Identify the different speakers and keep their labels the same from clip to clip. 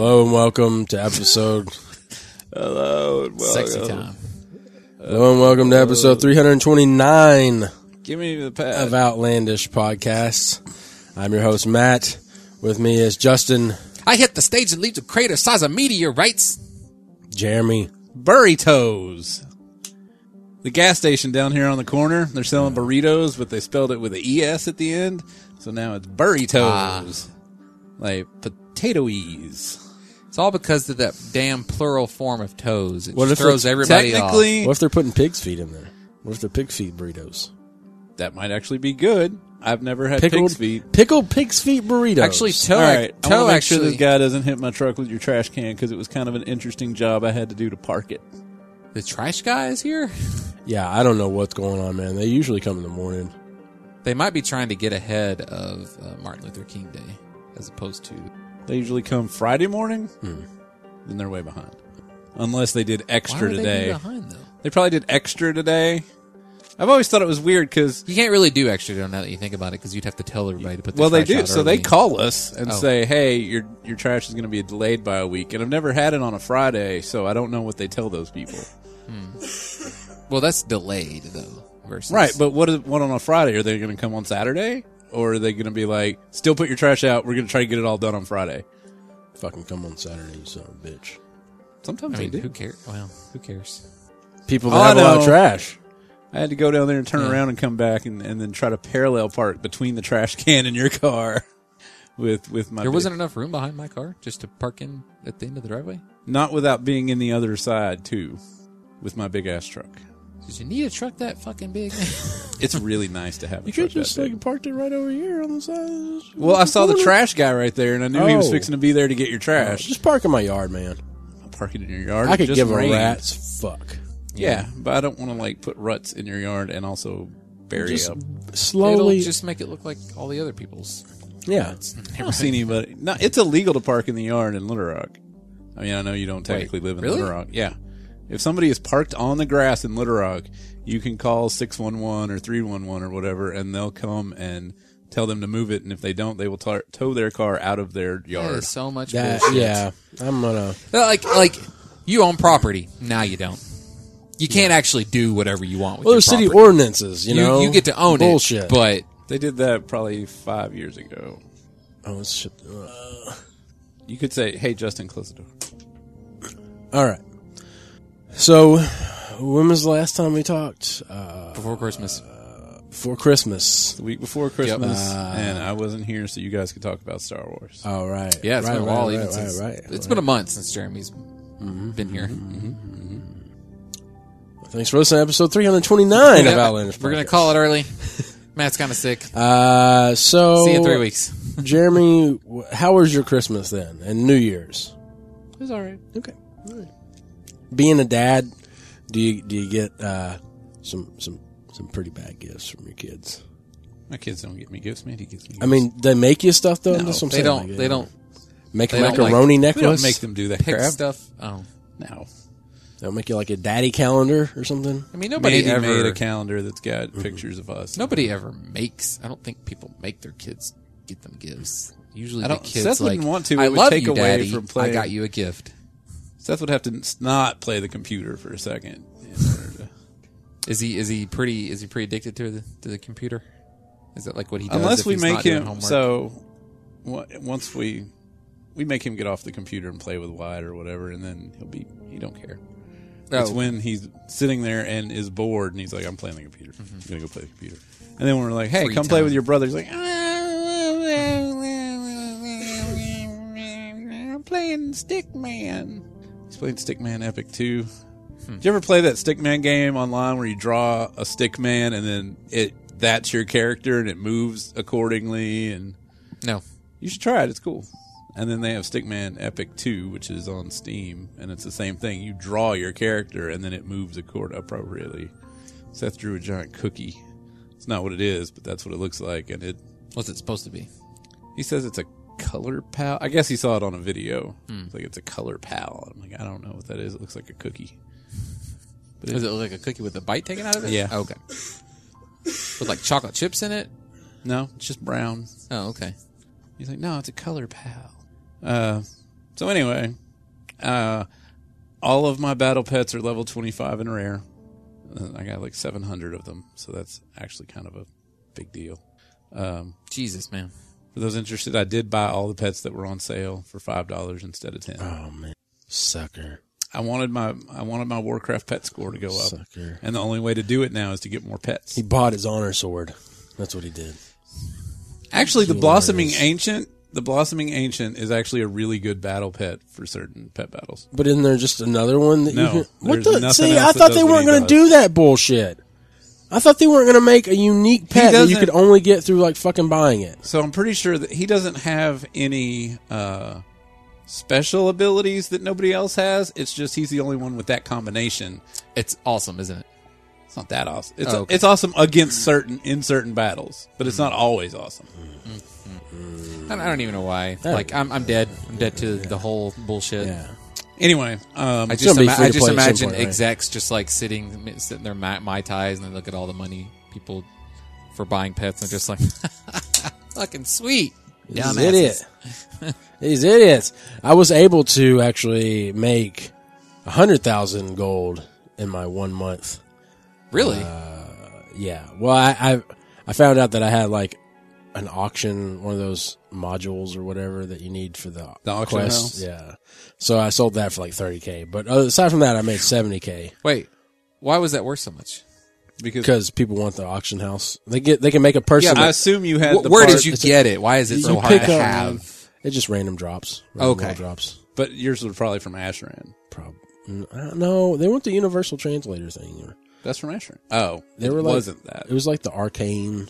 Speaker 1: welcome to episode.
Speaker 2: Hello. and
Speaker 3: Sexy
Speaker 2: welcome.
Speaker 3: time.
Speaker 1: Hello and welcome to episode 329
Speaker 2: Give me the pad.
Speaker 1: of Outlandish Podcast. I'm your host Matt. With me is Justin,
Speaker 3: I hit the stage and leaves a crater size of meteorites.
Speaker 1: Jeremy,
Speaker 2: Burritos. The gas station down here on the corner, they're selling
Speaker 3: Hmm.
Speaker 2: burritos, but they spelled it with a ES at the end. So now it's
Speaker 3: Ah.
Speaker 2: burritos. Like potatoes.
Speaker 3: It's all because of that damn plural form of toes. It
Speaker 1: What
Speaker 3: just
Speaker 1: if it's
Speaker 3: throws everybody off.
Speaker 2: Technically,
Speaker 1: What if they're putting pig's feet in there? What if they're pig feet burritos?
Speaker 2: that might actually be good. I've never had
Speaker 1: Pickled
Speaker 2: pig's feet.
Speaker 1: Pickled pig's feet burritos.
Speaker 3: Actually, toe,
Speaker 2: All right, I want
Speaker 3: toe
Speaker 2: to make
Speaker 3: actually.
Speaker 2: sure this guy doesn't hit my truck with your trash can because it was kind of an interesting job I had to do to park it.
Speaker 3: the trash guy is here.
Speaker 1: yeah, I don't know what's going on, man. They usually come in the morning.
Speaker 3: They might be trying to get ahead of uh, Martin Luther King Day, as opposed to
Speaker 2: They usually come Friday morning,
Speaker 3: Hmm.
Speaker 2: then they're way behind. Unless they did
Speaker 3: why
Speaker 2: extra
Speaker 3: would
Speaker 2: today.
Speaker 3: They be behind though,
Speaker 2: They probably did extra today. I've always thought it was weird because
Speaker 3: you can't really do extra though, now that you think about it, because you'd have to tell everybody to put. Their
Speaker 2: well, they
Speaker 3: trash
Speaker 2: do.
Speaker 3: out
Speaker 2: So they
Speaker 3: early.
Speaker 2: call us and
Speaker 3: Oh.
Speaker 2: say, "Hey, your your trash is going to be delayed by a week." And I've never had it on a Friday, so I don't know what they tell those people.
Speaker 3: Well, that's delayed though. Versus
Speaker 2: Right, but what is what on a Friday? Are they going to come on Saturday, or are they going to be like, "Still put your trash out. We're going to try to get it all done on Friday."
Speaker 1: Fucking come on Saturday, you son of a bitch.
Speaker 2: Sometimes
Speaker 3: I mean,
Speaker 2: they do.
Speaker 3: who cares? Well, who cares?
Speaker 1: People
Speaker 2: Oh,
Speaker 1: that have
Speaker 2: I
Speaker 1: a lot of
Speaker 2: know.
Speaker 1: trash.
Speaker 2: I had to go down there and turn
Speaker 3: Yeah.
Speaker 2: around and come back and, and then try to parallel park between the trash can and your car with with my
Speaker 3: There
Speaker 2: big-
Speaker 3: wasn't enough room behind my car just to park in at the end of the driveway.
Speaker 2: not without being in the other side too with my big ass truck.
Speaker 3: Did you need a truck that fucking big?
Speaker 2: It's really nice to have a
Speaker 1: You
Speaker 2: truck
Speaker 1: could just
Speaker 2: that big.
Speaker 1: like parked it right over here on the side.
Speaker 2: Well, I saw the trash guy right there and I knew he was
Speaker 1: Oh.
Speaker 2: fixing to be there to get your trash.
Speaker 1: Just park in my yard, man.
Speaker 2: I'm parking in your yard.
Speaker 1: I
Speaker 2: It
Speaker 1: could
Speaker 2: just
Speaker 1: give a
Speaker 2: rained.
Speaker 1: rat's fuck.
Speaker 2: Yeah, but I don't want to like put ruts in your yard and also bury
Speaker 1: Just
Speaker 2: up.
Speaker 1: slowly.
Speaker 3: It'll just make it look like all the other people's.
Speaker 1: yeah.
Speaker 2: I don't see anybody. No, it's illegal to park in the yard in Little Rock. I mean, I know you don't technically live in
Speaker 3: really?
Speaker 2: Little Rock. Yeah. If somebody is parked on the grass in Little Rock, you can call 611 or 311 or whatever, and they'll come and tell them to move it. And if they don't, they will tar- tow their car out of their
Speaker 3: That
Speaker 2: yard.
Speaker 3: is so much
Speaker 1: That,
Speaker 3: bullshit.
Speaker 1: yeah. I'm gonna.
Speaker 3: Well, Like like you own property. Now you don't. You can't actually do whatever you want with
Speaker 1: Well,
Speaker 3: your
Speaker 1: there's city
Speaker 3: property.
Speaker 1: ordinances, you
Speaker 3: you,
Speaker 1: know.
Speaker 3: you get to own
Speaker 1: Bullshit.
Speaker 3: it. But
Speaker 2: They did that probably five years ago.
Speaker 1: oh, it's shit. Ugh.
Speaker 2: You could say, hey, Justin, close the door.
Speaker 1: All right. So, when was the last time we talked? Uh,
Speaker 3: before Christmas,
Speaker 1: before Christmas.
Speaker 2: The week before Christmas, and I wasn't here, so you guys could talk about Star Wars.
Speaker 1: All right.
Speaker 3: yeah, it's
Speaker 1: right,
Speaker 3: been a while.
Speaker 1: Right,
Speaker 3: even
Speaker 1: right,
Speaker 3: since,
Speaker 1: right, right. Mm-hmm.
Speaker 3: it's been a month since Jeremy's been here.
Speaker 1: Thanks for listening to episode 329
Speaker 3: Yeah,
Speaker 1: of Outlandish.
Speaker 3: we're gonna
Speaker 1: Podcast.
Speaker 3: call it early. Matt's kind of sick.
Speaker 1: Uh, so
Speaker 3: See you in three weeks.
Speaker 1: Jeremy, wh- how was your Christmas then and New Year's?
Speaker 2: It was all right.
Speaker 1: Okay. Being a dad, do you do you get uh, some some some pretty bad gifts from your kids?
Speaker 2: My kids don't get me gifts, man. He gets me
Speaker 1: I mean, they make you stuff though.
Speaker 2: No,
Speaker 1: That's what I'm
Speaker 3: They
Speaker 1: saying.
Speaker 3: don't.
Speaker 1: Like,
Speaker 3: They don't
Speaker 1: make a
Speaker 3: they don't like-
Speaker 1: macaroni
Speaker 2: We don't
Speaker 1: necklace.
Speaker 2: make them do that
Speaker 3: pick
Speaker 2: crap.
Speaker 3: stuff. Oh,
Speaker 2: No.
Speaker 1: They'll make you like a daddy calendar or something.
Speaker 3: I mean nobody
Speaker 2: Mandy
Speaker 3: ever. Mm-hmm.
Speaker 2: made a calendar that's got pictures of us.
Speaker 3: Nobody ever makes. I don't think people make their kids get them gifts. Usually,
Speaker 2: I don't-
Speaker 3: the kids
Speaker 2: Seth
Speaker 3: like,
Speaker 2: wouldn't want to. It
Speaker 3: I
Speaker 2: would
Speaker 3: love
Speaker 2: take
Speaker 3: you,
Speaker 2: away
Speaker 3: Daddy.
Speaker 2: from
Speaker 3: I
Speaker 2: playing."
Speaker 3: got you a gift.
Speaker 2: Seth would have to s- not play the computer for a second. in order to-
Speaker 3: Is he is he pretty is he pretty addicted to the to the computer? Is that like what he does?
Speaker 2: Unless
Speaker 3: if
Speaker 2: we
Speaker 3: he's
Speaker 2: make
Speaker 3: not doing
Speaker 2: him
Speaker 3: homework?
Speaker 2: so. wa- Once we we make him get off the computer and play with Wyatt or whatever, and then he'll be he don't care. It's
Speaker 3: Oh.
Speaker 2: when he's sitting there and is bored, and he's like, "I'm playing the computer. I'm gonna go play the computer." And then when we're like, "Hey,
Speaker 3: Mm-hmm. Free
Speaker 2: come play
Speaker 3: time.
Speaker 2: with your brother," he's like, "Ah, "I'm playing Stickman." He's playing Stickman Epic Two.
Speaker 3: Hmm.
Speaker 2: Did you ever play that Stickman game online where you draw a Stickman and then it that's your character and it moves accordingly? And
Speaker 3: no,
Speaker 2: you should try it; it's cool. And then they have Stickman Epic Two, which is on Steam, and it's the same thing. You draw your character and then it moves accord appropriately. Seth drew a giant cookie. It's not what it is, but that's what it looks like, and it
Speaker 3: what's it supposed to be?
Speaker 2: he says it's a color pal. I guess he saw it on a video. It's like it's a color pal. I'm like, I don't know what that is. It looks like a cookie.
Speaker 3: Is it like a cookie with a bite taken out of it?
Speaker 2: Yeah.
Speaker 3: Oh, okay. With like chocolate chips in it.
Speaker 2: No, it's just brown.
Speaker 3: Oh, okay.
Speaker 2: He's like, no, it's a color pal. Uh, so anyway, Uh, all of my battle pets are level 25 and rare. Uh, I got like 700 of them, so that's actually kind of a big deal.
Speaker 3: Jesus, man.
Speaker 2: For those interested, I did buy all the pets that were on sale for five dollars instead of ten.
Speaker 1: Oh man, sucker.
Speaker 2: I wanted my I wanted my Warcraft pet score to go up,
Speaker 1: Sucker.
Speaker 2: and the only way to do it now is to get more pets.
Speaker 1: He bought his honor sword. That's what he did.
Speaker 2: Actually, the
Speaker 1: Sure
Speaker 2: blossoming
Speaker 1: is.
Speaker 2: ancient, the blossoming ancient is actually a really good battle pet for certain pet battles.
Speaker 1: But isn't there just another one that
Speaker 2: No,
Speaker 1: you can, what
Speaker 2: there's
Speaker 1: the
Speaker 2: nothing
Speaker 1: see?
Speaker 2: else
Speaker 1: I
Speaker 2: that
Speaker 1: thought
Speaker 2: does
Speaker 1: they
Speaker 2: what
Speaker 1: weren't
Speaker 2: he
Speaker 1: going to
Speaker 2: does.
Speaker 1: do that bullshit. I thought they weren't going to make a unique pet that you
Speaker 2: doesn't-
Speaker 1: could only get through like fucking buying it.
Speaker 2: So I'm pretty sure that he doesn't have any uh, special abilities that nobody else has. It's just he's the only one with that combination.
Speaker 3: It's awesome, isn't it?
Speaker 2: It's not that awesome. It's
Speaker 3: Oh, okay. Hmm.
Speaker 2: it's awesome against certain in certain battles, but it's not always awesome.
Speaker 3: I don't, I don't even know why. Like, I'm, I'm dead. I'm dead to the whole bullshit.
Speaker 1: Yeah.
Speaker 2: Anyway, um,
Speaker 3: I just,
Speaker 1: Somebody
Speaker 3: ima-
Speaker 1: free
Speaker 3: I
Speaker 1: to
Speaker 3: just
Speaker 1: play at some
Speaker 3: imagine
Speaker 1: point, right?
Speaker 3: execs just like sitting, sitting there my, my ties, and they look at all the money people for buying pets, and they're just like, fucking sweet.
Speaker 1: These
Speaker 3: Dumbasses.
Speaker 1: idiots. These idiots. I was able to actually make a hundred thousand gold in my one month.
Speaker 3: Really?
Speaker 1: Uh, Yeah. Well, I, I I found out that I had like an auction, one of those modules or whatever that you need for the,
Speaker 2: The auction house?
Speaker 1: Yeah. So I sold that for like thirty k. But uh, aside from that, I made seventy k
Speaker 3: Wait, why was that worth so much?
Speaker 2: because
Speaker 1: because people want the auction house. They get they can make a person.
Speaker 2: I
Speaker 1: that-
Speaker 2: assume you had
Speaker 3: Wh-
Speaker 2: the
Speaker 3: where
Speaker 2: part,
Speaker 3: did you get it? Why is it so
Speaker 1: you
Speaker 3: hard
Speaker 1: pick
Speaker 3: to
Speaker 1: up-
Speaker 3: have?
Speaker 1: It just random drops. Random
Speaker 3: Okay.
Speaker 1: roll drops.
Speaker 2: but yours was probably from Ashran.
Speaker 1: Probably. No, they want the universal translator thing. Or,
Speaker 2: That's from Ashran. Oh,
Speaker 1: They
Speaker 2: it
Speaker 1: were like-
Speaker 2: wasn't that.
Speaker 1: It was like the arcane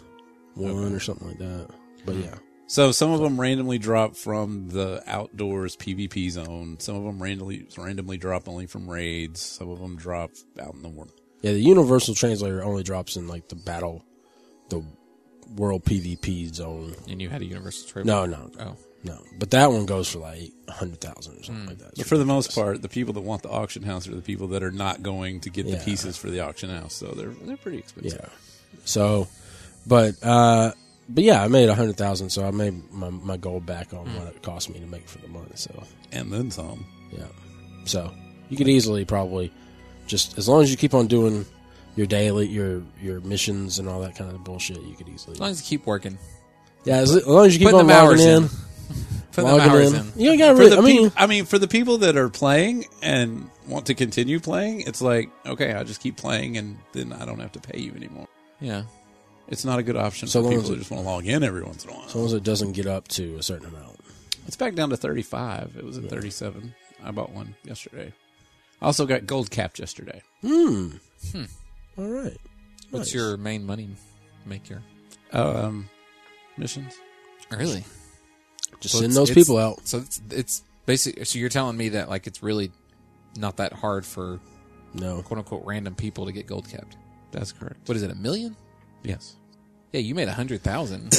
Speaker 1: one or something like that. But yeah,
Speaker 2: So some of them randomly drop from the outdoors PvP zone. Some of them randomly randomly drop only from raids. Some of them drop out in the world.
Speaker 1: yeah. The universal translator only drops in like the battle, the world PvP zone.
Speaker 3: And you had a universal trip.
Speaker 1: No, no,
Speaker 3: Oh.
Speaker 1: no. But that one goes for like a hundred thousand or something like that.
Speaker 2: But for the most part, the people that want the auction house are the people that are not going to get the
Speaker 1: Yeah.
Speaker 2: pieces for the auction house. So they're they're pretty expensive.
Speaker 1: yeah. So, but uh, but yeah, I made a hundred thousand. So I made my my gold back on what it cost me to make for the month. So
Speaker 2: And then some.
Speaker 1: Yeah. So you could easily probably just as long as you keep on doing your daily your your missions and all that kind of bullshit, you could easily.
Speaker 3: As long as you keep working.
Speaker 1: yeah, as, as long as you keep
Speaker 3: Putting
Speaker 1: on
Speaker 3: them
Speaker 1: logging
Speaker 3: hours
Speaker 1: in,
Speaker 3: in. Put them
Speaker 1: logging
Speaker 3: hours
Speaker 1: in.
Speaker 3: in.
Speaker 1: You ain't got
Speaker 2: For
Speaker 1: really.
Speaker 2: the
Speaker 1: I mean,
Speaker 2: peop- I mean, for the people that are playing and want to continue playing, it's like okay, I just keep playing, and then I don't have to pay you anymore.
Speaker 3: Yeah.
Speaker 2: It's not a good option
Speaker 1: So
Speaker 2: for
Speaker 1: long
Speaker 2: people
Speaker 1: as
Speaker 2: that
Speaker 1: it-
Speaker 2: just want to log in every once in a while.
Speaker 1: as long as it doesn't get up to a certain amount.
Speaker 2: It's back down to 35. It was at 37. I bought one yesterday. I also got gold capped yesterday.
Speaker 1: All right.
Speaker 3: What's
Speaker 1: Nice.
Speaker 3: your main money maker?
Speaker 2: Um, missions.
Speaker 3: Really?
Speaker 1: Just
Speaker 3: So
Speaker 1: send
Speaker 3: it's-
Speaker 1: those
Speaker 3: it's-
Speaker 1: people out.
Speaker 3: So it's, it's basically. So you're telling me that like it's really not that hard for
Speaker 1: No.
Speaker 3: quote unquote random people to get gold capped.
Speaker 2: That's correct.
Speaker 3: What is it? A million?
Speaker 2: Yes.
Speaker 3: Yeah, you made a hundred thousand.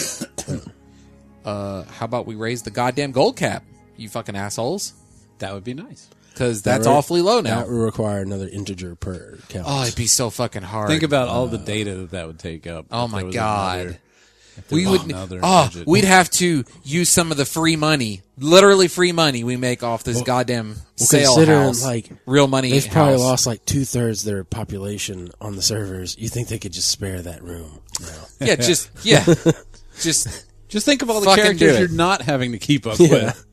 Speaker 3: uh, how about we raise the goddamn gold cap? You fucking assholes.
Speaker 2: That would be nice.
Speaker 3: Because that's
Speaker 1: That re-
Speaker 3: awfully low now.
Speaker 1: That would require another integer per count.
Speaker 3: Oh, it'd be so fucking hard.
Speaker 2: Think about all the data that that would take up.
Speaker 3: Oh
Speaker 2: if there
Speaker 3: my
Speaker 2: was
Speaker 3: god.
Speaker 2: another- if there
Speaker 3: we
Speaker 2: was
Speaker 3: would
Speaker 2: another
Speaker 3: oh,
Speaker 2: budget.
Speaker 3: we'd have to use some of the free money, literally free money we make off this goddamn sale
Speaker 1: considering,
Speaker 3: house,
Speaker 1: like,
Speaker 3: real money.
Speaker 1: They've probably
Speaker 3: house.
Speaker 1: lost like two thirds their population on the servers. You think they could just spare that room? No.
Speaker 3: Yeah, just yeah, just
Speaker 2: just think of all the
Speaker 3: Fucking do
Speaker 2: characters
Speaker 3: it.
Speaker 2: you're not having to keep up with.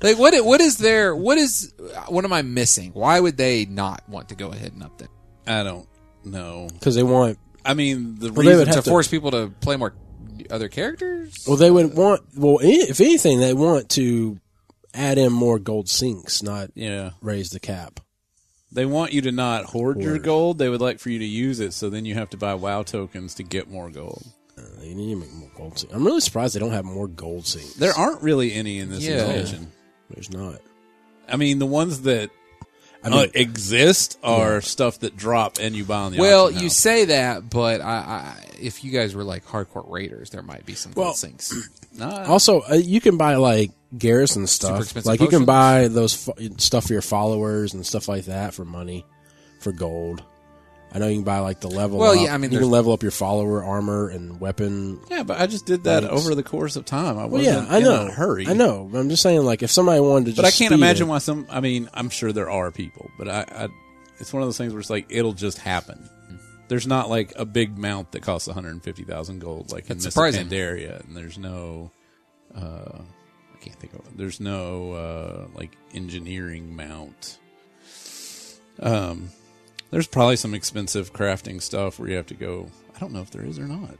Speaker 3: like what? What is there? What is? What am I missing? Why would they not want to go ahead and up that
Speaker 2: I don't know.
Speaker 1: Because they want
Speaker 2: I mean, the
Speaker 1: they
Speaker 2: reason
Speaker 1: would
Speaker 3: to
Speaker 1: have to-
Speaker 3: force people to play more other characters?
Speaker 1: Well, they would want. Well, i- if anything, they want to add in more gold sinks, not
Speaker 2: yeah,
Speaker 1: raise the cap.
Speaker 2: they want you to not hoard your gold. They would like for you to use it, so then you have to buy WoW tokens to get more gold.
Speaker 1: Uh, They need to make more gold sinks. I'm really surprised they don't have more gold sinks.
Speaker 2: There aren't really any in this
Speaker 3: Yeah.
Speaker 2: expansion.
Speaker 1: There's not.
Speaker 2: I mean, the ones that
Speaker 1: I mean,
Speaker 2: uh, exist are stuff that drop and you buy on the
Speaker 3: Well,
Speaker 2: auction
Speaker 3: you
Speaker 2: house.
Speaker 3: say that, but I, I, if you guys were like hardcore raiders, there might be some gold
Speaker 1: Well,
Speaker 3: sinks.
Speaker 2: Nah,
Speaker 1: also uh, you can buy like garrison stuff.
Speaker 3: expensive
Speaker 1: Like you
Speaker 3: potions.
Speaker 1: can buy those fo- stuff for your followers and stuff like that for money, for gold. I know you can buy like the level.
Speaker 3: Well,
Speaker 1: up.
Speaker 3: yeah, I mean,
Speaker 1: you
Speaker 3: there's-
Speaker 1: can level up your follower armor and weapon.
Speaker 2: Yeah, but I just did that
Speaker 1: Thanks.
Speaker 2: over the course of time. I
Speaker 1: Well,
Speaker 2: wasn't
Speaker 1: yeah, I
Speaker 2: in
Speaker 1: know.
Speaker 2: a hurry.
Speaker 1: I know. But I'm just saying, like, if somebody wanted to, just
Speaker 2: But I can't
Speaker 1: speed
Speaker 2: imagine
Speaker 1: it-
Speaker 2: why some. I mean, I'm sure there are people, but I, I it's one of those things where it's like it'll just happen. There's not like a big mount that costs 150,000 gold, like in
Speaker 3: That's surprising.
Speaker 2: Miss area, and there's no, uh, I can't think of it. There's no uh, like engineering mount. Um, there's probably some expensive crafting stuff where you have to go. I don't know if there is or not.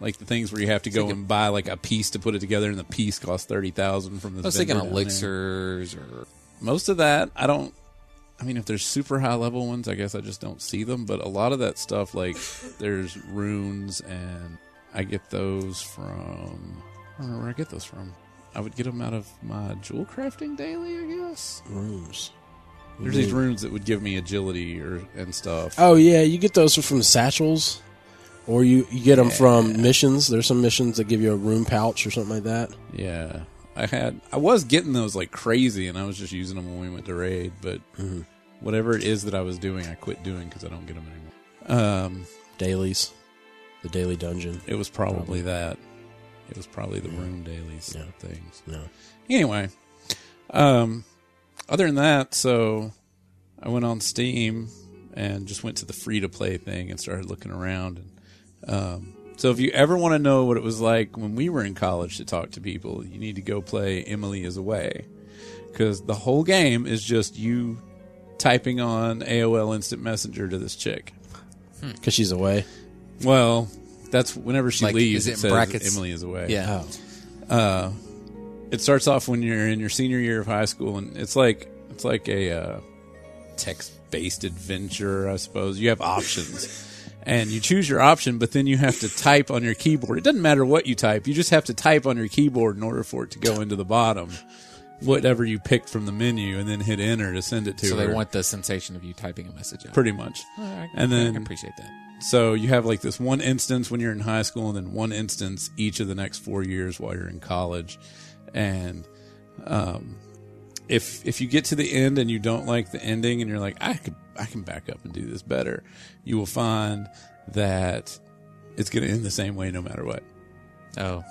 Speaker 2: Like the things where you have to go
Speaker 3: Thinking-
Speaker 2: and buy like a piece to put it together, and the piece costs thirty thousand from the.
Speaker 3: I was thinking elixirs or
Speaker 2: most of that i don't i mean if there's super high level ones i guess i just don't see them but a lot of that stuff like there's runes and i get those from i don't know where i get those from i would get them out of my jewel crafting daily i guess
Speaker 1: rooms.
Speaker 2: there's these runes that would give me agility or and stuff
Speaker 1: Oh yeah, you get those from satchels, or you you get them from missions. There's some missions that give you a room pouch or something like that.
Speaker 2: yeah i had i was getting those like crazy and i was just using them when we went to raid but whatever it is that i was doing i quit doing because i don't get them anymore um
Speaker 1: Dailies, the daily dungeon.
Speaker 2: It was probably, that. It was probably the room dailies
Speaker 1: Yeah.
Speaker 2: things.
Speaker 1: No,
Speaker 2: Anyway, um, other than that, so I went on Steam and just went to the free to play thing and started looking around. And um, so, if you ever want to know what it was like when we were in college to talk to people, you need to go play Emily is Away because the whole game is just you typing on AOL Instant Messenger to this chick.
Speaker 1: because she's away.
Speaker 2: Well, that's whenever she
Speaker 3: Like,
Speaker 2: leaves.
Speaker 3: is it in
Speaker 2: says
Speaker 3: brackets?
Speaker 2: Emily is away.
Speaker 3: yeah.
Speaker 1: Oh.
Speaker 2: it starts off when you're in your senior year of high school, and it's like it's like a uh, text-based adventure, I suppose. You have options, and you choose your option, but then you have to type on your keyboard. It doesn't matter what you type; you just have to type on your keyboard in order for it to go into the bottom, whatever you picked from the menu, and then hit enter to send it to
Speaker 3: So
Speaker 2: her.
Speaker 3: they want the sensation of you typing a message out.
Speaker 2: pretty much.
Speaker 3: I,
Speaker 2: and
Speaker 3: I
Speaker 2: then
Speaker 3: appreciate that.
Speaker 2: so you have like this one instance when you're in high school, and then one instance each of the next four years while you're in college. And um, if if you get to the end and you don't like the ending, and you're like, I could I can back up and do this better, you will find that it's going to end the same way no matter what.
Speaker 3: Oh,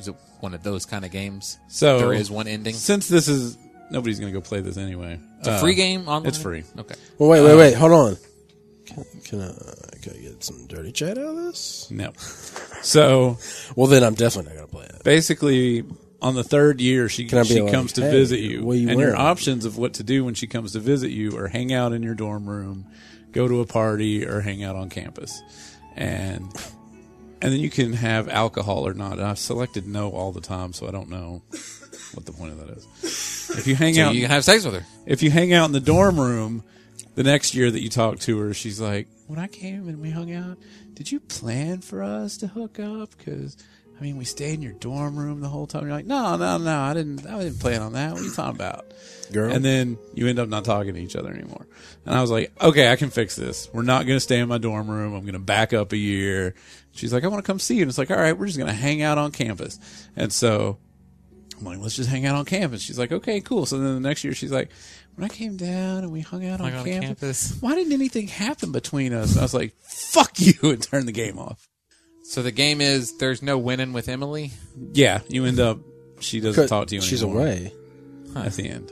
Speaker 3: is it one of those kind of games?
Speaker 2: So
Speaker 3: there is one ending.
Speaker 2: Since this is nobody's going to go play this anyway. Uh,
Speaker 3: It's a free game online.
Speaker 2: it's free.
Speaker 3: Okay.
Speaker 1: Well, wait, wait,
Speaker 2: Um,
Speaker 1: wait. Hold on. Can, can I can I get some dirty chat out of this?
Speaker 2: No. So
Speaker 1: Well, then I'm definitely not gonna play it.
Speaker 2: basically on the third year she
Speaker 1: Can I be
Speaker 2: she
Speaker 1: like,
Speaker 2: comes to
Speaker 1: "Hey,
Speaker 2: visit you,
Speaker 1: what are you
Speaker 2: and your
Speaker 1: wearing?"
Speaker 2: options of what to do when she comes to visit you are hang out in your dorm room, go to a party, or hang out on campus, and and then you can have alcohol or not. And I've selected no all the time, so I don't know what the point of that is. If you hang
Speaker 3: So
Speaker 2: out,
Speaker 3: you can have sex with her.
Speaker 2: if you hang out in the dorm room the next year that you talk to her she's like when i came and we hung out did you plan for us to hook up because i mean we stayed in your dorm room the whole time you're like no no no i didn't i didn't plan on that what are you talking about
Speaker 1: Girl.
Speaker 2: and then you end up not talking to each other anymore and i was like okay i can fix this we're not going to stay in my dorm room i'm going to back up a year she's like i want to come see you and it's like all right we're just going to hang out on campus and so I'm like, let's just hang out on campus. She's like, okay, cool. So then the next year, she's like, when I came down and we hung out on,
Speaker 3: on
Speaker 2: campus,
Speaker 3: campus.
Speaker 2: why didn't anything happen between us? And I was like, fuck you, and turn the game off.
Speaker 3: So the game is there's no winning with Emily.
Speaker 2: Yeah, you end up. She doesn't talk to you.
Speaker 1: she's
Speaker 2: anymore
Speaker 1: away.
Speaker 2: at the end.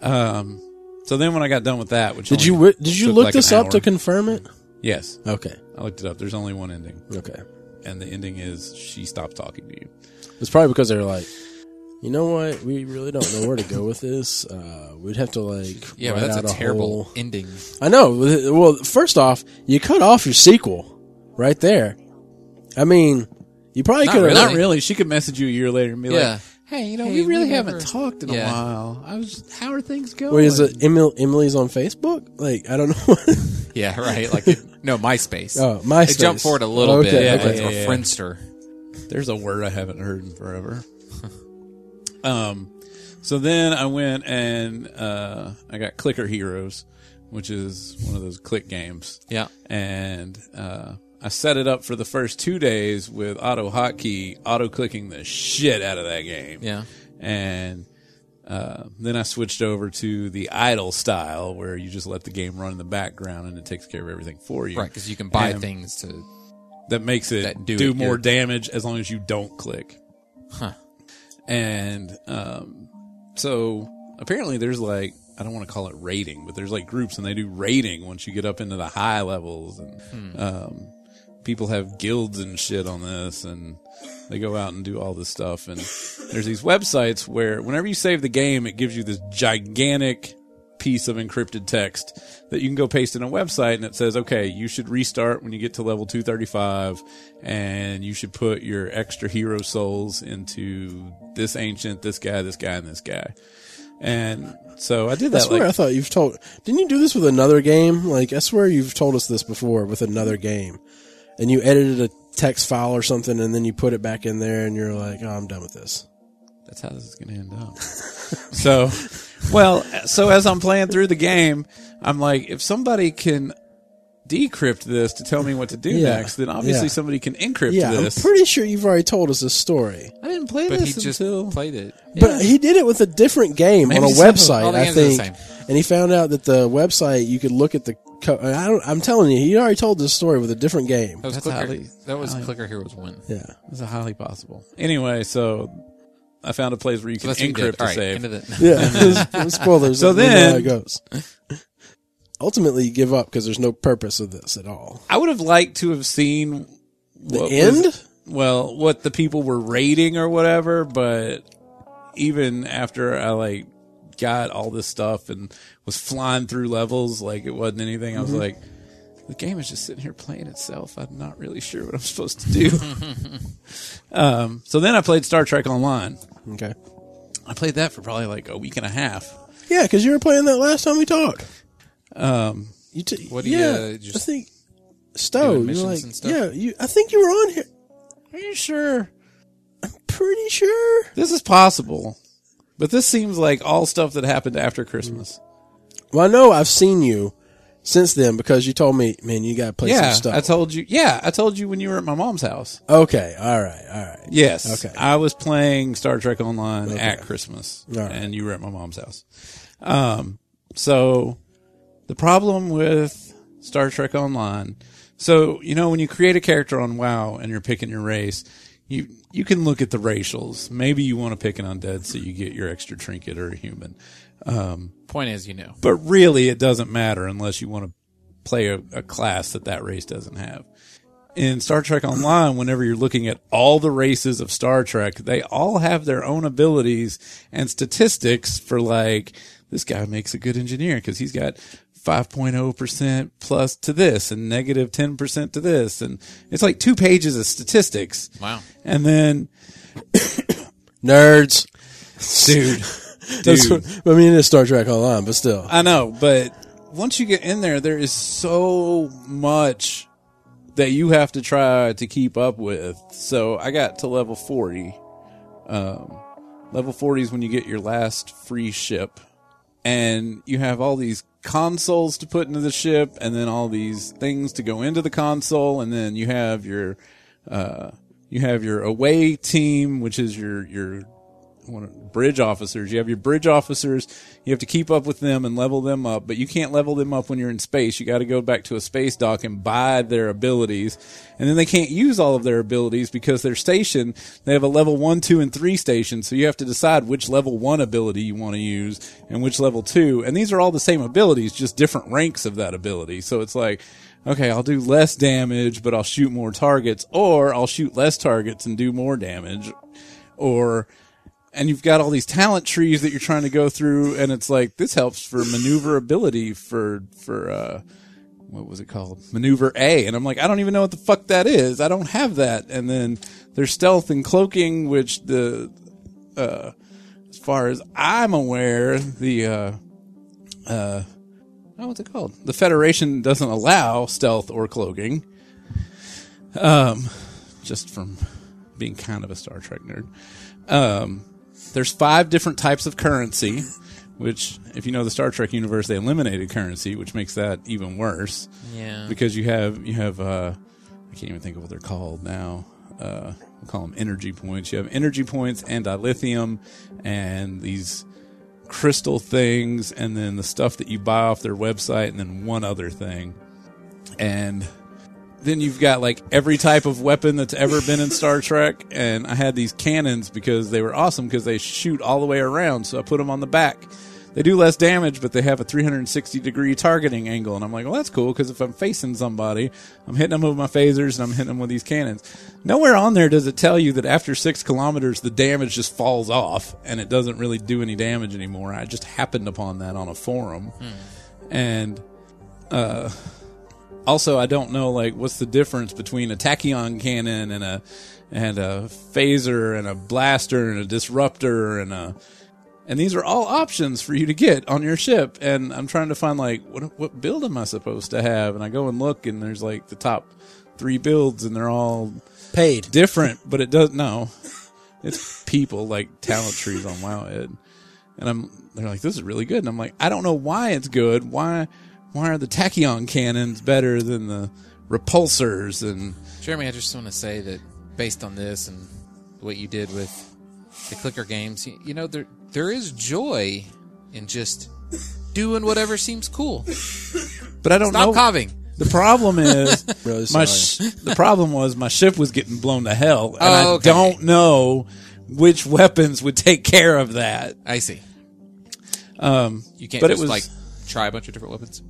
Speaker 2: Um. So then, when I got done with that, which
Speaker 1: Did
Speaker 2: only
Speaker 1: you wi- did you
Speaker 2: took
Speaker 1: look
Speaker 2: like
Speaker 1: this
Speaker 2: an
Speaker 1: up to
Speaker 2: hour-
Speaker 1: confirm it?
Speaker 2: yes,
Speaker 1: Okay,
Speaker 2: I looked it up. There's only one ending,
Speaker 1: okay.
Speaker 2: and the ending is she stops talking to you.
Speaker 1: It's probably because they were like, you know what? We really don't know where to go with this. Uh, we'd have to like,
Speaker 3: Yeah,
Speaker 1: write
Speaker 3: but
Speaker 1: out
Speaker 3: that's a terrible
Speaker 1: whole-
Speaker 3: ending.
Speaker 1: I know. Well, first off, you cut off your sequel right there. I mean, you probably
Speaker 3: Not
Speaker 1: could have.
Speaker 3: Really?
Speaker 2: Not really. She could message you a year later and be
Speaker 3: Yeah.
Speaker 2: like, "Hey, you know,
Speaker 3: Hey,
Speaker 2: we
Speaker 3: we
Speaker 2: really
Speaker 3: never-
Speaker 2: haven't talked in
Speaker 3: Yeah.
Speaker 2: a while. I was, just, how are things going?
Speaker 1: Wait, is it Emil, Emily's on Facebook? Like, I don't know.
Speaker 3: Yeah, right. Like it, no MySpace.
Speaker 1: oh, my.
Speaker 3: It jumped forward a little
Speaker 1: okay,
Speaker 3: bit.
Speaker 1: Okay.
Speaker 3: It's
Speaker 2: yeah,
Speaker 3: or
Speaker 2: yeah.
Speaker 3: Friendster.
Speaker 2: There's a word I haven't heard in forever. um, so then I went and uh, I got Clicker Heroes, which is one of those click games.
Speaker 3: Yeah.
Speaker 2: And uh, I set it up for the first two days with auto hotkey, auto clicking the shit out of that game.
Speaker 3: Yeah.
Speaker 2: And Uh, then I switched over to the idle style, where you just let the game run in the background and it takes care of everything for you.
Speaker 3: Right, because you can buy
Speaker 2: And
Speaker 3: things to.
Speaker 2: that makes it
Speaker 3: that
Speaker 2: do,
Speaker 3: do it,
Speaker 2: more
Speaker 3: you're-
Speaker 2: damage as long as you don't click.
Speaker 3: Huh.
Speaker 2: And um, so apparently there's like I don't want to call it rating, but there's like groups and they do rating once you get up into the high levels and um, people have guilds and shit on this and they go out and do all this stuff and there's these websites where whenever you save the game it gives you this gigantic piece of encrypted text that you can go paste in a website and it says, okay, you should restart when you get to level 235 and you should put your extra hero souls into this ancient, this guy, this guy, and this guy. And so I did
Speaker 1: I
Speaker 2: that.
Speaker 1: swear,
Speaker 2: Like,
Speaker 1: I thought you've told. Didn't you do this with another game? Like, I swear you've told us this before with another game, and you edited a text file or something, and then you put it back in there, and you're like, "Oh, I'm done with this."
Speaker 2: that's how this is going to end up. so, well, so as I'm playing through the game, I'm like, if somebody can decrypt this to tell me what to do
Speaker 1: Yeah.
Speaker 2: next, then obviously
Speaker 1: Yeah.
Speaker 2: somebody can encrypt
Speaker 1: Yeah,
Speaker 2: this.
Speaker 1: I'm pretty sure you've already told us this story,
Speaker 2: I didn't play
Speaker 3: But he
Speaker 2: this
Speaker 3: just
Speaker 2: until
Speaker 3: played it.
Speaker 1: but he did it with a different game
Speaker 2: Maybe
Speaker 1: on a
Speaker 2: so.
Speaker 1: website,
Speaker 3: All the
Speaker 1: I
Speaker 3: games are the
Speaker 1: think,
Speaker 3: same.
Speaker 1: and he found out that the website you could look at the. Co- I don't, I'm telling you, he already told this story with a different game.
Speaker 3: That was
Speaker 2: That's
Speaker 3: clicker.
Speaker 2: highly-
Speaker 3: that was
Speaker 2: highly-
Speaker 3: clicker heroes one.
Speaker 1: Yeah,
Speaker 2: It's highly possible. Anyway, so I found a place where you
Speaker 3: So
Speaker 2: can
Speaker 3: that's what you
Speaker 2: encrypt
Speaker 3: did.
Speaker 2: the
Speaker 3: All right,
Speaker 2: save.
Speaker 3: end of the-
Speaker 1: yeah. Spoilers.
Speaker 2: So
Speaker 1: So then,
Speaker 2: then-
Speaker 1: it goes. Ultimately, you give up because there's no purpose of this at all.
Speaker 2: I would have liked to have seen
Speaker 1: The
Speaker 2: what was-
Speaker 1: end.
Speaker 2: well, what the people were rating or whatever, but even after I like got all this stuff and was flying through levels, like it wasn't anything. I was like, the game is just sitting here playing itself. I'm not really sure what I'm supposed to do. um, so then I played Star Trek Online.
Speaker 1: Okay.
Speaker 2: I played that for probably like a week and a half.
Speaker 1: Yeah, because you were playing that last time we talked.
Speaker 2: Um,
Speaker 1: You t-
Speaker 3: What do you,
Speaker 1: yeah,
Speaker 3: uh,
Speaker 1: I
Speaker 3: just
Speaker 1: think Stowe.
Speaker 3: missions
Speaker 1: You're like,
Speaker 3: and stuff?
Speaker 1: yeah, you. I think you were on here.
Speaker 2: are you sure?
Speaker 1: Pretty sure.
Speaker 2: This is possible, but this seems like all stuff that happened after Christmas.
Speaker 1: Well, I know I've seen you since then because you told me, man, you got to play
Speaker 2: Yeah,
Speaker 1: some stuff.
Speaker 2: I told you. Yeah, I told you when you were at my mom's house.
Speaker 1: okay, all right, all right.
Speaker 2: Yes.
Speaker 1: Okay.
Speaker 2: I was playing Star Trek Online at Christmas,
Speaker 1: All right.
Speaker 2: and you were at my mom's house. Um, so the problem with Star Trek Online, so you know when you create a character on WoW and you're picking your race, you you can look at the racials. Maybe you want to pick an undead so you get your extra trinket or a human.
Speaker 3: point is, you know,
Speaker 2: but really it doesn't matter unless you want to play a, a class that that race doesn't have. In Star Trek Online, whenever you're looking at all the races of Star Trek, they all have their own abilities and statistics for like, this guy makes a good engineer because he's got 5.0% plus to this and negative 10% to this. And it's like two pages of statistics.
Speaker 3: wow.
Speaker 2: And then,
Speaker 1: Nerds.
Speaker 2: dude,
Speaker 1: That's
Speaker 2: dude.
Speaker 1: what- I mean, it is Star Trek Online, but still.
Speaker 2: I know, but once you get in there, there is so much that you have to try to keep up with. So I got to level 40. Um, level 40 is when you get your last free ship, and you have all these consoles to put into the ship, and then all these things to go into the console, and then you have your. Uh, you have your away team, which is your your one of- bridge officers. You have your bridge officers. You have to keep up with them and level them up, but you can't level them up when you're in space. You got to go back to a space dock and buy their abilities. And then they can't use all of their abilities because they're stationed. They have a level one, two, and three station. So you have to decide which level one ability you want to use and which level two. And these are all the same abilities, just different ranks of that ability. So it's like, okay, I'll do less damage, but I'll shoot more targets or I'll shoot less targets and do more damage or and you've got all these talent trees that you're trying to go through and it's like this helps for maneuverability for for uh what was it called maneuver a and i'm like i don't even know what the fuck that is i don't have that and then there's stealth and cloaking which the uh as far as i'm aware the uh uh oh, what's it called the federation doesn't allow stealth or cloaking um just from being kind of a star trek nerd um, there's five different types of currency, which, if you know the Star Trek universe, they eliminated currency, which makes that even worse
Speaker 3: Yeah.
Speaker 2: because you have you have uh, I can't even think of what they're called now. Uh, we'll call them energy points. You have energy points and dilithium, and these crystal things and then the stuff that you buy off their website and then one other thing. And then you've got like every type of weapon that's ever been in Star Trek. And I had these cannons because they were awesome because they shoot all the way around. So I put them on the back. They do less damage, but they have a 360 degree targeting angle. And I'm like, well, that's cool because if I'm facing somebody, I'm hitting them with my phasers and I'm hitting them with these cannons. Nowhere on there does it tell you that after six kilometers, the damage just falls off and it doesn't really do any damage anymore. I just happened upon that on a forum. And also I don't know like what's the difference between a tachyon cannon and a and a phaser and a blaster and a disruptor and a and these are all options for you to get on your ship and I'm trying to find like what what build am I supposed to have and I go and look and there's like the top 3 builds and they're all
Speaker 1: Paid.
Speaker 2: different, but it does no. It's people like talent trees on Wowhead, and I'm they're like this is really good, and I'm like I don't know why it's good. Why why are the tachyon cannons better than the repulsors? And
Speaker 3: Jeremy, I just want to say that based on this and what you did with the clicker games, you, you know there there is joy in just doing whatever seems cool.
Speaker 2: but I don't
Speaker 3: Stop
Speaker 2: know.
Speaker 3: coving.
Speaker 2: The problem is
Speaker 1: Really
Speaker 2: my
Speaker 1: sorry.
Speaker 2: sh- the problem was my ship was getting blown to hell, and I
Speaker 3: Oh, okay.
Speaker 2: don't know which weapons would take care of that.
Speaker 3: I see.
Speaker 2: Um,
Speaker 3: You can't
Speaker 2: But it
Speaker 3: just
Speaker 2: was-
Speaker 3: like try a bunch of different weapons.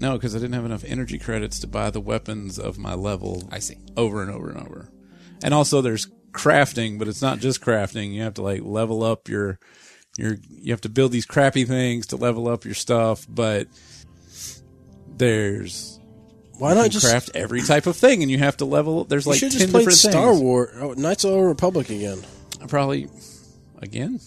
Speaker 2: no, because I didn't have enough energy credits to buy the weapons of my level.
Speaker 3: I see.
Speaker 2: over and over and over. And also there's crafting, but it's not just crafting. You have to like level up your your you have to build these crappy things to level up your stuff, but there's
Speaker 1: Why not
Speaker 2: you
Speaker 1: just
Speaker 2: craft every type of thing and you have to level there's
Speaker 1: You
Speaker 2: like
Speaker 1: should
Speaker 2: 10
Speaker 1: just play
Speaker 2: different
Speaker 1: Star
Speaker 2: things.
Speaker 1: Wars, oh, Knights of the Old Republic again.
Speaker 2: I probably again.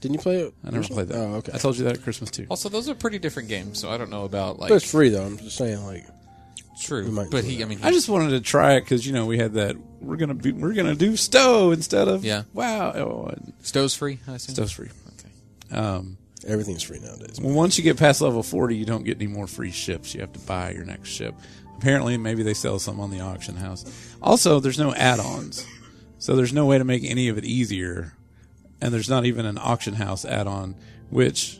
Speaker 1: Didn't you play it?
Speaker 2: I never played that.
Speaker 1: Oh, okay.
Speaker 2: I told you that at Christmas too.
Speaker 3: Also, those are pretty different games, so I don't know about like
Speaker 1: But it's free though. I'm just saying, like,
Speaker 3: true.
Speaker 1: might
Speaker 3: But
Speaker 1: do
Speaker 3: he, I mean, he,
Speaker 2: I just wanted to try it because you know we had that we're gonna be we're gonna do Stowe instead of
Speaker 3: Yeah.
Speaker 2: wow oh, and
Speaker 3: Stowe's free. I assume.
Speaker 2: Stowe's free.
Speaker 3: Okay.
Speaker 2: Um,
Speaker 1: everything's free nowadays.
Speaker 2: Well, once you get past level 40, you don't get any more free ships. You have to buy your next ship. Apparently, maybe they sell some on the auction house. Also, there's no add ons. So there's no way to make any of it easier. And there's not even an auction house add on, which,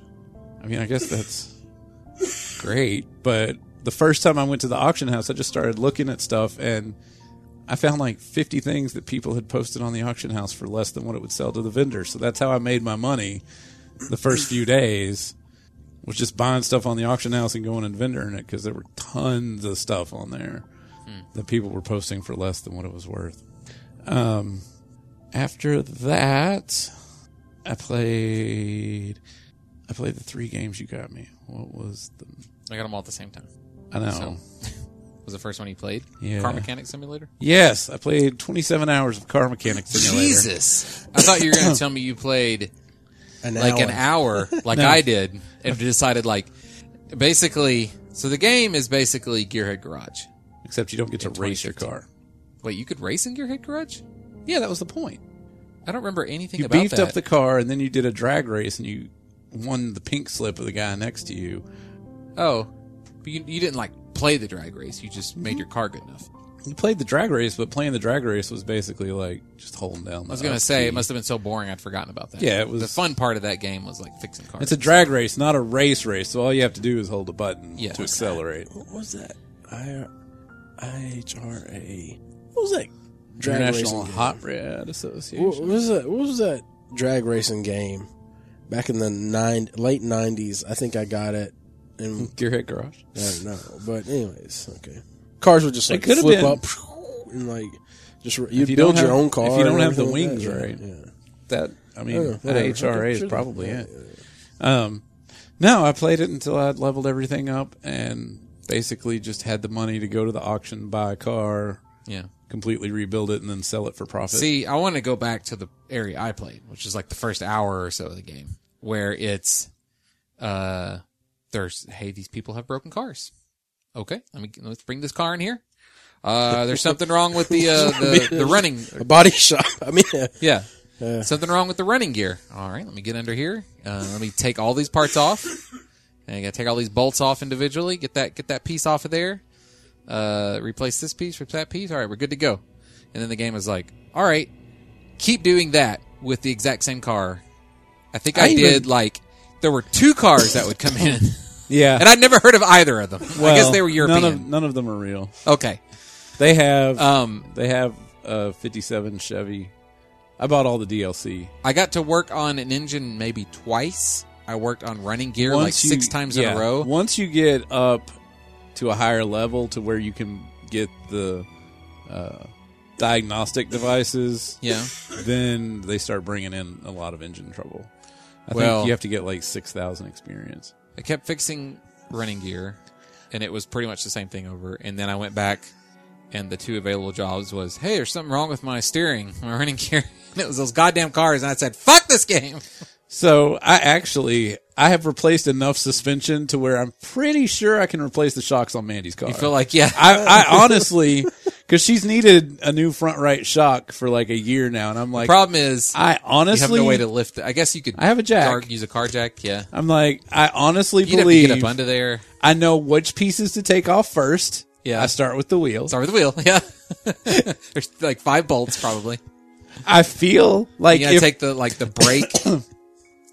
Speaker 2: I mean, I guess that's great. But the first time I went to the auction house, I just started looking at stuff and I found like 50 things that people had posted on the auction house for less than what it would sell to the vendor. So that's how I made my money the first few days was just buying stuff on the auction house and going and vendoring it because there were tons of stuff on there
Speaker 3: Hmm.
Speaker 2: that people were posting for less than what it was worth. Um, after that, I played. I played the three games you got me. What was the?
Speaker 3: I got them all at the same time.
Speaker 2: I know.
Speaker 3: So- Was the first one he played?
Speaker 2: Yeah.
Speaker 3: Car Mechanic Simulator.
Speaker 2: Yes, I played 27 hours of Car Mechanic Simulator.
Speaker 3: Jesus! I thought you were going to tell me you played
Speaker 1: An
Speaker 3: like
Speaker 1: hour.
Speaker 3: an hour, like I did, and decided like basically. So the game is basically Gearhead Garage.
Speaker 2: Except you don't get to race your car.
Speaker 3: Wait, you could race in Gearhead Garage?
Speaker 2: Yeah, that was the point.
Speaker 3: I don't remember anything
Speaker 2: You
Speaker 3: about
Speaker 2: beefed
Speaker 3: that.
Speaker 2: up the car and then you did a drag race and you won the pink slip of the guy next to you.
Speaker 3: oh, but you, you didn't like play the drag race. You just
Speaker 2: Mm-hmm.
Speaker 3: made your car good enough.
Speaker 2: You played the drag race, but playing the drag race was basically like just holding down. The
Speaker 3: I was gonna say it must have been so boring I'd forgotten about that.
Speaker 2: Oh, Yeah, it was-
Speaker 3: The fun part of that game was like fixing cars.
Speaker 2: It's a drag race, not a race race. So all you have to do is hold a button
Speaker 3: Yeah.
Speaker 2: to accelerate.
Speaker 1: What was that? I I H R A. What was that? Drag
Speaker 2: International
Speaker 1: racing game?
Speaker 2: Hot Red Association.
Speaker 1: What was that? What was that drag racing game? Back in the nine late nineties, I think I got it. And
Speaker 2: Gearhead Garage.
Speaker 1: I don't know, but anyways, okay. Cars would just like
Speaker 2: could've
Speaker 1: flip
Speaker 2: been.
Speaker 1: up and like just you,
Speaker 2: you
Speaker 1: build
Speaker 2: don't
Speaker 1: your
Speaker 2: have-
Speaker 1: own car.
Speaker 2: if you don't
Speaker 1: and
Speaker 2: have the
Speaker 1: everything like
Speaker 2: wings
Speaker 1: that.
Speaker 2: right.
Speaker 1: yeah, yeah.
Speaker 2: That I mean,
Speaker 1: Oh, whatever.
Speaker 2: IHRA
Speaker 1: Okay,
Speaker 2: is
Speaker 1: sure.
Speaker 2: probably
Speaker 1: Yeah,
Speaker 2: it. Um, no, I played it until I would leveled everything up and basically just had the money to go to the auction, buy a car,
Speaker 3: yeah.
Speaker 2: completely rebuild it, and then sell it for profit.
Speaker 3: See, I want to go back to the area I played, which is like the first hour or so of the game, where it's, uh, there's hey, these people have broken cars. Okay, let me let's bring this car in here. Uh, there's something wrong with the uh, the, the running.
Speaker 1: A body shop. I mean, yeah.
Speaker 3: Yeah.
Speaker 1: Yeah.
Speaker 3: something wrong with the running gear. All right, let me get under here. Uh, let me take all these parts off. And I got to take all these bolts off individually. Get that get that piece off of there. Uh, replace this piece with that piece. All right, we're good to go. And then the game is like, all right, keep doing that with the exact same car. I think I,
Speaker 2: I even-
Speaker 3: did like there were two cars that would come in,
Speaker 2: Yeah.
Speaker 3: and I'd never heard of either of them. I guess they were European.
Speaker 2: None of, none of them are real.
Speaker 3: okay,
Speaker 2: They have
Speaker 3: um,
Speaker 2: they have a 57 Chevy. I bought all the DLC.
Speaker 3: I got to work on an engine maybe twice. I worked on running gear like
Speaker 2: you-
Speaker 3: six times in
Speaker 2: yeah,
Speaker 3: a row.
Speaker 2: Once you get up to a higher level to where you can get the uh, diagnostic devices,
Speaker 3: Yeah.
Speaker 2: then they start bringing in a lot of engine trouble. I
Speaker 3: Well-
Speaker 2: think you have to get like 6,000 experience.
Speaker 3: I kept fixing running gear, and it was pretty much the same thing over. And then I went back, and the two available jobs was, hey, there's something wrong with my steering, my running gear. And it was those goddamn cars, and I said, fuck this game.
Speaker 2: So I actually I have replaced enough suspension to where I'm pretty sure I can replace the shocks on Mandy's car.
Speaker 3: I feel like, yeah,
Speaker 2: I, I honestly, because she's needed a new front right shock for like a year now, and I'm like,
Speaker 3: problem is
Speaker 2: I
Speaker 3: you have
Speaker 2: honestly,
Speaker 3: no way to lift it. I guess you could.
Speaker 2: I have a jack.
Speaker 3: car- use a car jack. Yeah,
Speaker 2: I'm like, I honestly
Speaker 3: you'd have to
Speaker 2: believe
Speaker 3: get up under there.
Speaker 2: I know which pieces to take off first.
Speaker 3: Yeah.
Speaker 2: I start with the wheels.
Speaker 3: Start with the wheel. Yeah, there's like five bolts probably.
Speaker 2: I feel like
Speaker 3: You gotta
Speaker 2: if
Speaker 3: take the like the brake,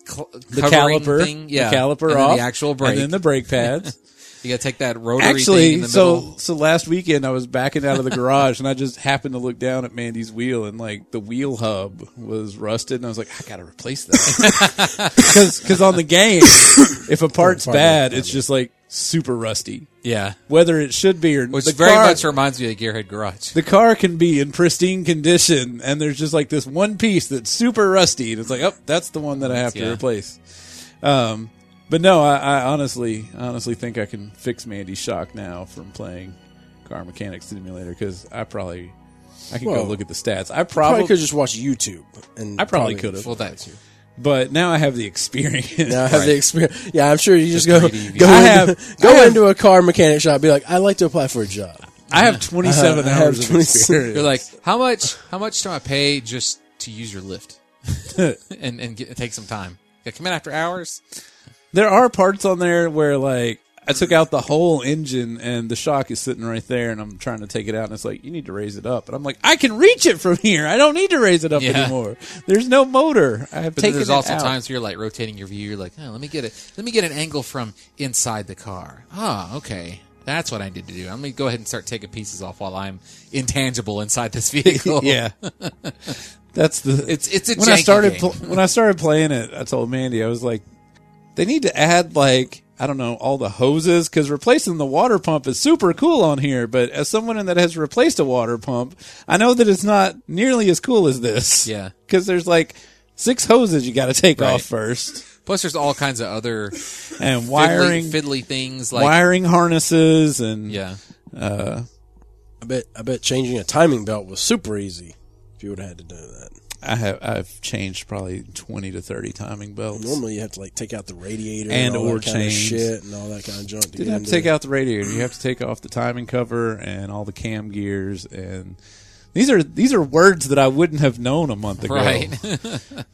Speaker 3: cl-
Speaker 2: the
Speaker 3: covering
Speaker 2: caliper,
Speaker 3: thing. yeah,
Speaker 2: the caliper
Speaker 3: and then
Speaker 2: off,
Speaker 3: the actual brake.
Speaker 2: and then the brake pads.
Speaker 3: you gotta take that rotary thing in
Speaker 2: Actually,
Speaker 3: the middle.
Speaker 2: so so last weekend I was backing out of the garage and I just happened to look down at Mandy's wheel and like the wheel hub was rusted and I was like, I gotta replace that because on the game, if a part's
Speaker 1: Pardon me,
Speaker 2: bad,
Speaker 1: pardon
Speaker 2: it's just like super rusty,
Speaker 3: Yeah.
Speaker 2: whether it should be or
Speaker 3: Which
Speaker 2: the
Speaker 3: very
Speaker 2: car-
Speaker 3: much reminds me of Gearhead Garage.
Speaker 2: the car can be in pristine condition and there's just like this one piece that's super rusty and it's like oh that's the one that i have
Speaker 3: Yeah.
Speaker 2: to replace um but no I, I honestly honestly think i can fix mandy's shock now from playing car mechanic simulator because i probably i can go
Speaker 1: Well,
Speaker 2: look at the stats i
Speaker 1: Probably
Speaker 2: probably,
Speaker 1: could just watch YouTube, and
Speaker 2: i probably could have
Speaker 3: well, that's you.
Speaker 2: but now i have the experience
Speaker 1: Now I have the experience. Yeah, I'm sure you just, go go,
Speaker 2: I
Speaker 1: into,
Speaker 2: have-
Speaker 1: go
Speaker 2: I have-
Speaker 1: into a car mechanic shop, and be like, I'd like to apply for a job.
Speaker 2: i have 27
Speaker 1: I have
Speaker 2: hours of
Speaker 1: 27.
Speaker 2: experience
Speaker 3: You're like, how much? How much do I pay just to use your lift? and and get, take some time. Yeah, come in after hours.
Speaker 2: There are parts on there where like I took out the whole engine and the shock is sitting right there and I'm trying to take it out and it's like you need to raise it up and I'm like I can reach it from here. I don't need to raise it up
Speaker 3: Yeah.
Speaker 2: anymore. There's no motor. I have
Speaker 3: But then
Speaker 2: taken
Speaker 3: there's
Speaker 2: it
Speaker 3: also
Speaker 2: out.
Speaker 3: times where you're like rotating your view. You're like, oh, let me get it. Let me get an angle from inside the car. Ah, okay. That's what I need to do. I'm gonna go ahead and start taking pieces off while I'm intangible inside this vehicle.
Speaker 2: Yeah. That's the
Speaker 3: It's- it's a
Speaker 2: when I
Speaker 3: janky
Speaker 2: started
Speaker 3: game.
Speaker 2: pl- when I started playing it, I told Mandy I was like they need to add like I don't know all the hoses because replacing the water pump is super cool on here. But as someone that has replaced a water pump, I know that it's not nearly as cool as this.
Speaker 3: Yeah.
Speaker 2: because there's like six hoses you got to take
Speaker 3: Right.
Speaker 2: off first,
Speaker 3: Plus, there's all kinds of other
Speaker 2: and
Speaker 3: fiddly,
Speaker 2: wiring
Speaker 3: fiddly things like
Speaker 2: wiring harnesses and
Speaker 3: yeah.
Speaker 1: I bet I bet changing a timing belt was super easy if you would have had to do that.
Speaker 2: I have I've changed probably twenty to thirty timing belts.
Speaker 1: Normally, you have to like take out the radiator and,
Speaker 2: And
Speaker 1: all
Speaker 2: or
Speaker 1: that kind of
Speaker 2: chains.
Speaker 1: shit and all that kind of junk. To get
Speaker 2: didn't have to
Speaker 1: into
Speaker 2: take
Speaker 1: it.
Speaker 2: out the radiator. You have to take off the timing cover and all the cam gears and these are these are words that I wouldn't have known a month ago.
Speaker 3: Right.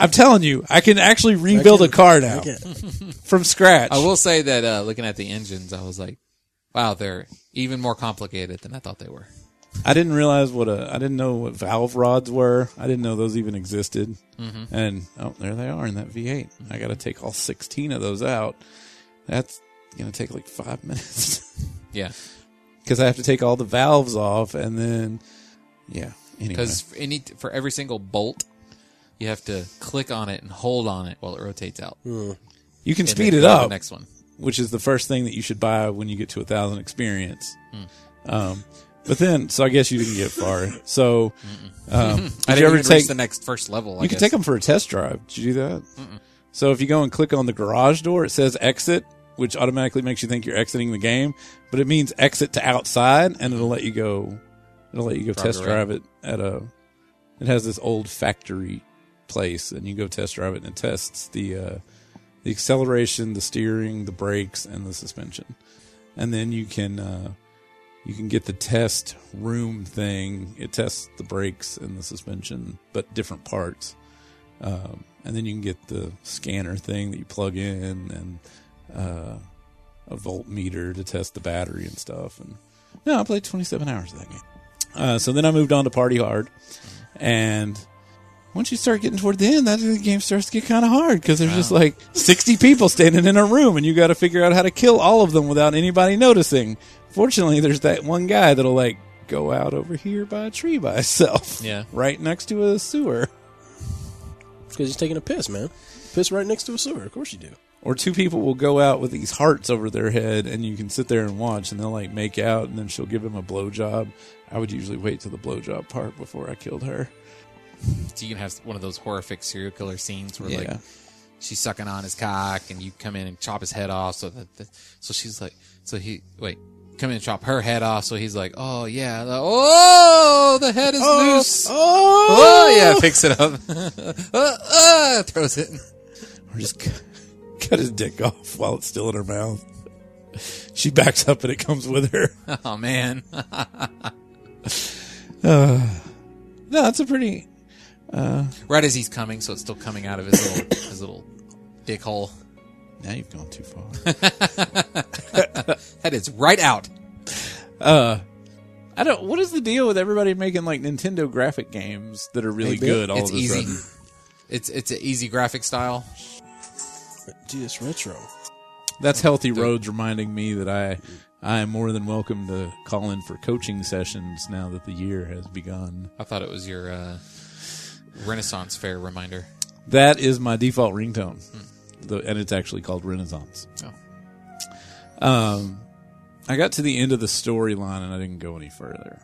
Speaker 2: I'm telling you, I can actually rebuild
Speaker 1: can-
Speaker 2: a car now
Speaker 1: Okay.
Speaker 2: from scratch.
Speaker 3: I will say that uh, looking at the engines, I was like, wow, they're even more complicated than I thought they were.
Speaker 2: I didn't realize what a I didn't know what valve rods were. I didn't know those even existed.
Speaker 3: Mm-hmm.
Speaker 2: And oh, there they are in that V8. I got to take all 16 of those out. That's going to take like 5 minutes.
Speaker 3: Yeah.
Speaker 2: Cuz I have to take all the valves off and then yeah, anyway.
Speaker 3: Because for any for every single bolt, you have to click on it and hold on it while it rotates out.
Speaker 2: Hmm. You can
Speaker 3: And
Speaker 2: speed
Speaker 3: then
Speaker 2: it
Speaker 3: go to The
Speaker 2: up,
Speaker 3: next one.
Speaker 2: which is the first thing that you should buy when you get to a thousand experience.
Speaker 3: Hmm.
Speaker 2: Um, but then, so I guess you didn't get far. So, um,
Speaker 3: I
Speaker 2: did you
Speaker 3: didn't
Speaker 2: ever
Speaker 3: even
Speaker 2: take?
Speaker 3: reach the next first level. I
Speaker 2: you
Speaker 3: guess.
Speaker 2: can take them for a test drive. Did you do that? So if you go and click on the garage door, it says exit, which automatically makes you think you're exiting the game, but it means exit to outside, and it'll let you go. It'll let you go
Speaker 3: Drive it
Speaker 2: test drive it at a. It has this old factory place, and you go test drive it, and it tests the uh, the acceleration, the steering, the brakes, and the suspension, and then you can. Uh, you can get the test room thing. It tests the brakes and the suspension, but different parts and then you can get the scanner thing that you plug in and uh, a voltmeter to test the battery and stuff. And no, I played 27 hours of that game. Uh, so then I moved on to Party Hard, and once you start getting toward the end, that's when the game starts to get kind of hard because there's just like 60 people standing in a room and you got to figure out how to kill all of them without anybody noticing. Fortunately, there's that one guy that'll like go out over here by a tree by himself.
Speaker 3: Yeah.
Speaker 2: Right next to a sewer.
Speaker 1: because he's taking a piss, man. Piss right next to a sewer. Of course you do.
Speaker 2: Or two people will go out with these hearts over their head and you can sit there and watch and they'll like make out and then she'll give him a blowjob. I would usually wait till the blowjob part before I killed her.
Speaker 3: So you can have one of those horrific serial killer scenes where like
Speaker 2: Yeah.
Speaker 3: she's sucking on his cock and you come in and chop his head off. So that, that so she's like, so he wait, come in and chop her head off. So he's like, oh yeah, Like, oh the head is loose. Oh, yeah, picks it up, uh, uh, throws it.
Speaker 2: or just cut, cut his dick off while it's still in her mouth. She backs up and it comes with her.
Speaker 3: Oh man,
Speaker 2: No, that's a pretty.
Speaker 3: right as he's coming, so it's still coming out of his little his little dick hole.
Speaker 2: Now you've gone too far.
Speaker 3: That is right out.
Speaker 2: I don't. What is the deal with everybody making like Nintendo graphic games that are really
Speaker 1: Hey, Bill,
Speaker 2: good all
Speaker 3: it's
Speaker 2: of a
Speaker 3: easy.
Speaker 2: sudden?
Speaker 3: It's it's an easy graphic style.
Speaker 1: DS Retro.
Speaker 2: That's Healthy Roads reminding me that I, I am more than welcome to call in for coaching sessions now that the year has begun.
Speaker 3: I thought it was your uh, Renaissance Fair reminder.
Speaker 2: That is my default ringtone, the, and it's actually called Renaissance.
Speaker 3: Oh.
Speaker 2: Um, I got to the end of the storyline and I didn't go any further.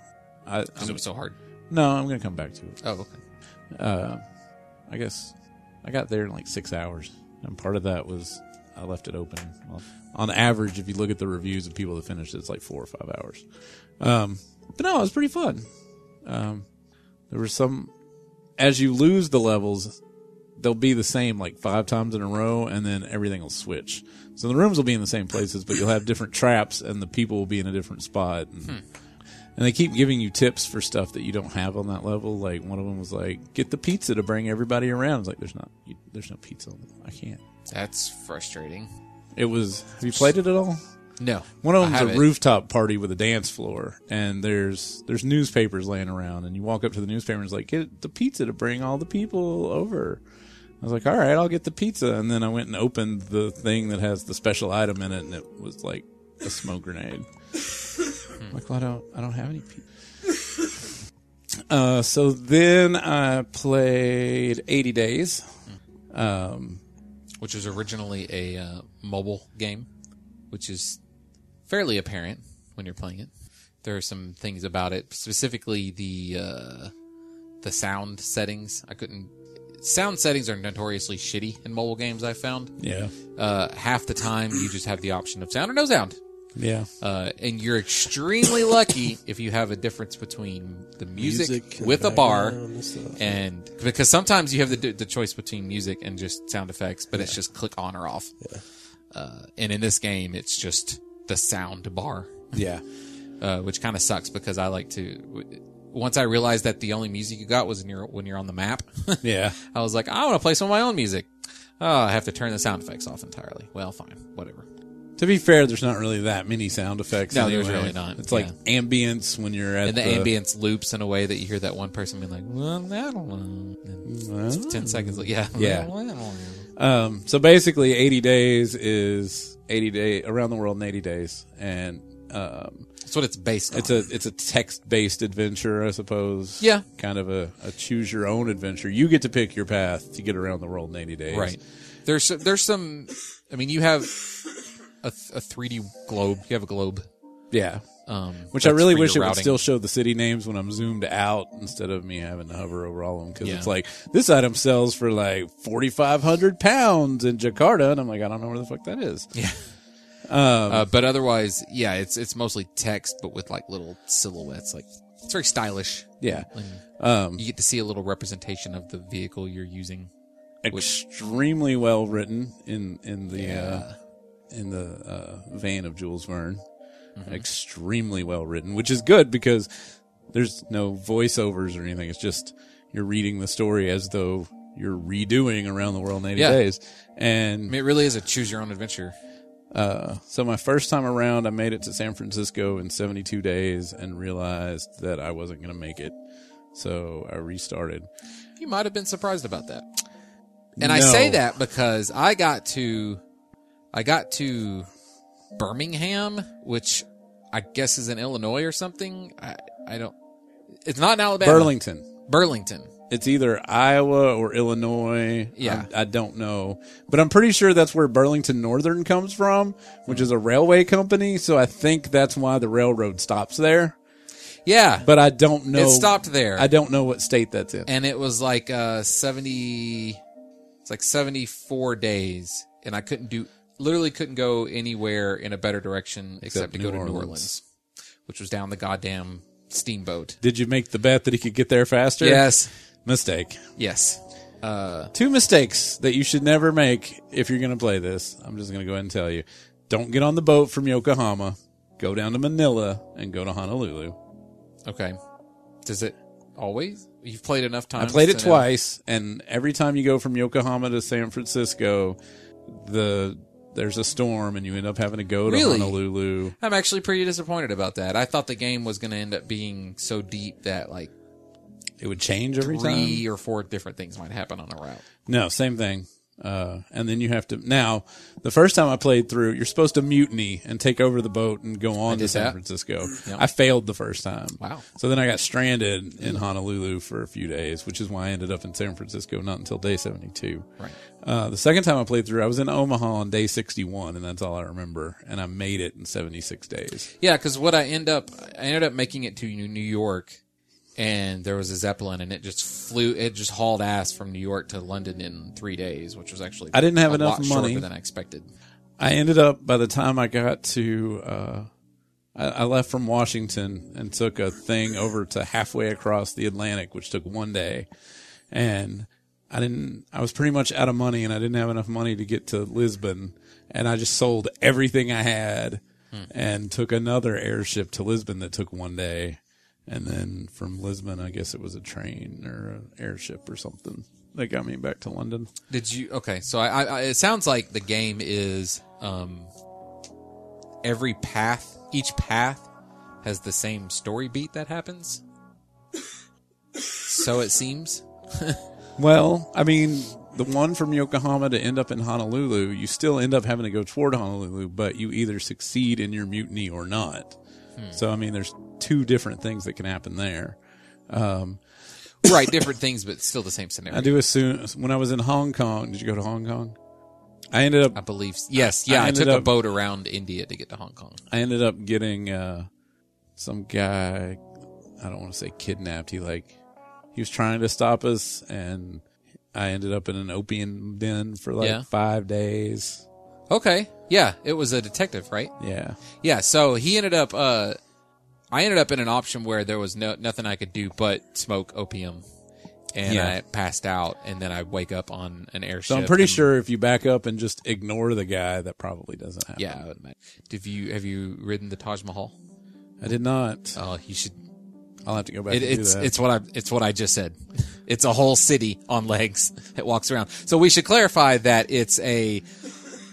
Speaker 2: I,
Speaker 3: Because it was so hard.
Speaker 2: no, I'm going to come back to it.
Speaker 3: Oh, okay.
Speaker 2: I guess I got there in like six hours, and part of that was I left it open. Well, on average, if you look at the reviews of people that finished, it, it's like four or five hours. Um, but no, it was pretty fun. Um, there were some as you lose the levels, they'll be the same like five times in a row, and then everything will switch. So the rooms will be in the same places, but you'll have different traps, and the people will be in a different spot. And, and they keep giving you tips for stuff that you don't have on that level. Like one of them was like, "Get the pizza to bring everybody around." It's like there's not, you, there's no pizza. On the, I can't.
Speaker 3: That's frustrating.
Speaker 2: It was. Have you played it at all?
Speaker 3: No.
Speaker 2: One of
Speaker 3: I
Speaker 2: them's a
Speaker 3: haven't.
Speaker 2: rooftop party with a dance floor, and there's there's newspapers laying around, and you walk up to the newspaper and it's like, get the pizza to bring all the people over. I was like, all right, I'll get the pizza, and then I went and opened the thing that has the special item in it, and it was like a smoke grenade. I'm like, well, I don't I don't have any pizza. Uh, so then I played 80 Days.
Speaker 3: Which was originally a uh, mobile game, which is fairly apparent when you're playing it. There are some things about it, specifically the uh, the sound settings. I couldn't. Sound settings are notoriously shitty in mobile games. I found
Speaker 2: Yeah,
Speaker 3: uh, half the time you just have the option of sound or no sound.
Speaker 2: yeah.
Speaker 3: Uh, and you're extremely lucky if you have a difference between the music,
Speaker 1: Music,
Speaker 3: with a bar
Speaker 1: background and stuff.
Speaker 3: and because sometimes you have the the choice between music and just sound effects, but it's just click on or off. Uh, and in this game, it's just the sound bar,
Speaker 2: Yeah.
Speaker 3: uh, which kind of sucks because I like to. w- Once I realized that the only music you got was when you're when you're on the map,
Speaker 2: Yeah.
Speaker 3: I was like, I want to play some of my own music. Oh, I have to turn the sound effects off entirely. Well, fine, whatever.
Speaker 2: To be fair, there's not really that many sound effects.
Speaker 3: No,
Speaker 2: anyway.
Speaker 3: there's really not,
Speaker 2: It's like ambience when you're at
Speaker 3: And the, ambience loops in a way that you hear that one person being like, well, I don't know. And
Speaker 2: Well.
Speaker 3: Ten seconds, like, yeah.
Speaker 2: Yeah.
Speaker 3: Well, I don't know.
Speaker 2: Um, so basically, 80 days is 80 day around the world in 80 days, and um,
Speaker 3: That's what it's based on.
Speaker 2: it's a it's a text based adventure, I suppose.
Speaker 3: Yeah.
Speaker 2: kind of a, a choose your own adventure. You get to pick your path to get around the world in 80 days.
Speaker 3: Right. There's there's some. I mean, you have a, th- a 3D globe. You have a globe.
Speaker 2: Yeah.
Speaker 3: Um,
Speaker 2: Which I
Speaker 3: that's
Speaker 2: really
Speaker 3: for
Speaker 2: wish it
Speaker 3: your
Speaker 2: would
Speaker 3: routing.
Speaker 2: still show the city names when I'm zoomed out instead of me having to hover over all of them because
Speaker 3: Yeah.
Speaker 2: it's like this item sells for like 4,500 pounds in Jakarta, and I'm like, I don't know where the fuck that is.
Speaker 3: Yeah.
Speaker 2: um,
Speaker 3: uh, but otherwise, yeah, it's it's mostly text, but with like little silhouettes. Like it's very stylish.
Speaker 2: Yeah. Um,
Speaker 3: You get to see a little representation of the vehicle you're using.
Speaker 2: extremely well written in in the uh, in the uh, vein of Jules Verne.
Speaker 3: Mm-hmm.
Speaker 2: Extremely well written, which is good because there's no voiceovers or anything. It's just you're reading the story as though you're redoing around the world in 80
Speaker 3: Yeah.
Speaker 2: days.
Speaker 3: I
Speaker 2: And
Speaker 3: mean, it really is a choose your own adventure.
Speaker 2: uh, so my first time around, I made it to San Francisco in 72 days and realized that I wasn't going to make it. So I restarted.
Speaker 3: you might have been surprised about that. And I say
Speaker 1: No.
Speaker 3: that because I got to, I got to Birmingham, which I guess is in Illinois or something. I, I don't, it's not in Alabama.
Speaker 2: Burlington.
Speaker 3: Burlington.
Speaker 2: It's either Iowa or Illinois.
Speaker 3: Yeah.
Speaker 2: I, I don't know, but I'm pretty sure that's where Burlington Northern comes from, which is a railway company. So I think that's why the railroad stops there.
Speaker 3: Yeah.
Speaker 2: But I don't know.
Speaker 3: it stopped there.
Speaker 2: I don't know what state that's in.
Speaker 3: and it was like, uh, 70, it's like 74 days. And I couldn't do, literally couldn't go anywhere in a better direction except, to
Speaker 2: New
Speaker 3: go to New
Speaker 2: Orleans.
Speaker 3: Orleans, which was down the goddamn steamboat.
Speaker 2: Did you make the bet that he could get there faster?
Speaker 3: Yes.
Speaker 2: Mistake.
Speaker 3: Yes. Uh,
Speaker 2: Two mistakes that you should never make if you're going to play this. I'm just going to go ahead and tell you. Don't get on the boat from Yokohama. Go down to Manila and go to Honolulu.
Speaker 3: Okay. Does it always? You've played enough
Speaker 2: I
Speaker 3: times.
Speaker 2: played it
Speaker 3: to know.
Speaker 2: twice, and every time you go from Yokohama to San Francisco, the there's a storm and you end up having to go to
Speaker 3: Really?
Speaker 2: Honolulu.
Speaker 3: I'm actually pretty disappointed about that. I thought the game was going to end up being so deep that like
Speaker 2: It would change every time.
Speaker 3: three or four different things might happen on a route.
Speaker 2: No, same thing. Uh, and then you have to now. The first time I played through, you're supposed to mutiny and take over the boat and go on to San
Speaker 3: that.
Speaker 2: Francisco. I failed the first time.
Speaker 3: Wow.
Speaker 2: So then I got stranded in Honolulu for a few days, which is why I ended up in San Francisco not until day 72.
Speaker 3: Right.
Speaker 2: Uh, the second time I played through, I was in Omaha on day 61, and that's all I remember. And I made it in 76 days.
Speaker 3: Yeah, because what I end up, I ended up making it to New New York, and there was a zeppelin, and it just flew, it just hauled ass from New York to London in three days, which was actually
Speaker 2: I didn't have
Speaker 3: a
Speaker 2: enough
Speaker 3: lot
Speaker 2: money.
Speaker 3: shorter than I expected.
Speaker 2: I ended up, by the time I got to, uh, I, I left from Washington and took a thing over to halfway across the Atlantic, which took one day. And I didn't, I was pretty much out of money, and I didn't have enough money to get to Lisbon. And I just sold everything I had and took another airship to Lisbon that took one day. And then from Lisbon, I guess it was a train or an airship or something that got me back to London.
Speaker 3: Did you? Okay, so I, I, I it sounds like the game is um, every path, each path has the same story beat that happens. so it seems.
Speaker 2: Well, I mean, the one from Yokohama to end up in Honolulu, you still end up having to go toward Honolulu, but you either succeed in your mutiny or not. So, I mean, there's two different things that can happen there.
Speaker 3: right, different things, but still the same scenario.
Speaker 2: I
Speaker 3: I,
Speaker 2: do assume when I was in Hong Kong, did you go to Hong Kong? I ended up
Speaker 3: believe. Yes, yeah.
Speaker 2: I
Speaker 3: I,
Speaker 2: ended
Speaker 3: took a
Speaker 2: up-
Speaker 3: boat around India to get to Hong Kong.
Speaker 2: I ended up getting uh, some guy. I don't want to say kidnapped. He like he was trying to stop us, and I ended up in an opium den for like
Speaker 3: Yeah.
Speaker 2: five days.
Speaker 3: Okay, yeah. It was a detective, right?
Speaker 2: Yeah,
Speaker 3: Yeah. So he ended up. uh I ended up in an option where there was no nothing I could do but smoke opium. And
Speaker 2: Yeah.
Speaker 3: I passed out, and then I wake up on an airship.
Speaker 2: So I'm pretty
Speaker 3: and-
Speaker 2: sure if you back up and just ignore the guy, that probably doesn't happen.
Speaker 3: Yeah, I would imagine. Have you have you ridden the Taj Mahal?
Speaker 2: I did not.
Speaker 3: Oh, you should.
Speaker 2: I'll have to go back.
Speaker 3: It,
Speaker 2: and do
Speaker 3: it's
Speaker 2: that.
Speaker 3: it's what I it's what I just said. It's a whole city on legs that walks around. So we should clarify that it's a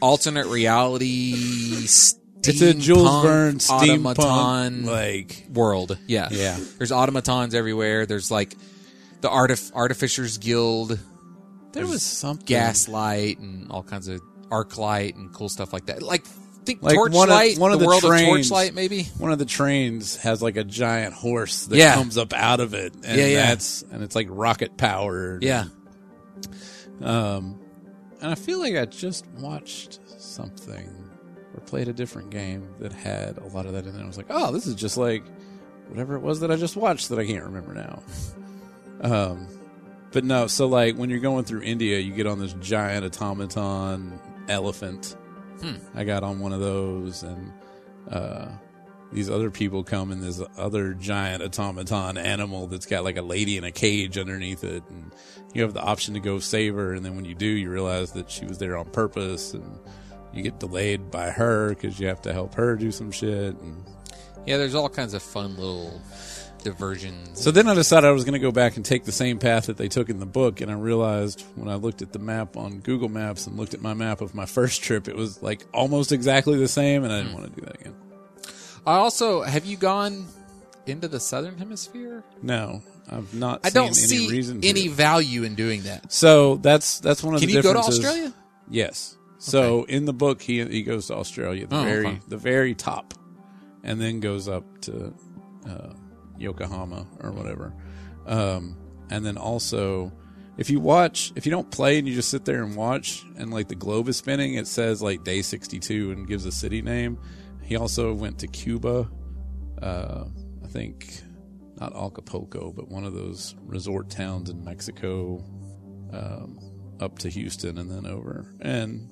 Speaker 3: alternate reality.
Speaker 2: it's a Jules Verne
Speaker 3: automaton
Speaker 2: steampunk like
Speaker 3: world. Yeah,
Speaker 2: Yeah.
Speaker 3: There's automatons everywhere. There's like the artif- artificers guild,
Speaker 2: there was something
Speaker 3: gaslight, and all kinds of arc light and cool stuff like that. Like think
Speaker 2: Like one of-
Speaker 3: torchlight,
Speaker 2: one of
Speaker 3: the,
Speaker 2: the
Speaker 3: world
Speaker 2: trains-
Speaker 3: of torchlight, maybe.
Speaker 2: One of the trains has like a giant horse that
Speaker 3: Yeah.
Speaker 2: comes up out of it, and
Speaker 3: Yeah, yeah.
Speaker 2: that's and it's like rocket powered.
Speaker 3: Yeah.
Speaker 2: Um, and I feel like I just watched something or played a different game that had a lot of that in it. I was like, oh, this is just like whatever it was that I just watched that I can't remember now. um, but no, so like when you're going through India, you get on this giant automaton elephant. I got on one of those, and uh, these other people come in this other giant automaton animal that's got like a lady in a cage underneath it, and you have the option to go save her, and then when you do, you realize that she was there on purpose, and you get delayed by her because you have to help her do some shit. And
Speaker 3: Yeah, there's all kinds of fun little diversions.
Speaker 2: so then I decided I was going to go back and take the same path that they took in the book, and I realized when I looked at the map on Google Maps and looked at my map of my first trip, it was like
Speaker 3: Hmm.
Speaker 2: almost exactly the same, and I didn't want to do that again.
Speaker 3: I also have you gone into the southern hemisphere?
Speaker 2: No, I've not.
Speaker 3: I
Speaker 2: seen
Speaker 3: don't
Speaker 2: any
Speaker 3: see
Speaker 2: reason to.
Speaker 3: any value in doing that.
Speaker 2: So that's that's one of
Speaker 3: Can
Speaker 2: the
Speaker 3: you go to
Speaker 2: differences.
Speaker 3: Australia?
Speaker 2: Yes. So in the book, he he goes to Australia, the
Speaker 3: Oh,
Speaker 2: very
Speaker 3: fine.
Speaker 2: the very top, and then goes up to uh, Yokohama or whatever. Um, and then also, if you watch, if you don't play and you just sit there and watch, and like the globe is spinning, it says like day sixty two and gives a city name. He also went to Cuba. Uh, I think not Acapulco, but one of those resort towns in Mexico, um, up to Houston and then over. And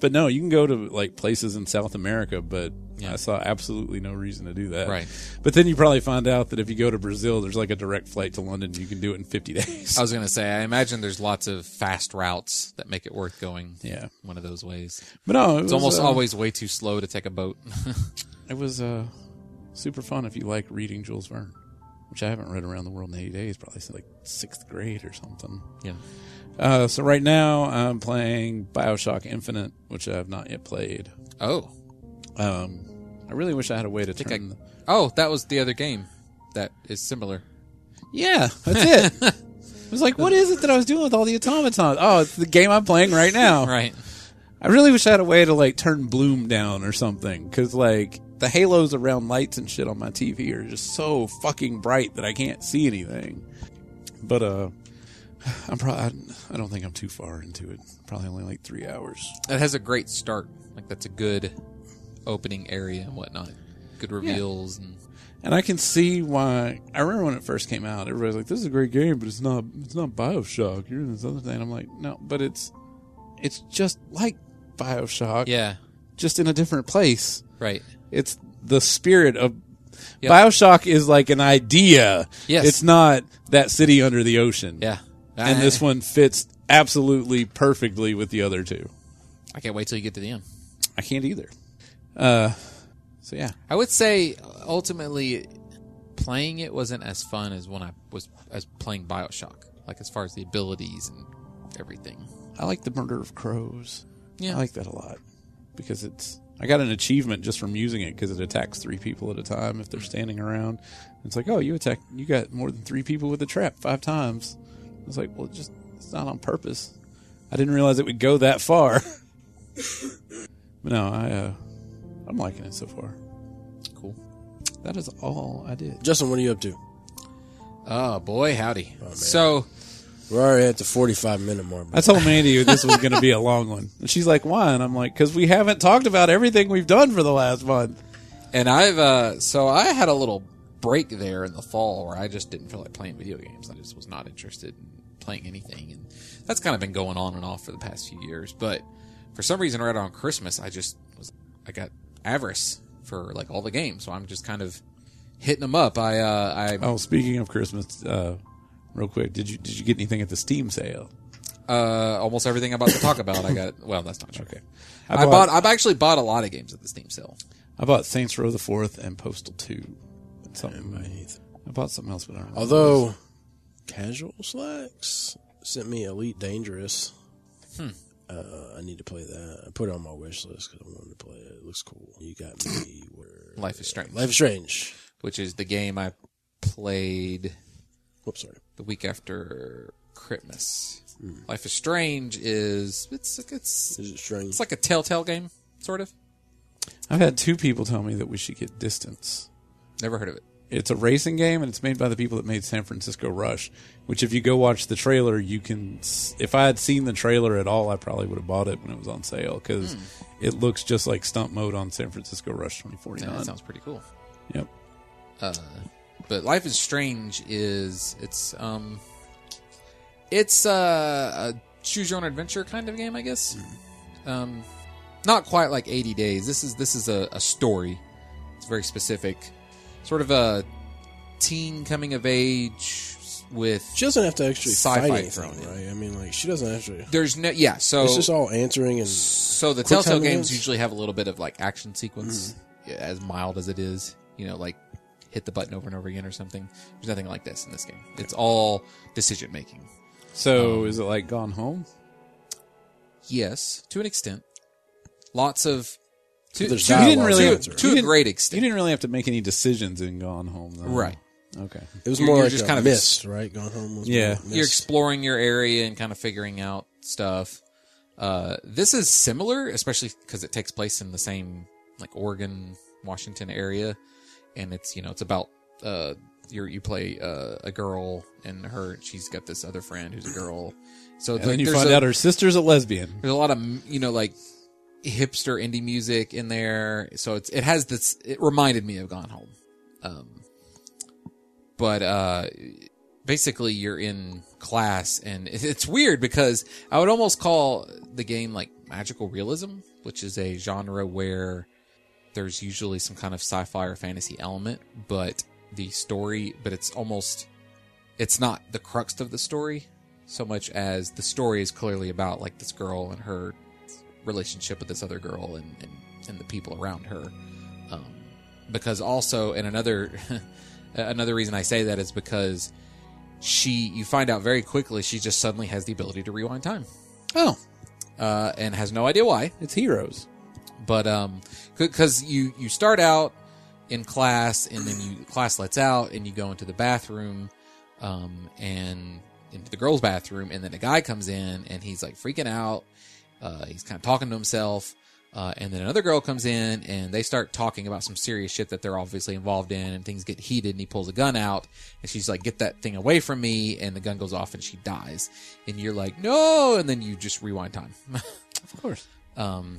Speaker 2: but no, you can go to like places in South America, but
Speaker 3: Yeah.
Speaker 2: I saw absolutely no reason to do that.
Speaker 3: Right.
Speaker 2: But then you probably find out that if you go to Brazil, there's like a direct flight to London. You can do it in 50 days.
Speaker 3: I was going to say, I imagine there's lots of fast routes that make it worth going
Speaker 2: yeah.
Speaker 3: one of those ways.
Speaker 2: But no, it was,
Speaker 3: It's almost
Speaker 2: uh,
Speaker 3: always way too slow to take a boat.
Speaker 2: it was uh, super fun if you like reading Jules Verne, which I haven't read around the world in 80 days, probably since like sixth grade or something.
Speaker 3: yeah.
Speaker 2: Uh, so right now I'm playing Bioshock Infinite, which I have not yet played.
Speaker 3: Oh,
Speaker 2: Um, I really wish I had a way to
Speaker 3: I think
Speaker 2: turn.
Speaker 3: I, oh, that was the other game that is similar.
Speaker 2: Yeah, that's it. I was like, what is it that I was doing with all the automatons? Oh, it's the game I'm playing right now.
Speaker 3: Right.
Speaker 2: I really wish I had a way to like turn bloom down or something, because like the halos around lights and shit on my TV are just so fucking bright that I can't see anything. But uh, I'm probably I don't think I'm too far into it. Probably only like three hours.
Speaker 3: It has a great start. Like that's a good opening area and whatnot. Good reveals and
Speaker 2: And I can see why. I remember when it first came out, everybody was like, "This is a great game, but it's not. It's not Bioshock. You're in this other thing." I'm like, "No, but it's, it's just like Bioshock,
Speaker 3: yeah,
Speaker 2: just in a different place.
Speaker 3: right.
Speaker 2: It's the spirit of
Speaker 3: Yep.
Speaker 2: Bioshock is like an idea.
Speaker 3: Yes.
Speaker 2: it's not that city under the ocean.
Speaker 3: Yeah.
Speaker 2: and
Speaker 3: I-
Speaker 2: this one fits absolutely perfectly with the other two.
Speaker 3: I can't wait till you get to the end.
Speaker 2: I can't either. Uh, so yeah,
Speaker 3: I would say ultimately playing it wasn't as fun as when I was as playing BioShock, like as far as the abilities and everything.
Speaker 2: I like the murder of crows.
Speaker 3: Yeah.
Speaker 2: I like that a lot because it's. I got an achievement just from using it because it attacks three people at a time if they're standing around. It's like, oh, you attack, you got more than three people with a trap five times. I was like, well, just it's not on purpose. I didn't realize it would go that far. but no, I uh, I'm liking it so far.
Speaker 3: Cool.
Speaker 2: That is all I did.
Speaker 1: Justin, what are you up to?
Speaker 3: Oh boy, howdy. so
Speaker 1: We're already at the 45 minute mark.
Speaker 2: I told Mandy this was going to be a long one, and she's like, why? And I'm like, because we haven't talked about everything we've done for the last month.
Speaker 3: and I've uh so I had a little break there in the fall where I just didn't feel like playing video games. I just was not interested in playing anything and that's kind of been going on and off for the past few years. But for some reason right on Christmas I just was I got avarice for like all the games. So I'm just kind of hitting them up. I uh I
Speaker 2: Oh, speaking of Christmas, uh, real quick, did you did you get anything at the Steam sale?
Speaker 3: uh, almost everything I'm about to talk about. I got well, that's not true. Okay.
Speaker 2: I
Speaker 3: I
Speaker 2: bought-
Speaker 3: bought. I've actually bought a lot of games at the Steam sale.
Speaker 2: I bought Saints Row the Fourth and Postal Two, and something. I bought something else, but I don't remember.
Speaker 1: Although, Casual Slacks sent me Elite Dangerous.
Speaker 2: Hmm.
Speaker 1: Uh, I need to play that. I put it on my wish list because I wanted to play it. It looks cool. You got me. where-
Speaker 3: Life is Strange,
Speaker 1: Life is Strange.
Speaker 3: which is the game I played
Speaker 1: Whoops, sorry.
Speaker 3: the week after Christmas. Life is Strange is it's it's
Speaker 1: Is it strange?
Speaker 3: it's like a Telltale game, sort of.
Speaker 2: I've had two people tell me that we should get Distance.
Speaker 3: Never heard of it.
Speaker 2: It's a racing game, and it's made by the people that made San Francisco Rush. Which, if you go watch the trailer, you can. s- If I had seen the trailer at all, I probably would have bought it when it was on sale because
Speaker 3: Hmm.
Speaker 2: it looks just like Stunt Mode on San Francisco Rush twenty forty
Speaker 3: Yeah,
Speaker 2: nine.
Speaker 3: that sounds pretty cool.
Speaker 2: yep.
Speaker 3: But Life is Strange is it's um it's uh, a choose your own adventure kind of game, I guess. Um, not quite like 80 Days. This is this is a, a story. It's very specific, sort of a teen coming of age with.
Speaker 1: She doesn't have to actually
Speaker 3: Sci-fi
Speaker 1: fight anything,
Speaker 3: thrown in.
Speaker 1: right? I mean, like she doesn't actually.
Speaker 3: There's no yeah. So
Speaker 1: It's just all answering and
Speaker 3: So the
Speaker 1: Quick time
Speaker 3: Telltale games
Speaker 1: events?
Speaker 3: usually have a little bit of like action sequence, yeah, as mild as it is. You know, like hit the button over and over again or something. There's nothing like this in this game. It's all decision making.
Speaker 2: So
Speaker 3: Um,
Speaker 2: is it like Gone Home?
Speaker 3: Yes, to an extent. Lots of To,
Speaker 1: there's
Speaker 3: to-
Speaker 1: dialogue
Speaker 2: you didn't really
Speaker 1: to
Speaker 3: to,
Speaker 1: answer.
Speaker 2: you
Speaker 3: to a
Speaker 2: didn't-
Speaker 3: great
Speaker 2: You
Speaker 3: extent,
Speaker 2: didn't really have to make any decisions in Gone Home, though.
Speaker 3: right?
Speaker 2: Okay.
Speaker 1: It was
Speaker 3: You're-
Speaker 1: more
Speaker 3: you're
Speaker 1: like
Speaker 3: just
Speaker 1: a
Speaker 3: kind of-
Speaker 1: mist, right? Going home. Was
Speaker 2: Yeah.
Speaker 1: more
Speaker 3: You're
Speaker 1: mist.
Speaker 3: exploring your area and kind of figuring out stuff. Uh, this is similar, especially because it takes place in the same like Oregon, Washington area, and it's you know it's about uh you you play uh, a girl and her she's got this other friend who's a girl. So
Speaker 2: And then
Speaker 3: like,
Speaker 2: you
Speaker 3: there's
Speaker 2: find
Speaker 3: a-
Speaker 2: out her sister's a lesbian.
Speaker 3: There's a lot of you know like hipster indie music in there, so it's it has this. It reminded me of Gone Home, um, but uh, basically you're in class, and it- it's weird because I would almost call the game like magical realism, which is a genre where there's usually some kind of sci-fi or fantasy element, but the story, but it's almost it's not the crux of the story so much as the story is clearly about like this girl and her relationship with this other girl and and, and the people around her um, because also and another another reason i say that is because she you find out very quickly she just suddenly has the ability to rewind time
Speaker 2: Oh,
Speaker 3: uh, and has no idea why
Speaker 2: it's Heroes.
Speaker 3: but um because you you start out in class and then you class lets out and you go into the bathroom um and into the girls bathroom and then a guy comes in and he's like freaking out uh he's kind of talking to himself uh, and then another girl comes in and they start talking about some serious shit that they're obviously involved in and things get heated and he pulls a gun out and she's like get that thing away from me and the gun goes off and she dies and you're like no and then you just rewind time
Speaker 2: Of course.
Speaker 3: um,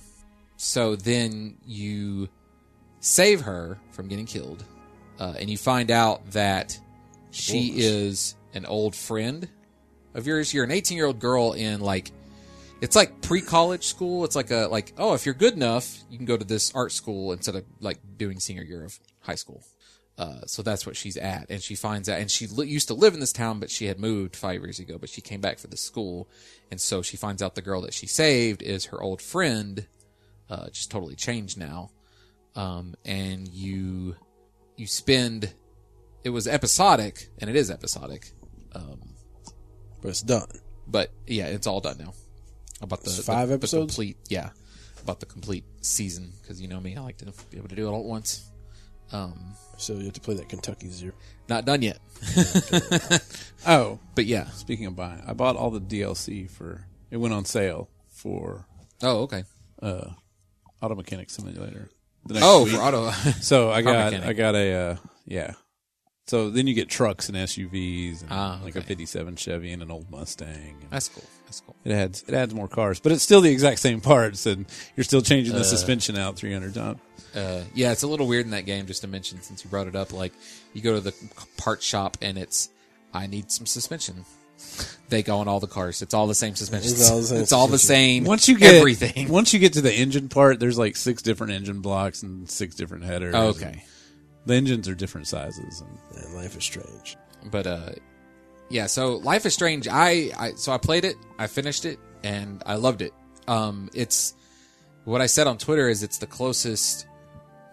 Speaker 3: so then you save her from getting killed, uh, and you find out that she is an old friend of yours. You're an 18 year old girl in like it's like pre college school. It's like a like oh if you're good enough you can go to this art school instead of like doing senior year of high school. Uh, so that's what she's at, and she finds out, and she li- used to live in this town, but she had moved five years ago. But she came back for the school, and so she finds out the girl that she saved is her old friend, uh, just totally changed now. Um, and you you spend it was episodic, and it is episodic,
Speaker 1: but it's done.
Speaker 3: but yeah, it's all done now. About the
Speaker 1: It's five
Speaker 3: the- the
Speaker 1: episodes?
Speaker 3: complete, yeah, about the complete season because you know me, I like to be able to do it all at once.
Speaker 1: So you have to play that Kentucky Zero.
Speaker 3: Not done yet,
Speaker 2: Oh,
Speaker 3: but yeah.
Speaker 2: speaking of buying, I bought all the DLC for it went on sale for
Speaker 3: Oh, okay.
Speaker 2: Auto Mechanic Simulator. the next
Speaker 3: Oh,
Speaker 2: week.
Speaker 3: for auto.
Speaker 2: so I got
Speaker 3: Mechanic.
Speaker 2: I got a uh, yeah. So then you get trucks and SUVs, and
Speaker 3: Ah,
Speaker 2: like a
Speaker 3: okay.
Speaker 2: '57 Chevy and an old Mustang. and-
Speaker 3: That's cool. That's cool.
Speaker 2: It adds it adds more cars, but it's still the exact same parts, and you're still changing the suspension out 300 times.
Speaker 3: Uh, yeah, it's a little weird in that game. Just to mention, since you brought it up, like you go to the part shop and it's, I need some suspension. They go on all the cars. It's all the same suspension.
Speaker 1: It's all the same
Speaker 3: It's all the
Speaker 1: suspension.
Speaker 3: same.
Speaker 2: Once you get
Speaker 3: everything.
Speaker 2: once you get to the engine part, there's like six different engine blocks and six different headers.
Speaker 3: Oh, Okay.
Speaker 2: the engines are different sizes. And
Speaker 1: And life is strange.
Speaker 3: but uh yeah so life is strange I, I so i played it i finished it and i loved it um it's what i said on twitter is it's the closest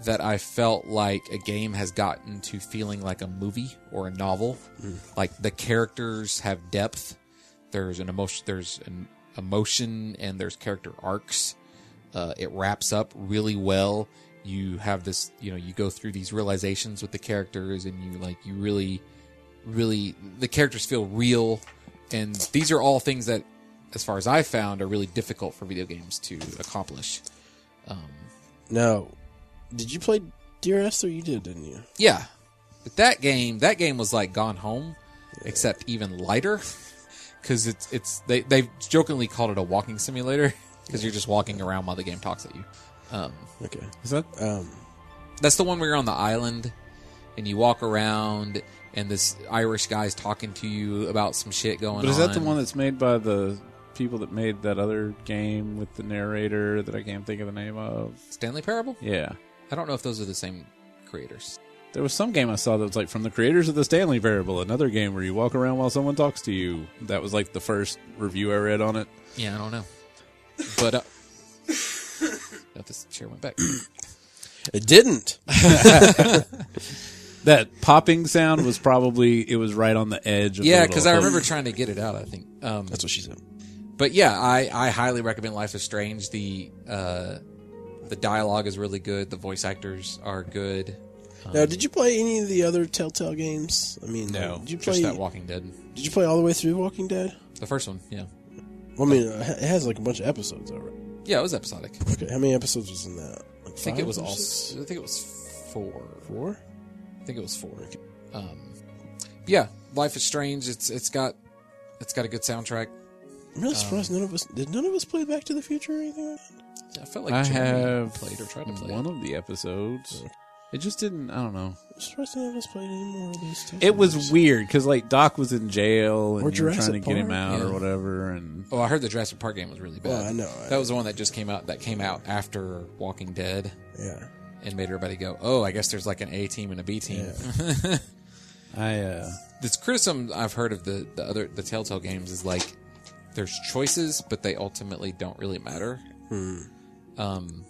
Speaker 3: that i felt like a game has gotten to feeling like a movie or a novel like the characters have depth there's an emotion there's an emotion and there's character arcs uh, it wraps up really well you have this you know you go through these realizations with the characters and you like you really really the characters feel real and these are all things that as far as i found are really difficult for video games to accomplish
Speaker 1: Now, did you play Dear Esther? You did, didn't you?
Speaker 3: yeah but that game that game was like gone home except even lighter because it's it's they they've jokingly called it a walking simulator because you're just walking around while the game talks at you
Speaker 1: Okay.
Speaker 2: is that
Speaker 1: Um,
Speaker 3: That's the one where you're on the island and you walk around and this Irish guy's talking to you about some shit going on.
Speaker 2: but is that the one that's made by the people that made that other game with the narrator that I can't think of the name of?
Speaker 3: Stanley Parable?
Speaker 2: Yeah,
Speaker 3: I don't know if those are the same creators.
Speaker 2: there was some game I saw that was like from the creators of the Stanley Variable, another game where you walk around while someone talks to you. That was like the first review I read on it.
Speaker 3: Yeah, I don't know. But uh, Oh, this chair went back.
Speaker 1: it didn't.
Speaker 2: That popping sound was probably it was right on the edge. of the
Speaker 3: yeah,
Speaker 2: little-
Speaker 3: because I remember trying to get it out. I think. Um,
Speaker 1: That's what she said.
Speaker 3: but yeah, I, I highly recommend Life is Strange. The uh, the The dialogue is really good. The voice actors are good.
Speaker 1: Now, did you play any of the other Telltale games? I mean, like, did you play?
Speaker 3: Um, just that Walking Dead,
Speaker 1: Did you play all the way through Walking Dead?
Speaker 3: the first one. Yeah,
Speaker 1: Well, I mean, it ha- it has like a bunch of episodes already.
Speaker 3: yeah, it was episodic. I
Speaker 1: Okay, how many episodes was in that? Like
Speaker 3: think it was all.
Speaker 1: all
Speaker 3: I think it was four.
Speaker 1: four.
Speaker 3: I think it was four. Um, yeah, Life is Strange. It's it's got it's got a good soundtrack.
Speaker 1: I'm really surprised
Speaker 3: Um,
Speaker 1: none of us did. None of us play Back to the Future or anything. Like that?
Speaker 3: I felt like
Speaker 2: I
Speaker 3: Jeremy
Speaker 2: have
Speaker 3: played or tried to play.
Speaker 2: one of the episodes. It just didn't. I don't know.
Speaker 1: I'm surprised none of us played any more of these. Telltale
Speaker 2: It was
Speaker 1: games.
Speaker 2: weird because like Doc was in jail and
Speaker 1: Or
Speaker 2: you were trying to
Speaker 1: Jurassic
Speaker 2: get him
Speaker 1: Park,
Speaker 2: out
Speaker 3: yeah.
Speaker 2: or whatever, and
Speaker 3: Oh, I heard the Jurassic Park game was really bad.
Speaker 1: Well, I know, I
Speaker 3: that was the one that just came out that came out after Walking Dead
Speaker 1: Yeah.
Speaker 3: and made everybody go, "Oh, I guess there's like an A team and a B team."
Speaker 2: I. uh
Speaker 3: this criticism I've heard of the, the other the Telltale games is like there's choices, but they ultimately don't really matter.
Speaker 1: Hmm.
Speaker 3: Um,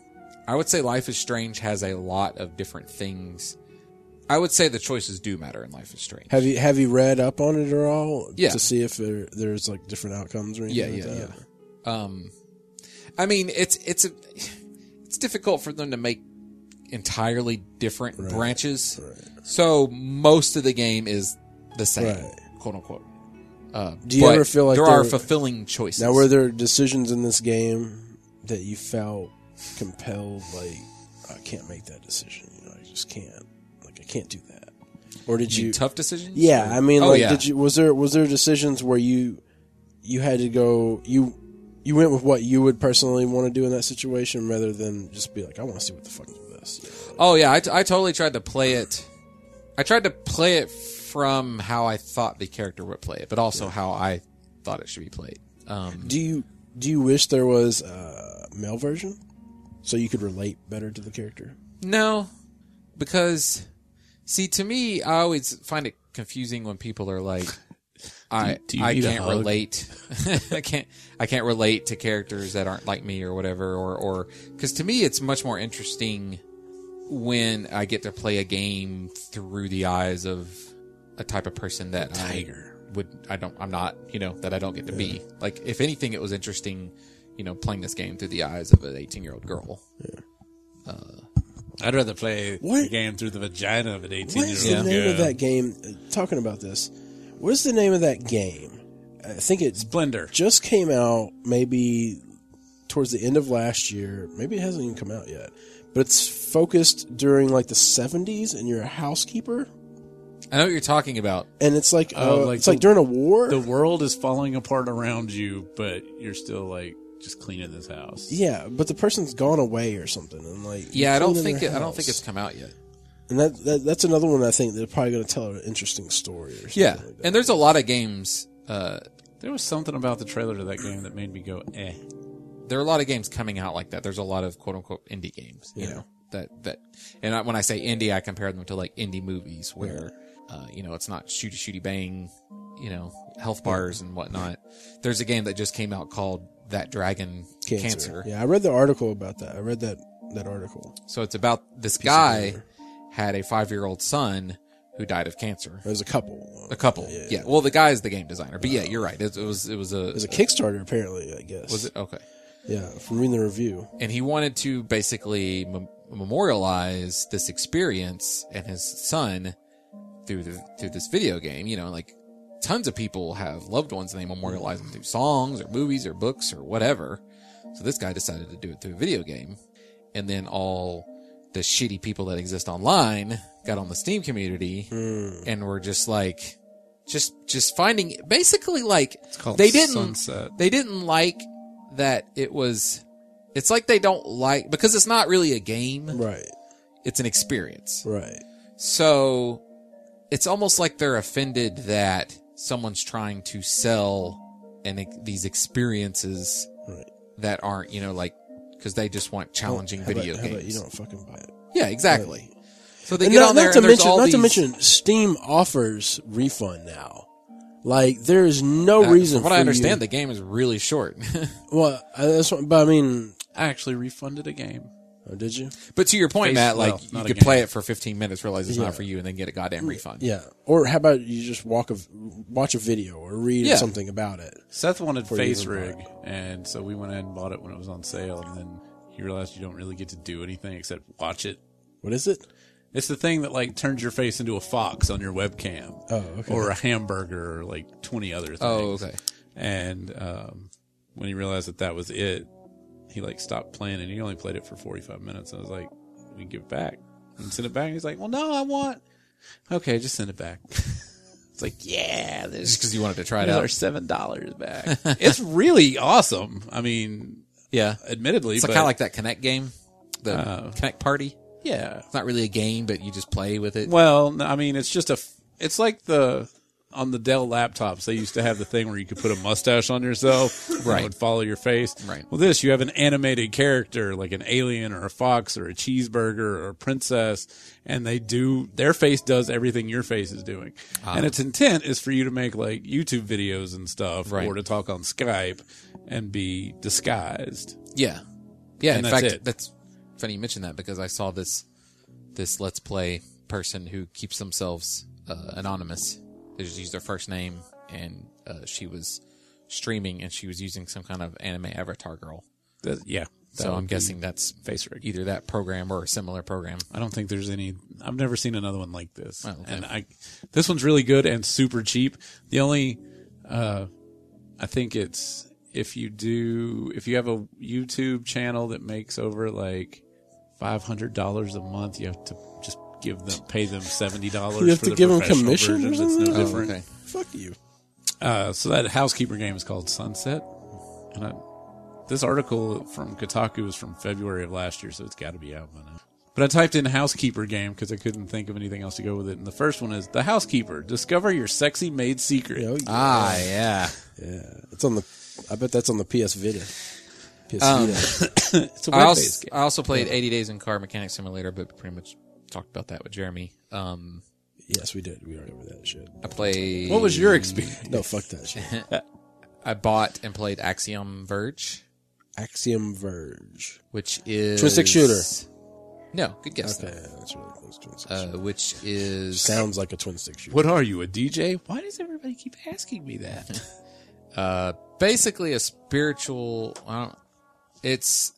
Speaker 3: I would say Life is Strange has a lot of different things. I would say the choices do matter in Life is Strange.
Speaker 1: Have you have you read up on it at all?
Speaker 3: Yeah.
Speaker 1: To see if there, there's like different outcomes or
Speaker 3: yeah,
Speaker 1: anything.
Speaker 3: yeah,
Speaker 1: like
Speaker 3: yeah.
Speaker 1: that?
Speaker 3: Um, I mean, it's it's a it's difficult for them to make entirely different branches. So most of the game is the same,
Speaker 1: Right.
Speaker 3: quote unquote. Uh,
Speaker 1: Do you
Speaker 3: but
Speaker 1: ever feel like
Speaker 3: there are
Speaker 1: there-
Speaker 3: fulfilling choices?
Speaker 1: Now, were there decisions in this game that you felt compelled, like I can't make that decision? You know, I just can't. Like I can't do that. Or did
Speaker 3: You
Speaker 1: you?
Speaker 3: mean tough decisions?
Speaker 1: yeah, I mean,
Speaker 3: Oh,
Speaker 1: like,
Speaker 3: yeah.
Speaker 1: did you? Was there was there decisions where you you had to go you you went with what you would personally want to do in that situation rather than just be like, I want to see what the fuck is this.
Speaker 3: Oh yeah, I, t- I totally tried to play it. I tried to play it from how I thought the character would play it, but also how I thought it should be played. Um,
Speaker 1: Do you do you wish there was a male version so you could relate better to the character?
Speaker 3: no, because see, to me, I always find it confusing when people are like, "I
Speaker 2: do you
Speaker 3: I
Speaker 2: need a
Speaker 3: can't
Speaker 2: hug?
Speaker 3: relate. I can't I can't relate to characters that aren't like me or whatever." Or or because to me, it's much more interesting when I get to play a game through the eyes of a type of person that
Speaker 2: tiger.
Speaker 3: I would I don't I'm not you know that I don't get to be like if anything it was interesting you know playing this game through the eyes of an 18 year old girl
Speaker 2: I'd rather play
Speaker 1: What-
Speaker 2: the game through the vagina of an
Speaker 1: What is the
Speaker 2: eighteen-year-old
Speaker 1: name
Speaker 2: girl.
Speaker 1: of that game? uh, Talking about this, what is the name of that game? I think it
Speaker 2: Splendor.
Speaker 1: just came out maybe towards the end of last year. Maybe it hasn't even come out yet. But it's focused during like the 70s, and you're a housekeeper,
Speaker 3: I know what you're talking about
Speaker 1: and it's like,
Speaker 2: Oh,
Speaker 1: uh,
Speaker 2: like
Speaker 1: it's
Speaker 2: the-
Speaker 1: like during a war.
Speaker 2: The world is falling apart around you, but you're still like just cleaning this house.
Speaker 1: yeah, but the person's gone away or something, and like
Speaker 3: yeah I
Speaker 1: you're
Speaker 3: don't
Speaker 1: cleaning
Speaker 3: think
Speaker 1: their
Speaker 3: it, I don't think
Speaker 1: house.
Speaker 3: it's come out yet
Speaker 1: and that, that that's another one I think they're probably going to tell an interesting story. Or something
Speaker 3: yeah
Speaker 1: like that.
Speaker 3: and there's a lot of games uh
Speaker 2: There was something about the trailer to that game that made me go, eh.
Speaker 3: there are a lot of games coming out like that. There's a lot of quote unquote indie games, you know, that, that, and I, when I say indie, I compare them to like indie movies where, uh, you know, it's not shooty shooty bang, you know, health bars and whatnot. There's a game that just came out called That Dragon Cancer.
Speaker 1: Yeah, I read the article about that. I read that that article.
Speaker 3: So it's about this guy had a five year old son who died of cancer.
Speaker 1: There's a couple.
Speaker 3: A couple. Yeah. Well, the guy is the game designer, but yeah, you're right. It, it was, it was a,
Speaker 1: It was a Kickstarter, apparently. I guess
Speaker 3: was it? Okay.
Speaker 1: Yeah, from reading the review.
Speaker 3: and he wanted to basically mem- memorialize this experience and his son through the through this video game. You know, like tons of people have loved ones and they memorialize them through songs or movies or books or whatever. So this guy decided to do it through a video game, and then all the shitty people that exist online got on the Steam community
Speaker 2: Hmm.
Speaker 3: and were just like, just just finding basically like
Speaker 2: called
Speaker 3: they didn't
Speaker 2: Sunset.
Speaker 3: they didn't like that it was it's like they don't like because it's not really a game
Speaker 1: Right,
Speaker 3: it's an experience
Speaker 1: right.
Speaker 3: so it's almost like they're offended that someone's trying to sell and ex- these experiences
Speaker 1: Right.
Speaker 3: that aren't you know like because they just want challenging
Speaker 1: How about-
Speaker 3: video
Speaker 1: how about
Speaker 3: games
Speaker 1: you don't fucking buy it.
Speaker 3: yeah exactly
Speaker 1: Right.
Speaker 3: so they
Speaker 1: And
Speaker 3: get
Speaker 1: not,
Speaker 3: on there
Speaker 1: not to
Speaker 3: and there's
Speaker 1: mention,
Speaker 3: all
Speaker 1: not
Speaker 3: these
Speaker 1: to mention, Steam offers refund now. Like there is no
Speaker 3: uh,
Speaker 1: reason.
Speaker 3: from what
Speaker 1: for
Speaker 3: i understand
Speaker 1: You,
Speaker 3: the game is really short
Speaker 1: well, I, that's what, but I mean,
Speaker 2: I actually refunded a game.
Speaker 1: oh, did you?
Speaker 3: but to your point
Speaker 2: Face-
Speaker 3: matt
Speaker 2: well, not
Speaker 3: like you
Speaker 2: a
Speaker 3: could
Speaker 2: game.
Speaker 3: play it for 15 minutes realize it's
Speaker 1: Yeah.
Speaker 3: not for you and then get a goddamn refund
Speaker 1: Yeah. Or how about you just walk a watch a video or read
Speaker 3: Yeah.
Speaker 1: something about it?
Speaker 2: Seth wanted
Speaker 1: you
Speaker 2: Face
Speaker 1: even
Speaker 2: Rig,
Speaker 1: buy
Speaker 2: and so we went ahead and bought it when it was on sale, and then you realize you don't really get to do anything except watch it.
Speaker 1: What is it?
Speaker 2: It's the thing that like turns your face into a fox on your webcam,
Speaker 1: Oh, okay.
Speaker 2: or a hamburger, or like twenty other things.
Speaker 3: Oh, okay.
Speaker 2: And um, when he realized that that was it, he like stopped playing and he only played it for 45 minutes. I was like, we can give it back and send it back. He's like, well, no, I want. Okay, just send it back. it's like, yeah,
Speaker 3: Just
Speaker 2: there's
Speaker 3: because you wanted to try it
Speaker 2: there's our
Speaker 3: out.
Speaker 2: seven dollars back. it's really awesome. I mean,
Speaker 3: Yeah.
Speaker 2: admittedly,
Speaker 3: It's
Speaker 2: but
Speaker 3: kind of like that Connect game, the
Speaker 2: Oh.
Speaker 3: Connect Party.
Speaker 2: yeah.
Speaker 3: It's not really a game, but you just play with it.
Speaker 2: Well, no, I mean, it's just a. f- It's like the on the Dell laptops. They used to have the thing where you could put a mustache on yourself, and it
Speaker 3: Right.
Speaker 2: would follow your face.
Speaker 3: Right.
Speaker 2: Well, this you have an animated character like an alien or a fox or a cheeseburger or a princess, and they do their face does everything your face is doing,
Speaker 3: Ah.
Speaker 2: and its intent is for you to make like YouTube videos and stuff,
Speaker 3: Right.
Speaker 2: or to talk on Skype and be disguised.
Speaker 3: Yeah, yeah.
Speaker 2: And
Speaker 3: in
Speaker 2: that's
Speaker 3: fact,
Speaker 2: it.
Speaker 3: that's funny you mentioned that because I saw this this Let's Play person who keeps themselves uh, anonymous. They just use their first name, and uh, she was streaming, and she was using some kind of anime avatar girl.
Speaker 2: That- yeah. that
Speaker 3: so
Speaker 2: would
Speaker 3: I'm
Speaker 2: be
Speaker 3: guessing that's
Speaker 2: face rig.
Speaker 3: either that program or a similar program.
Speaker 2: I don't think there's any. I've never seen another one like this.
Speaker 3: Oh, okay.
Speaker 2: And I, this one's really good and super cheap. The only, uh, I think it's if you do if you have a YouTube channel that makes over like five hundred dollars a month, you have to just give them pay them seventy dollars.
Speaker 1: You have
Speaker 2: for
Speaker 1: to
Speaker 2: the
Speaker 1: give 'em
Speaker 2: professional
Speaker 1: commission or
Speaker 2: version. It's no
Speaker 1: something?
Speaker 3: Oh,
Speaker 2: different.
Speaker 3: okay.
Speaker 1: Fuck you.
Speaker 2: Uh, so that housekeeper game is called Sunset, and I, this article from Kotaku is from February of last year, so it's got to be out by now. But I typed in housekeeper game because I couldn't think of anything else to go with it. And the first one is the housekeeper. Discover your sexy maid secret.
Speaker 1: Yeah, oh, yeah.
Speaker 3: Ah, yeah.
Speaker 1: Yeah, it's on the. I bet that's on the PS Vita. PS
Speaker 3: Um.
Speaker 1: Vita.
Speaker 2: It's a web-based
Speaker 3: I also,
Speaker 2: game.
Speaker 3: I also played 80 Days in Car Mechanic Simulator, but pretty much talked about that with Jeremy. Um,
Speaker 1: yes, we did. We already over that shit.
Speaker 3: I played.
Speaker 2: What was your experience?
Speaker 1: No, fuck that shit.
Speaker 3: I bought and played Axiom Verge.
Speaker 1: Axiom Verge.
Speaker 3: which is
Speaker 1: Twin stick shooter.
Speaker 3: No, good guess.
Speaker 1: Okay, that's what it is, twin stick
Speaker 3: Uh,
Speaker 1: shooter.
Speaker 3: which is
Speaker 1: Sounds like a twin stick shooter.
Speaker 2: What are you, a DJ? Why does everybody keep asking me that?
Speaker 3: uh, basically a spiritual. I don't, it's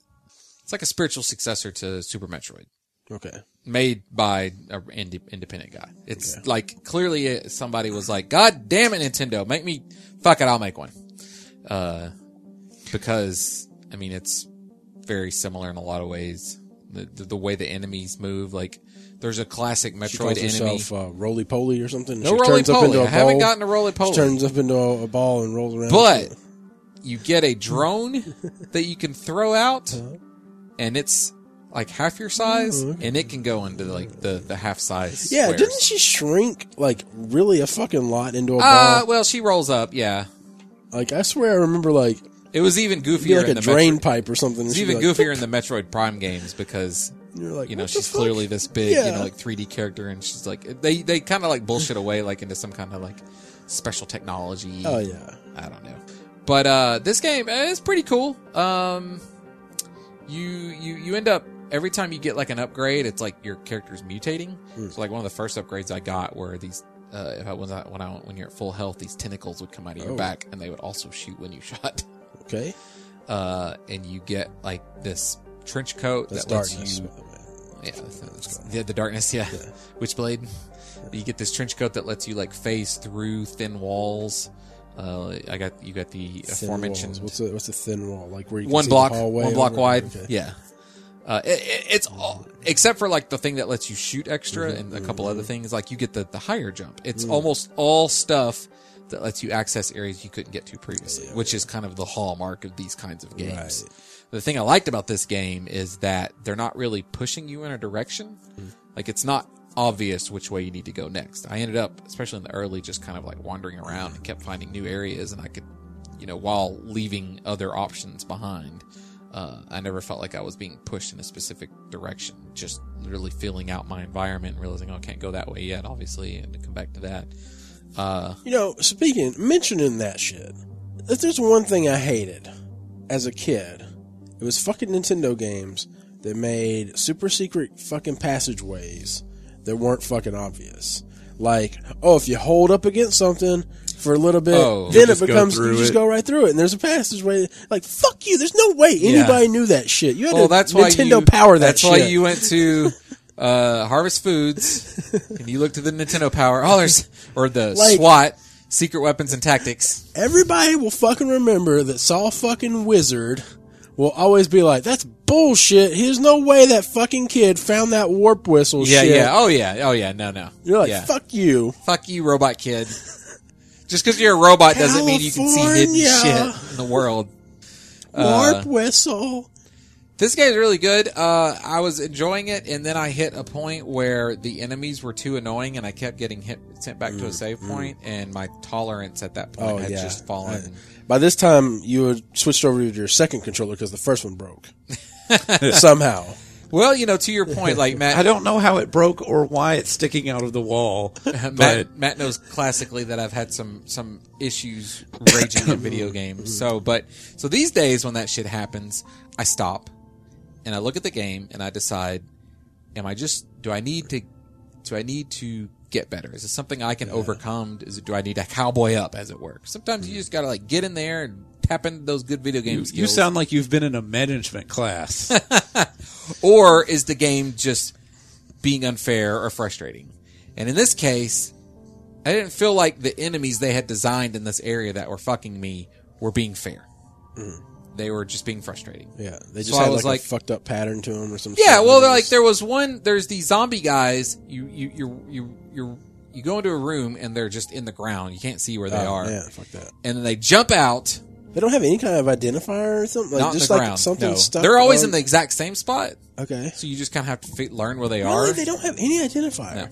Speaker 3: it's like a spiritual successor to Super Metroid,
Speaker 1: Okay,
Speaker 3: made by an inde- independent guy. It's like clearly uh, somebody was like, "God damn it, Nintendo, make me fuck it, I'll make one," uh, because I mean it's very similar in a lot of ways. The, the, the way the enemies move, like there's a classic
Speaker 1: she
Speaker 3: Metroid
Speaker 1: calls
Speaker 3: enemy.
Speaker 1: herself uh, Roly Poly or something. and
Speaker 3: No
Speaker 1: she
Speaker 3: roly
Speaker 1: turns up
Speaker 3: poly.
Speaker 1: into
Speaker 3: I
Speaker 1: a
Speaker 3: haven't
Speaker 1: ball.
Speaker 3: gotten a roly
Speaker 1: She
Speaker 3: poly.
Speaker 1: turns up into a, a ball and rolls around.
Speaker 3: But you get a drone that you can throw out,
Speaker 1: Uh-huh.
Speaker 3: and it's like half your size, and it can go into like the, the half size.
Speaker 1: Oh, yeah,
Speaker 3: squares.
Speaker 1: didn't she shrink like really a fucking lot into a
Speaker 3: Uh,
Speaker 1: ball?
Speaker 3: well, she rolls up. Yeah,
Speaker 1: Like I swear, I remember like it'd
Speaker 3: it was even
Speaker 1: be
Speaker 3: goofier
Speaker 1: like
Speaker 3: in
Speaker 1: a
Speaker 3: the
Speaker 1: drain
Speaker 3: Metro-
Speaker 1: pipe or something. and
Speaker 3: It's
Speaker 1: she'd be
Speaker 3: even
Speaker 1: like,
Speaker 3: goofier in the Metroid Prime games because
Speaker 1: and You're like,
Speaker 3: you know
Speaker 1: "What the
Speaker 3: she's
Speaker 1: fuck?"
Speaker 3: clearly this big, you
Speaker 1: Yeah.
Speaker 3: know, like 3D character, and she's like they they kind of like bullshit away like into some kind of like special technology.
Speaker 1: Oh yeah,
Speaker 3: I don't know. But uh, this game eh, is pretty cool. Um, you you you end up every time you get like an upgrade, it's like your character's mutating.
Speaker 1: Hmm.
Speaker 3: So like one of the first upgrades I got were these. Uh, if I was not, when I when you're at full health, these tentacles would come out of your
Speaker 1: Oh.
Speaker 3: back, and they would also shoot when you shot.
Speaker 1: okay.
Speaker 3: Uh, and you get like this trench coat
Speaker 1: That's
Speaker 3: that lets
Speaker 1: darkness.
Speaker 3: you
Speaker 1: by the way.
Speaker 3: yeah, the, the darkness. Yeah, Witchblade. You get this trench coat that lets you like phase through thin walls. Uh, I got you got the
Speaker 1: Thin
Speaker 3: aforementioned
Speaker 1: walls. What's a, what's a thin wall? Like where you can
Speaker 3: one
Speaker 1: see
Speaker 3: block,
Speaker 1: the hallway
Speaker 3: one block
Speaker 1: over?
Speaker 3: wide.
Speaker 1: Okay.
Speaker 3: Yeah, uh, it, it- it's all except for like the thing that lets you shoot extra
Speaker 1: Mm-hmm.
Speaker 3: and a couple other things. Like you get the the higher jump. It's
Speaker 1: Mm.
Speaker 3: almost all stuff that lets you access areas you couldn't get to previously, which is kind of the hallmark of these kinds of games. The thing I liked about this game is that they're not really pushing you in a direction.
Speaker 1: Mm.
Speaker 3: Like it's not obvious which way you need to go next. I ended up, especially in the early, just kind of like wandering around and kept finding new areas, and I could, you know, while leaving other options behind. Uh, I never felt like I was being pushed in a specific direction. Just really feeling out my environment, and realizing oh, I can't go that way yet, obviously, and to come back to that. Uh,
Speaker 1: You know, speaking, mentioning that shit, if there's one thing I hated as a kid, it was fucking Nintendo games that made super secret fucking passageways that weren't fucking obvious. Like, oh, if you hold up against something, for a little bit.
Speaker 3: Oh.
Speaker 1: then
Speaker 2: You
Speaker 1: it
Speaker 2: just go
Speaker 1: becomes
Speaker 2: through
Speaker 1: you just
Speaker 2: it.
Speaker 1: go right through it, and there's a passageway. Like fuck you. There's no way anybody knew that shit. You had
Speaker 3: Well,
Speaker 1: to
Speaker 3: that's why
Speaker 1: Nintendo
Speaker 3: you,
Speaker 1: Power that
Speaker 3: That's
Speaker 1: shit.
Speaker 3: why you went to uh, Harvest Foods and you looked at the Nintendo Power. Oh, there's or the
Speaker 1: Like-
Speaker 3: SWAT Secret Weapons and Tactics.
Speaker 1: Everybody will fucking remember that Saw fucking Wizard will always be like, "That's bullshit." There's no way that fucking kid found that warp whistle.
Speaker 3: Yeah,
Speaker 1: shit.
Speaker 3: yeah. Oh, yeah. Oh, yeah. No, no.
Speaker 1: You're like,
Speaker 3: yeah.
Speaker 1: "Fuck you."
Speaker 3: Fuck you, robot kid. Just because you're a robot doesn't mean you can see hidden
Speaker 1: California.
Speaker 3: shit in the world. Uh,
Speaker 1: Warp whistle.
Speaker 3: This game's really good. Uh, I was enjoying it, and then I hit a point where the enemies were too annoying, and I kept getting hit, sent back to a save point, and my tolerance at that point
Speaker 1: Mm, Oh,
Speaker 3: had
Speaker 1: yeah.
Speaker 3: just fallen.
Speaker 1: By this time, you had switched over to your second controller because the first one broke. Somehow.
Speaker 3: Well, you know, to your point, like Matt,
Speaker 2: I don't know how it broke or why it's sticking out of the wall, but
Speaker 3: Matt, Matt knows classically that I've had some some issues raging in video games. So, but so these days when that shit happens, I stop and I look at the game and I decide, am I just do I need to do I need to get better? Is it something I can overcome? Is it, do I need to cowboy up, as it were? Sometimes you just gotta like get in there and tap into those good video game
Speaker 2: Mm-hmm. you,
Speaker 3: skills.
Speaker 2: you sound like you've been in a management class.
Speaker 3: or is the game just being unfair or frustrating? And in this case, I didn't feel like the enemies they had designed in this area that were fucking me were being fair. They were just being frustrating.
Speaker 1: Mm-hmm. Yeah. They just
Speaker 3: So I
Speaker 1: had
Speaker 3: was
Speaker 1: like,
Speaker 3: like-
Speaker 1: a fucked up pattern to them or some
Speaker 3: Yeah,
Speaker 1: shit.
Speaker 3: well, they're like there was one. There's these zombie guys. You you you you you you go into a room and they're just in the ground. You can't see where they
Speaker 1: Oh,
Speaker 3: are.
Speaker 1: man, fuck that.
Speaker 3: And then they jump out.
Speaker 1: They don't have any kind of identifier or something. Like,
Speaker 3: not in
Speaker 1: just
Speaker 3: the
Speaker 1: like
Speaker 3: ground.
Speaker 1: something
Speaker 3: no.
Speaker 1: stuck.
Speaker 3: they're always
Speaker 1: on-
Speaker 3: in the exact same spot.
Speaker 1: Okay.
Speaker 3: So you just kind of have to fi- learn where they
Speaker 1: Really?
Speaker 3: are.
Speaker 1: They don't have any identifier.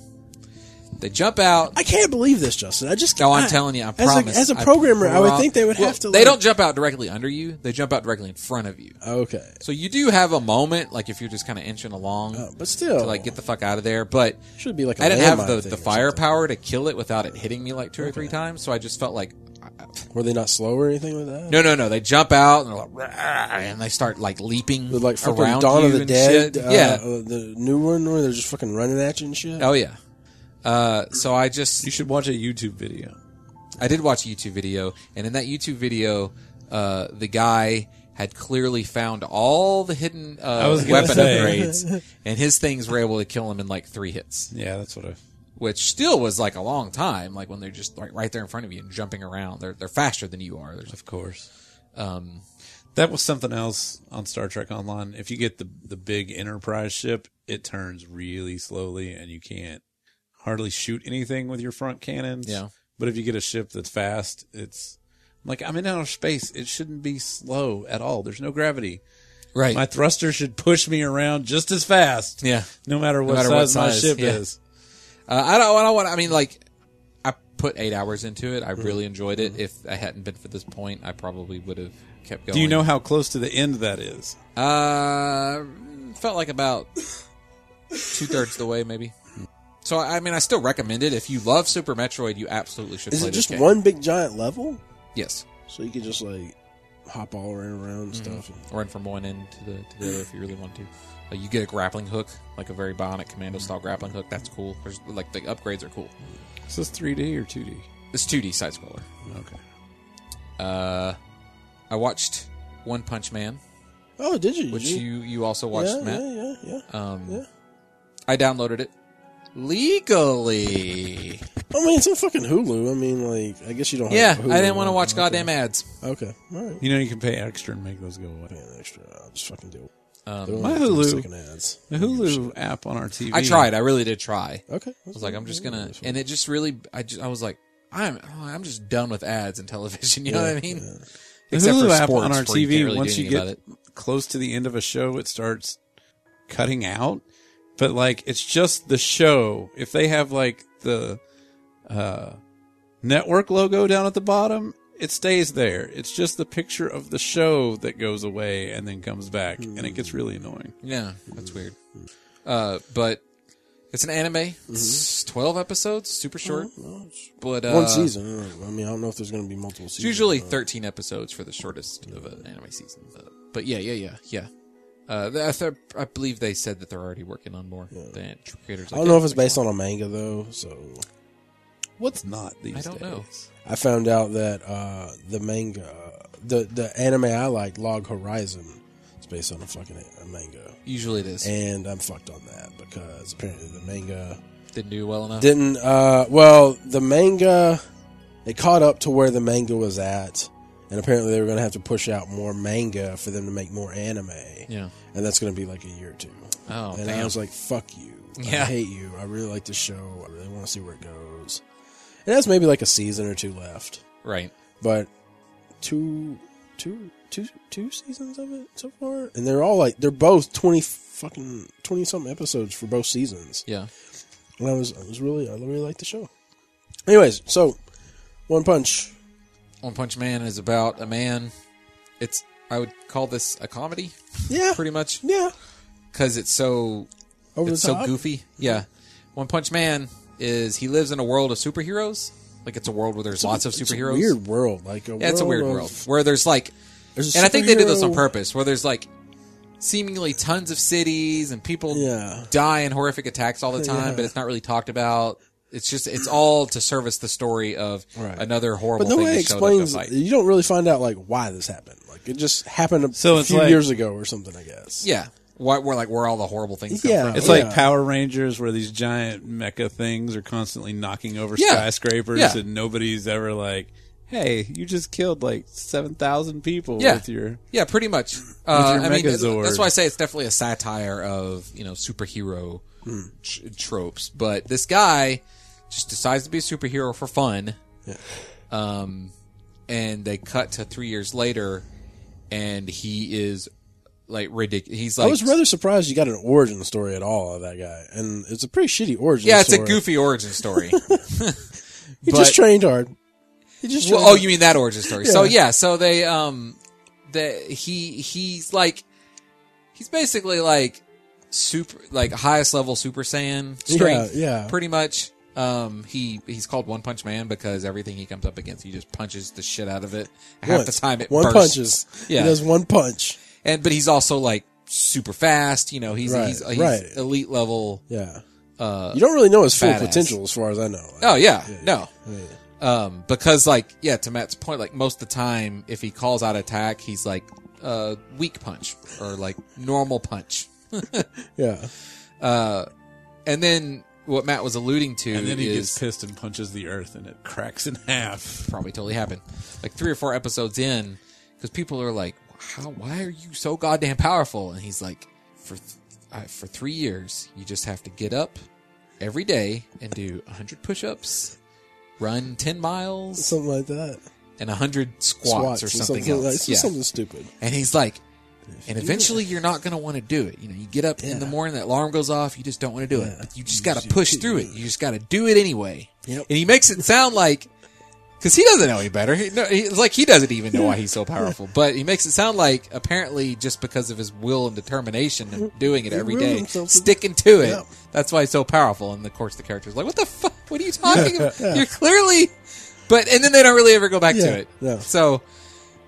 Speaker 3: They jump out.
Speaker 1: I can't believe this, Justin. I just
Speaker 3: No, Oh, I'm
Speaker 1: I-
Speaker 3: telling you, I
Speaker 1: as
Speaker 3: promise.
Speaker 1: A, as a
Speaker 3: I
Speaker 1: programmer, I, would
Speaker 3: prom-
Speaker 1: think they would
Speaker 3: Well,
Speaker 1: have to.
Speaker 3: They
Speaker 1: like-
Speaker 3: don't jump out directly under you. They jump out directly in front of you.
Speaker 1: Okay.
Speaker 3: So you do have a moment, like if you're just kind of inching along,
Speaker 1: Uh, but still,
Speaker 3: to like get the fuck out of there. But
Speaker 1: should be like. I
Speaker 3: I didn't have the,
Speaker 1: thing
Speaker 3: the
Speaker 1: or
Speaker 3: firepower to kill it without it hitting me like two or three times. So I just felt like,
Speaker 1: something. Were they not slow or anything with that?
Speaker 3: no, no, no. They jump out and they're like, "Rah," and they start like leaping
Speaker 1: With like fucking
Speaker 3: around
Speaker 1: Dawn
Speaker 3: you
Speaker 1: of the
Speaker 3: and
Speaker 1: Dead.
Speaker 3: shit.
Speaker 1: uh,
Speaker 3: yeah.
Speaker 1: uh, the new one where they're just fucking running at you and shit.
Speaker 3: oh yeah. Uh, so I just
Speaker 2: you should watch a YouTube video.
Speaker 3: I did watch a YouTube video, and in that YouTube video, uh, the guy had clearly found all the hidden uh,
Speaker 2: was gonna
Speaker 3: weapon
Speaker 2: say.
Speaker 3: upgrades, and his things were able to kill him in like three hits,
Speaker 2: Yeah, that's what I.
Speaker 3: which still was like a long time. Like when they're just like right there in front of you and jumping around, they're they're faster than you are. There's
Speaker 2: Of course.
Speaker 3: um,
Speaker 2: That was something else on Star Trek Online. If you get the the big Enterprise ship, it turns really slowly, and you can't hardly shoot anything with your front cannons.
Speaker 3: Yeah.
Speaker 2: But if you get a ship that's fast, it's like I'm in outer space. It shouldn't be slow at all. There's no gravity.
Speaker 3: right.
Speaker 2: My thruster should push me around just as fast.
Speaker 3: yeah.
Speaker 2: No matter what
Speaker 3: matter what
Speaker 2: size,
Speaker 3: size,
Speaker 2: my ship
Speaker 3: yeah.
Speaker 2: is.
Speaker 3: Uh, I don't. I don't want. I mean, like, I put eight hours into it.
Speaker 2: Mm-hmm.
Speaker 3: I really enjoyed it. If I hadn't been for this point, I probably would have kept going.
Speaker 2: Do you know how close to the end that is?
Speaker 3: Uh, felt like about two thirds of the way, maybe. So I I mean, I still recommend it. If you love Super Metroid, you absolutely should.
Speaker 1: Is
Speaker 3: play
Speaker 1: it
Speaker 3: this
Speaker 1: just
Speaker 3: game.
Speaker 1: one big giant level?
Speaker 3: Yes,
Speaker 1: So you could just like hop all around and
Speaker 3: Mm-hmm.
Speaker 1: stuff. And,
Speaker 3: run from one end to the to the other if you really want to. Uh, you get a grappling hook, like a very Bionic Commando style grappling hook. That's cool. There's, like the upgrades are cool.
Speaker 2: Is this 3D or 2D?
Speaker 3: It's 2D side scroller.
Speaker 2: Okay.
Speaker 3: Uh, I watched One Punch Man,
Speaker 1: oh, did you? Did
Speaker 3: which
Speaker 1: you,
Speaker 3: you you also watched,
Speaker 1: yeah,
Speaker 3: Matt.
Speaker 1: yeah, yeah, yeah.
Speaker 3: Um,
Speaker 1: Yeah.
Speaker 3: I downloaded it legally.
Speaker 1: I mean, it's on fucking Hulu. I mean, like, I guess you don't.
Speaker 3: yeah,
Speaker 1: have Hulu
Speaker 3: I didn't want to
Speaker 1: right?
Speaker 3: watch
Speaker 1: Okay.
Speaker 3: goddamn ads.
Speaker 1: Okay, all right.
Speaker 2: You know you can pay extra and make those go away.
Speaker 1: Pay an extra. I'll just fucking do.
Speaker 3: Um,
Speaker 1: it.
Speaker 2: my Hulu-
Speaker 1: Second ads.
Speaker 2: The Hulu app on our TV.
Speaker 3: I tried. I really did try. I
Speaker 1: Okay. I
Speaker 3: was like, I'm just gonna, and it just really, I just, I was like, I'm, oh, I'm just done with ads and television. You know what I mean?
Speaker 2: The
Speaker 3: Except
Speaker 2: Hulu
Speaker 3: for
Speaker 2: app
Speaker 3: sports,
Speaker 2: on our
Speaker 3: where you can't
Speaker 2: TV.
Speaker 3: really
Speaker 2: once
Speaker 3: do
Speaker 2: you
Speaker 3: anything
Speaker 2: get close to the end of a show, it starts cutting out. But like, it's just the show. If they have like the uh, network logo down at the bottom, it stays there. It's just the picture of the show that goes away and then comes back, and it gets
Speaker 3: Hmm.
Speaker 2: really annoying.
Speaker 3: yeah, that's
Speaker 2: Mm.
Speaker 3: weird. Uh, but it's an anime.
Speaker 2: Mm-hmm.
Speaker 3: It's twelve episodes, super
Speaker 2: Oh,
Speaker 3: short, but uh,
Speaker 1: one season. I don't know. I mean, I don't know if there's gonna be multiple seasons.
Speaker 3: It's usually
Speaker 2: Uh-huh.
Speaker 3: thirteen episodes for the shortest of an anime season. Uh, but yeah, yeah, yeah, yeah. Uh, I, th- I believe they said that they're already working on more. The creators,
Speaker 1: I don't know if it's based on a manga though. So
Speaker 2: What's not these
Speaker 3: I don't
Speaker 2: days?
Speaker 3: know.
Speaker 1: I found out that uh, the manga, the the anime I like, Log Horizon, is based on a fucking a manga,
Speaker 3: Usually it is.
Speaker 1: and I'm fucked on that because apparently the manga
Speaker 3: Didn't do well enough.
Speaker 1: didn't. Uh, well, the manga it caught up to where the manga was at, and apparently they were going to have to push out more manga for them to make more anime,
Speaker 3: yeah.
Speaker 1: and that's going to be like a year or two.
Speaker 3: Oh,
Speaker 1: and
Speaker 3: damn.
Speaker 1: I was like, "Fuck you! I
Speaker 3: Yeah.
Speaker 1: hate you! I really like this show. I really want to see where it goes." It has maybe like a season or two left
Speaker 3: right.
Speaker 1: but two two two two seasons of it so far and they're all like they're both 20 fucking 20 something episodes for both seasons
Speaker 3: Yeah.
Speaker 1: and i was i was really i really liked the show anyways so one punch
Speaker 3: One Punch Man is about a man. It's I would call this a comedy,
Speaker 1: yeah
Speaker 3: pretty much,
Speaker 1: yeah
Speaker 3: because it's so
Speaker 1: over
Speaker 3: it's
Speaker 1: the
Speaker 3: so
Speaker 1: top
Speaker 3: goofy. Yeah. One Punch Man is he lives in a world of superheroes. Like it's a world where there's lots of
Speaker 1: It's a
Speaker 3: superheroes.
Speaker 1: weird world like a
Speaker 3: Yeah, it's a weird
Speaker 1: of-
Speaker 3: world where there's like,
Speaker 1: there's a
Speaker 3: and I think they did this on
Speaker 1: superhero-
Speaker 3: purpose, where there's like seemingly tons of cities and people
Speaker 1: yeah
Speaker 3: die in horrific attacks all the time,
Speaker 1: Yeah.
Speaker 3: but it's not really talked about. It's just it's all to service the story of
Speaker 1: Right.
Speaker 3: another horrible
Speaker 1: but no
Speaker 3: thing
Speaker 1: way
Speaker 3: that
Speaker 1: it
Speaker 3: showed up to
Speaker 1: explains
Speaker 3: fight.
Speaker 1: you don't really find out like why this happened like it just happened a
Speaker 2: So it's
Speaker 1: few
Speaker 2: like-
Speaker 1: years ago or something i guess
Speaker 3: Yeah, why, we're like where all the horrible things come
Speaker 1: Yeah.
Speaker 3: from.
Speaker 2: It's
Speaker 1: Yeah.
Speaker 2: like Power Rangers, where these giant mecha things are constantly knocking over
Speaker 3: Yeah.
Speaker 2: skyscrapers,
Speaker 3: Yeah.
Speaker 2: and nobody's ever like, "Hey, you just killed like seven thousand people
Speaker 3: Yeah.
Speaker 2: with your."
Speaker 3: Yeah, pretty much. Uh,
Speaker 2: your
Speaker 3: I mean, th-
Speaker 2: Megazord.
Speaker 3: that's why I say it's definitely a satire of you know superhero tr- tropes. But this guy just decides to be a superhero for fun. Um, and they cut to three years later, and he is like ridiculous. He's like,
Speaker 1: I was rather surprised you got an origin story at all of that guy, and it's a pretty shitty origin.
Speaker 3: yeah, it's a
Speaker 1: story.
Speaker 3: goofy origin story.
Speaker 1: He
Speaker 3: but-
Speaker 1: just trained hard. He just
Speaker 3: Well,
Speaker 1: trained
Speaker 3: oh,
Speaker 1: hard.
Speaker 3: you mean that origin story? So
Speaker 1: Yeah.
Speaker 3: yeah, so they um, the he he's like, he's basically like super like highest level Super Saiyan strength,
Speaker 1: Yeah, yeah.
Speaker 3: pretty much. Um, he he's called One Punch Man because everything he comes up against, he just punches the shit out of it. Half
Speaker 1: Once.
Speaker 3: the time it
Speaker 1: one
Speaker 3: bursts.
Speaker 1: punches.
Speaker 3: Yeah.
Speaker 1: he does one punch.
Speaker 3: and but he's also like super fast. You know, he's
Speaker 1: Right,
Speaker 3: he's, he's
Speaker 1: right.
Speaker 3: elite level.
Speaker 1: Yeah, uh, you don't really know his full
Speaker 3: badass.
Speaker 1: potential, as far as I know. Like,
Speaker 3: Oh yeah, no,
Speaker 1: yeah.
Speaker 3: Um, because like, yeah, to Matt's point, like most of the time, if he calls out attack, he's like, uh, weak punch or like normal punch.
Speaker 1: yeah,
Speaker 3: And then what Matt was alluding to
Speaker 2: And then he
Speaker 3: is
Speaker 2: gets pissed and punches the earth, and it cracks in half.
Speaker 3: probably totally happened. Like three or four episodes in, because people are like, how, why are you so goddamn powerful? And he's like, for, th- I, for three years, you just have to get up every day and do a hundred push-ups, run 10 miles
Speaker 1: something like that.
Speaker 3: and a hundred squats, or something, else.
Speaker 1: like it's
Speaker 3: yeah.
Speaker 1: just something stupid.
Speaker 3: And he's like, and eventually you're not going to want to do it. You know, you get up in the morning, that alarm goes off, you just don't want to do it. But you just got to push through it. You just got to do it anyway.
Speaker 1: Yep.
Speaker 3: And he makes it sound like, because he doesn't know any better. He, no, he, it's like he doesn't even know why he's so powerful. But he makes it sound like apparently just because of his will and determination and doing it every
Speaker 1: willed
Speaker 3: day,
Speaker 1: himself to-
Speaker 3: sticking to it.
Speaker 1: Yeah.
Speaker 3: That's why he's so powerful. And of course, the character's like, what the fuck? What are you talking about? You're clearly. But and then they don't really ever go back
Speaker 1: Yeah,
Speaker 3: to it.
Speaker 1: no.
Speaker 3: So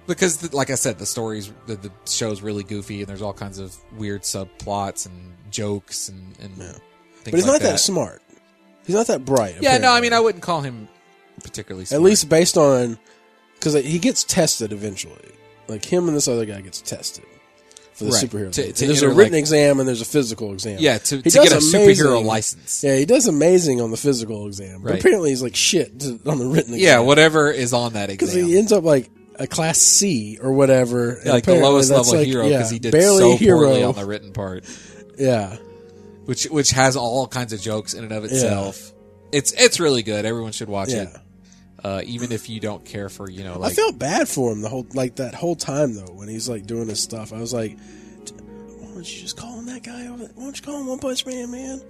Speaker 3: because the, like i said the stories the, the show's really goofy and there's all kinds of weird subplots and jokes and, and things
Speaker 1: But he's
Speaker 3: like
Speaker 1: not that.
Speaker 3: that
Speaker 1: smart. He's not that bright.
Speaker 3: yeah no i mean
Speaker 1: apparently.
Speaker 3: i wouldn't call him particularly smart.
Speaker 1: at least based on because like, he gets tested eventually. Like him and this other guy gets tested for the
Speaker 3: Right.
Speaker 1: superhero.
Speaker 3: To-
Speaker 1: thing.
Speaker 3: to
Speaker 1: there's a
Speaker 3: enter,
Speaker 1: written
Speaker 3: like-
Speaker 1: exam and there's a physical exam.
Speaker 3: yeah to,
Speaker 1: He
Speaker 3: to get a
Speaker 1: does
Speaker 3: superhero
Speaker 1: amazing-
Speaker 3: license yeah,
Speaker 1: Yeah, he does amazing on the physical exam, but
Speaker 3: Right.
Speaker 1: apparently he's like shit to, on the written exam.
Speaker 3: whatever is on that
Speaker 1: because
Speaker 3: exam
Speaker 1: he ends up like a class C or whatever. and
Speaker 3: like the
Speaker 1: apparently
Speaker 3: lowest
Speaker 1: that's,
Speaker 3: level
Speaker 1: like,
Speaker 3: hero
Speaker 1: yeah,
Speaker 3: because he did
Speaker 1: barely
Speaker 3: so
Speaker 1: a hero.
Speaker 3: poorly on the written part
Speaker 1: yeah,
Speaker 3: which which has all kinds of jokes in and of itself it's it's really good everyone should watch
Speaker 1: yeah.
Speaker 3: it uh, even if you don't care for you know
Speaker 1: I
Speaker 3: like
Speaker 1: felt bad for him the whole like that whole time though when he's like doing his stuff. I was like, "D- why don't you just call him that guy over? there? Why don't you call him One Punch Man, man?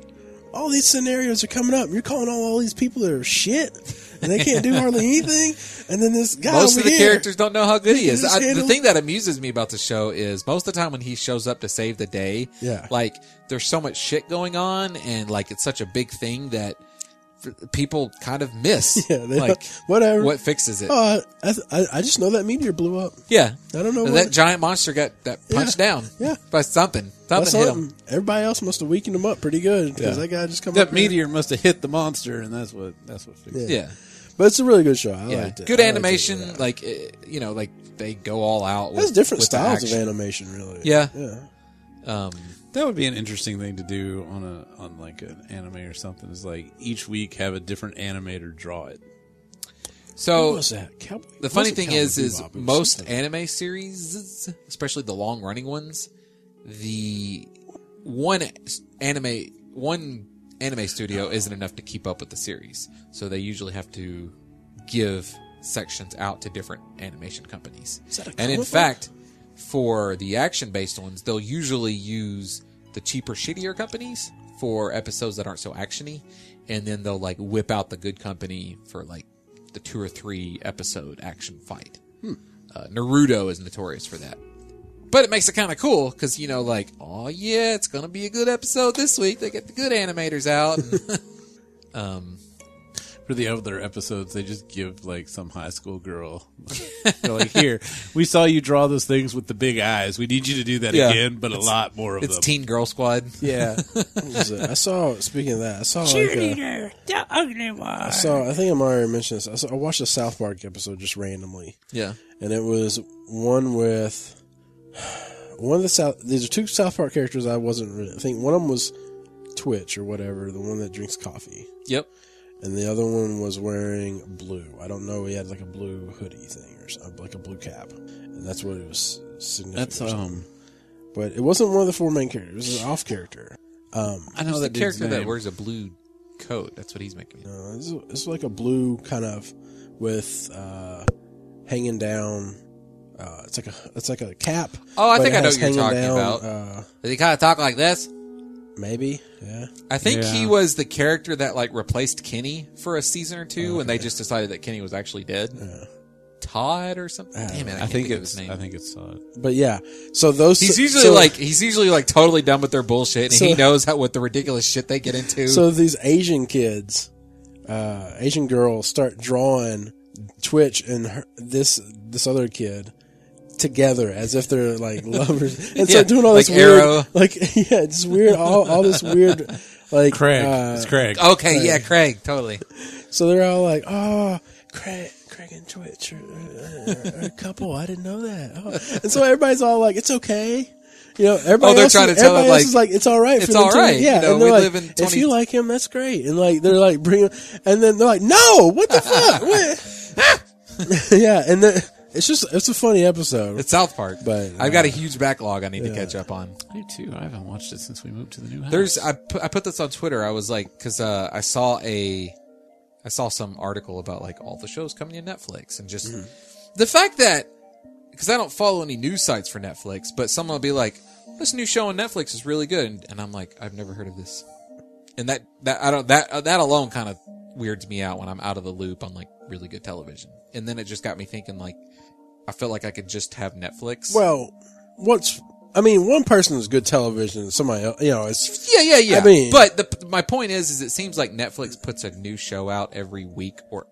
Speaker 1: All these scenarios are coming up. You're calling all, all these people that are shit and they can't do hardly anything. And then this guy
Speaker 3: most
Speaker 1: over
Speaker 3: of the
Speaker 1: here,
Speaker 3: characters don't know how good he is.
Speaker 1: Just
Speaker 3: I, the
Speaker 1: handle-
Speaker 3: thing that amuses me about the show is most of the time when he shows up to save the day,
Speaker 1: Yeah.
Speaker 3: like there's so much shit going on, and like it's such a big thing that f- people kind of miss.
Speaker 1: Yeah, they-
Speaker 3: like
Speaker 1: whatever.
Speaker 3: what fixes it?
Speaker 1: Oh, I, I, I just know that meteor blew up.
Speaker 3: yeah,
Speaker 1: I don't know
Speaker 3: And
Speaker 1: what-
Speaker 3: that giant monster got that punched down.
Speaker 1: yeah.
Speaker 3: by something. Something
Speaker 1: That's
Speaker 3: hit
Speaker 1: something.
Speaker 3: him.
Speaker 1: Everybody else must have weakened him up pretty good because
Speaker 2: Yeah.
Speaker 1: that guy just come up
Speaker 2: That
Speaker 1: here.
Speaker 2: meteor must have hit the monster, and that's what that's what fixed it.
Speaker 3: Yeah,
Speaker 1: But it's a really good show. I
Speaker 3: yeah.
Speaker 1: liked it.
Speaker 3: Good
Speaker 1: I liked it.
Speaker 3: animation.
Speaker 1: Yeah.
Speaker 3: Like eh, you know, like they go all out. With,
Speaker 1: There's different
Speaker 3: with the
Speaker 1: styles of
Speaker 3: action.
Speaker 1: animation, really.
Speaker 3: Yeah.
Speaker 1: yeah.
Speaker 3: Um,
Speaker 2: That would be an interesting thing to do on a on like an anime or something. Is like each week have a different animator draw it.
Speaker 3: so
Speaker 1: What was that? Cowboy-
Speaker 3: The funny
Speaker 1: wasn't
Speaker 3: thing
Speaker 1: Cowboy
Speaker 3: is, is
Speaker 1: Bebop, it was
Speaker 3: most
Speaker 1: something.
Speaker 3: anime series, especially the long running ones, the one s- anime one anime studio isn't enough to keep up with the series, so they usually have to give sections out to different animation companies.
Speaker 1: that a
Speaker 3: and
Speaker 1: comic
Speaker 3: in
Speaker 1: book?
Speaker 3: fact, for the action based ones, they'll usually use the cheaper, shittier companies for episodes that aren't so actiony, and then they'll like whip out the good company for like the two or three episode action fight.
Speaker 1: Hmm.
Speaker 3: Uh, Naruto is notorious for that. But it makes it kind of cool because you know, like, oh yeah, it's gonna be a good episode this week. They get the good animators out. And, um,
Speaker 2: For the other episodes, they just give like some high school girl. They're like, here, we saw you draw those things with the big eyes. We need you to do that
Speaker 3: Yeah.
Speaker 2: again, but a lot more of
Speaker 3: it's
Speaker 2: them.
Speaker 3: Teen Girl Squad.
Speaker 2: yeah,
Speaker 1: What was it? I saw. Speaking of that, I saw like a, I saw. I think I'm already mentioned this. I, saw, I watched a South Park episode just randomly,
Speaker 3: Yeah,
Speaker 1: and it was one with one of the South. These are two South Park characters. I wasn't. Really, I think one of them was Twitch or whatever, the one that drinks coffee,
Speaker 3: yep.
Speaker 1: and the other one was wearing blue. I don't know. He had like a blue hoodie thing or something, like a blue cap, and that's what it was. Significant
Speaker 2: that's
Speaker 1: or something.
Speaker 2: um.
Speaker 1: but it wasn't one of the four main characters. It was an off character.
Speaker 2: I know
Speaker 3: the
Speaker 2: that dude's
Speaker 3: character that
Speaker 2: name.
Speaker 3: wears a blue coat. That's what he's making.
Speaker 1: Uh, it's, it's like a blue kind of with uh, hanging down. Uh, it's like a it's like a cap.
Speaker 3: Oh, I
Speaker 1: but
Speaker 3: think
Speaker 1: it
Speaker 3: I know
Speaker 1: has
Speaker 3: what you're
Speaker 1: hanging
Speaker 3: talking
Speaker 1: down,
Speaker 3: about.
Speaker 1: Uh,
Speaker 3: Does he kind of talk like this?
Speaker 1: maybe, yeah.
Speaker 3: I think
Speaker 2: Yeah.
Speaker 3: he was the character that like replaced Kenny for a season or two,
Speaker 2: Oh,
Speaker 3: and they just decided that Kenny was actually dead. Todd or something. Damn it! I,
Speaker 2: I
Speaker 3: can't
Speaker 2: think
Speaker 3: think of his
Speaker 2: it's.
Speaker 3: name.
Speaker 2: I think it's. Uh,
Speaker 1: But yeah, so those
Speaker 3: He's
Speaker 1: so-
Speaker 3: usually
Speaker 1: so-
Speaker 3: like he's usually like totally done with their bullshit, and he
Speaker 1: So-
Speaker 3: knows how what the ridiculous shit they get into.
Speaker 1: so these Asian kids, uh, Asian girls start drawing Twitch and her, this this other kid together as if they're like lovers, and
Speaker 3: Yeah,
Speaker 1: so doing all this
Speaker 3: like
Speaker 1: weird,
Speaker 3: Arrow.
Speaker 1: like yeah, it's weird, all all this weird, like
Speaker 2: Craig.
Speaker 1: uh,
Speaker 2: it's Craig.
Speaker 3: okay, yeah, Craig, totally.
Speaker 1: So they're all like, "Oh, Craig, Craig and Twitch are, are, are a couple. I didn't know that." Oh. And so everybody's all like, "It's okay." You know, everybody
Speaker 3: Oh, they're
Speaker 1: else,
Speaker 3: trying to
Speaker 1: is,
Speaker 3: tell it
Speaker 1: everybody else
Speaker 3: like,
Speaker 1: is like, "It's all right."
Speaker 3: "It's
Speaker 1: for them
Speaker 3: all
Speaker 1: to-"
Speaker 3: right, you
Speaker 1: Yeah,
Speaker 3: know,
Speaker 1: and they're
Speaker 3: we
Speaker 1: like,
Speaker 3: live in
Speaker 1: "If
Speaker 3: 20
Speaker 1: you like him, that's great." And like they're like, "Bring," him. and then they're like, "No, what the fuck?" What? yeah, and the, it's just it's a funny episode.
Speaker 3: It's South Park,
Speaker 1: But,
Speaker 3: I've got a huge backlog I need to catch up on.
Speaker 2: I do too. I haven't watched it since we moved to the new house.
Speaker 3: There's I put, I put this on Twitter. I was like, because uh, I saw a I saw some article about like all the shows coming to Netflix and just the fact that because I don't follow any news sites for Netflix, but someone will be like, this new show on Netflix is really good, and, and I'm like, I've never heard of this, and that that I don't that uh, that alone kind of weirds me out when I'm out of the loop on like really good television, and then it just got me thinking like. I felt like I could just have Netflix.
Speaker 1: well, what's I mean, one person is good television, and somebody else, you know, it's
Speaker 3: Yeah, yeah, yeah.
Speaker 1: I mean-
Speaker 3: but the, my point is, is it seems like Netflix puts a new show out every week or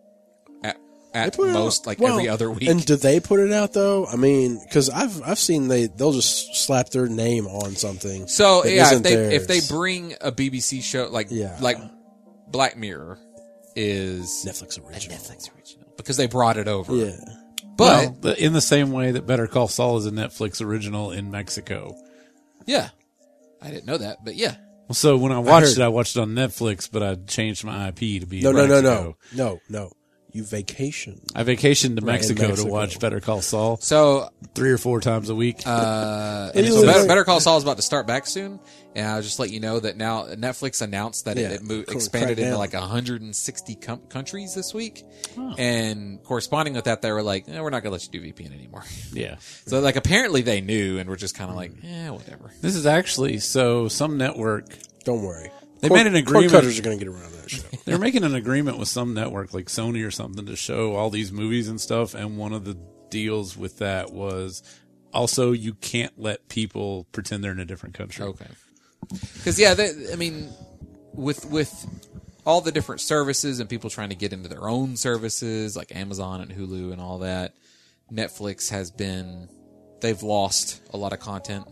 Speaker 3: at, at
Speaker 1: Put it
Speaker 3: most
Speaker 1: out-
Speaker 3: like
Speaker 1: well,
Speaker 3: every other week.
Speaker 1: And do they put it out though? I mean, because I've I've seen they they'll just slap their name on something.
Speaker 3: so
Speaker 1: that
Speaker 3: yeah, if
Speaker 1: isn't
Speaker 3: they if
Speaker 1: theirs.
Speaker 3: they bring a BBC show like
Speaker 1: Yeah.
Speaker 3: like Black Mirror is
Speaker 1: Netflix original,
Speaker 3: original because they brought it over.
Speaker 1: yeah,
Speaker 3: But
Speaker 2: Well, the- in the same way that Better Call Saul is a Netflix original in Mexico.
Speaker 3: yeah, I didn't know that, but yeah.
Speaker 2: So when I watched
Speaker 1: heard-
Speaker 2: it, I watched it on Netflix, but I changed my IP to be
Speaker 1: no,
Speaker 2: in
Speaker 1: no, no,
Speaker 2: Mexico.
Speaker 1: no, no, no. You vacation.
Speaker 2: I vacationed to
Speaker 1: in
Speaker 2: Mexico,
Speaker 1: Mexico.
Speaker 2: to watch Better Call Saul
Speaker 3: So
Speaker 2: three or four times a week.
Speaker 3: uh, and
Speaker 1: It
Speaker 3: so
Speaker 1: is-
Speaker 3: Better, Better Call Saul is about to start back soon, and I'll just let you know that now Netflix announced that it,
Speaker 1: Yeah,
Speaker 3: it moved,
Speaker 1: cool, crack
Speaker 3: expanded into
Speaker 1: down.
Speaker 3: like 160 com- countries this week, and corresponding with that, they were like, eh, "We're not gonna let you do VPN anymore."
Speaker 2: yeah.
Speaker 3: so like apparently they knew, and we're just kind of like, "Yeah, whatever."
Speaker 2: This is actually so some network.
Speaker 1: Don't worry.
Speaker 2: They made an
Speaker 1: Cord
Speaker 2: agreement.
Speaker 1: cutters are going to get around that shit.
Speaker 2: They're making an agreement with some network like Sony or something to show all these movies and stuff. And one of the deals with that was also you can't let people pretend they're in a different country.
Speaker 3: Okay, because yeah, they, I mean, with with all the different services and people trying to get into their own services like Amazon and Hulu and all that. Netflix has been they've lost a lot of content.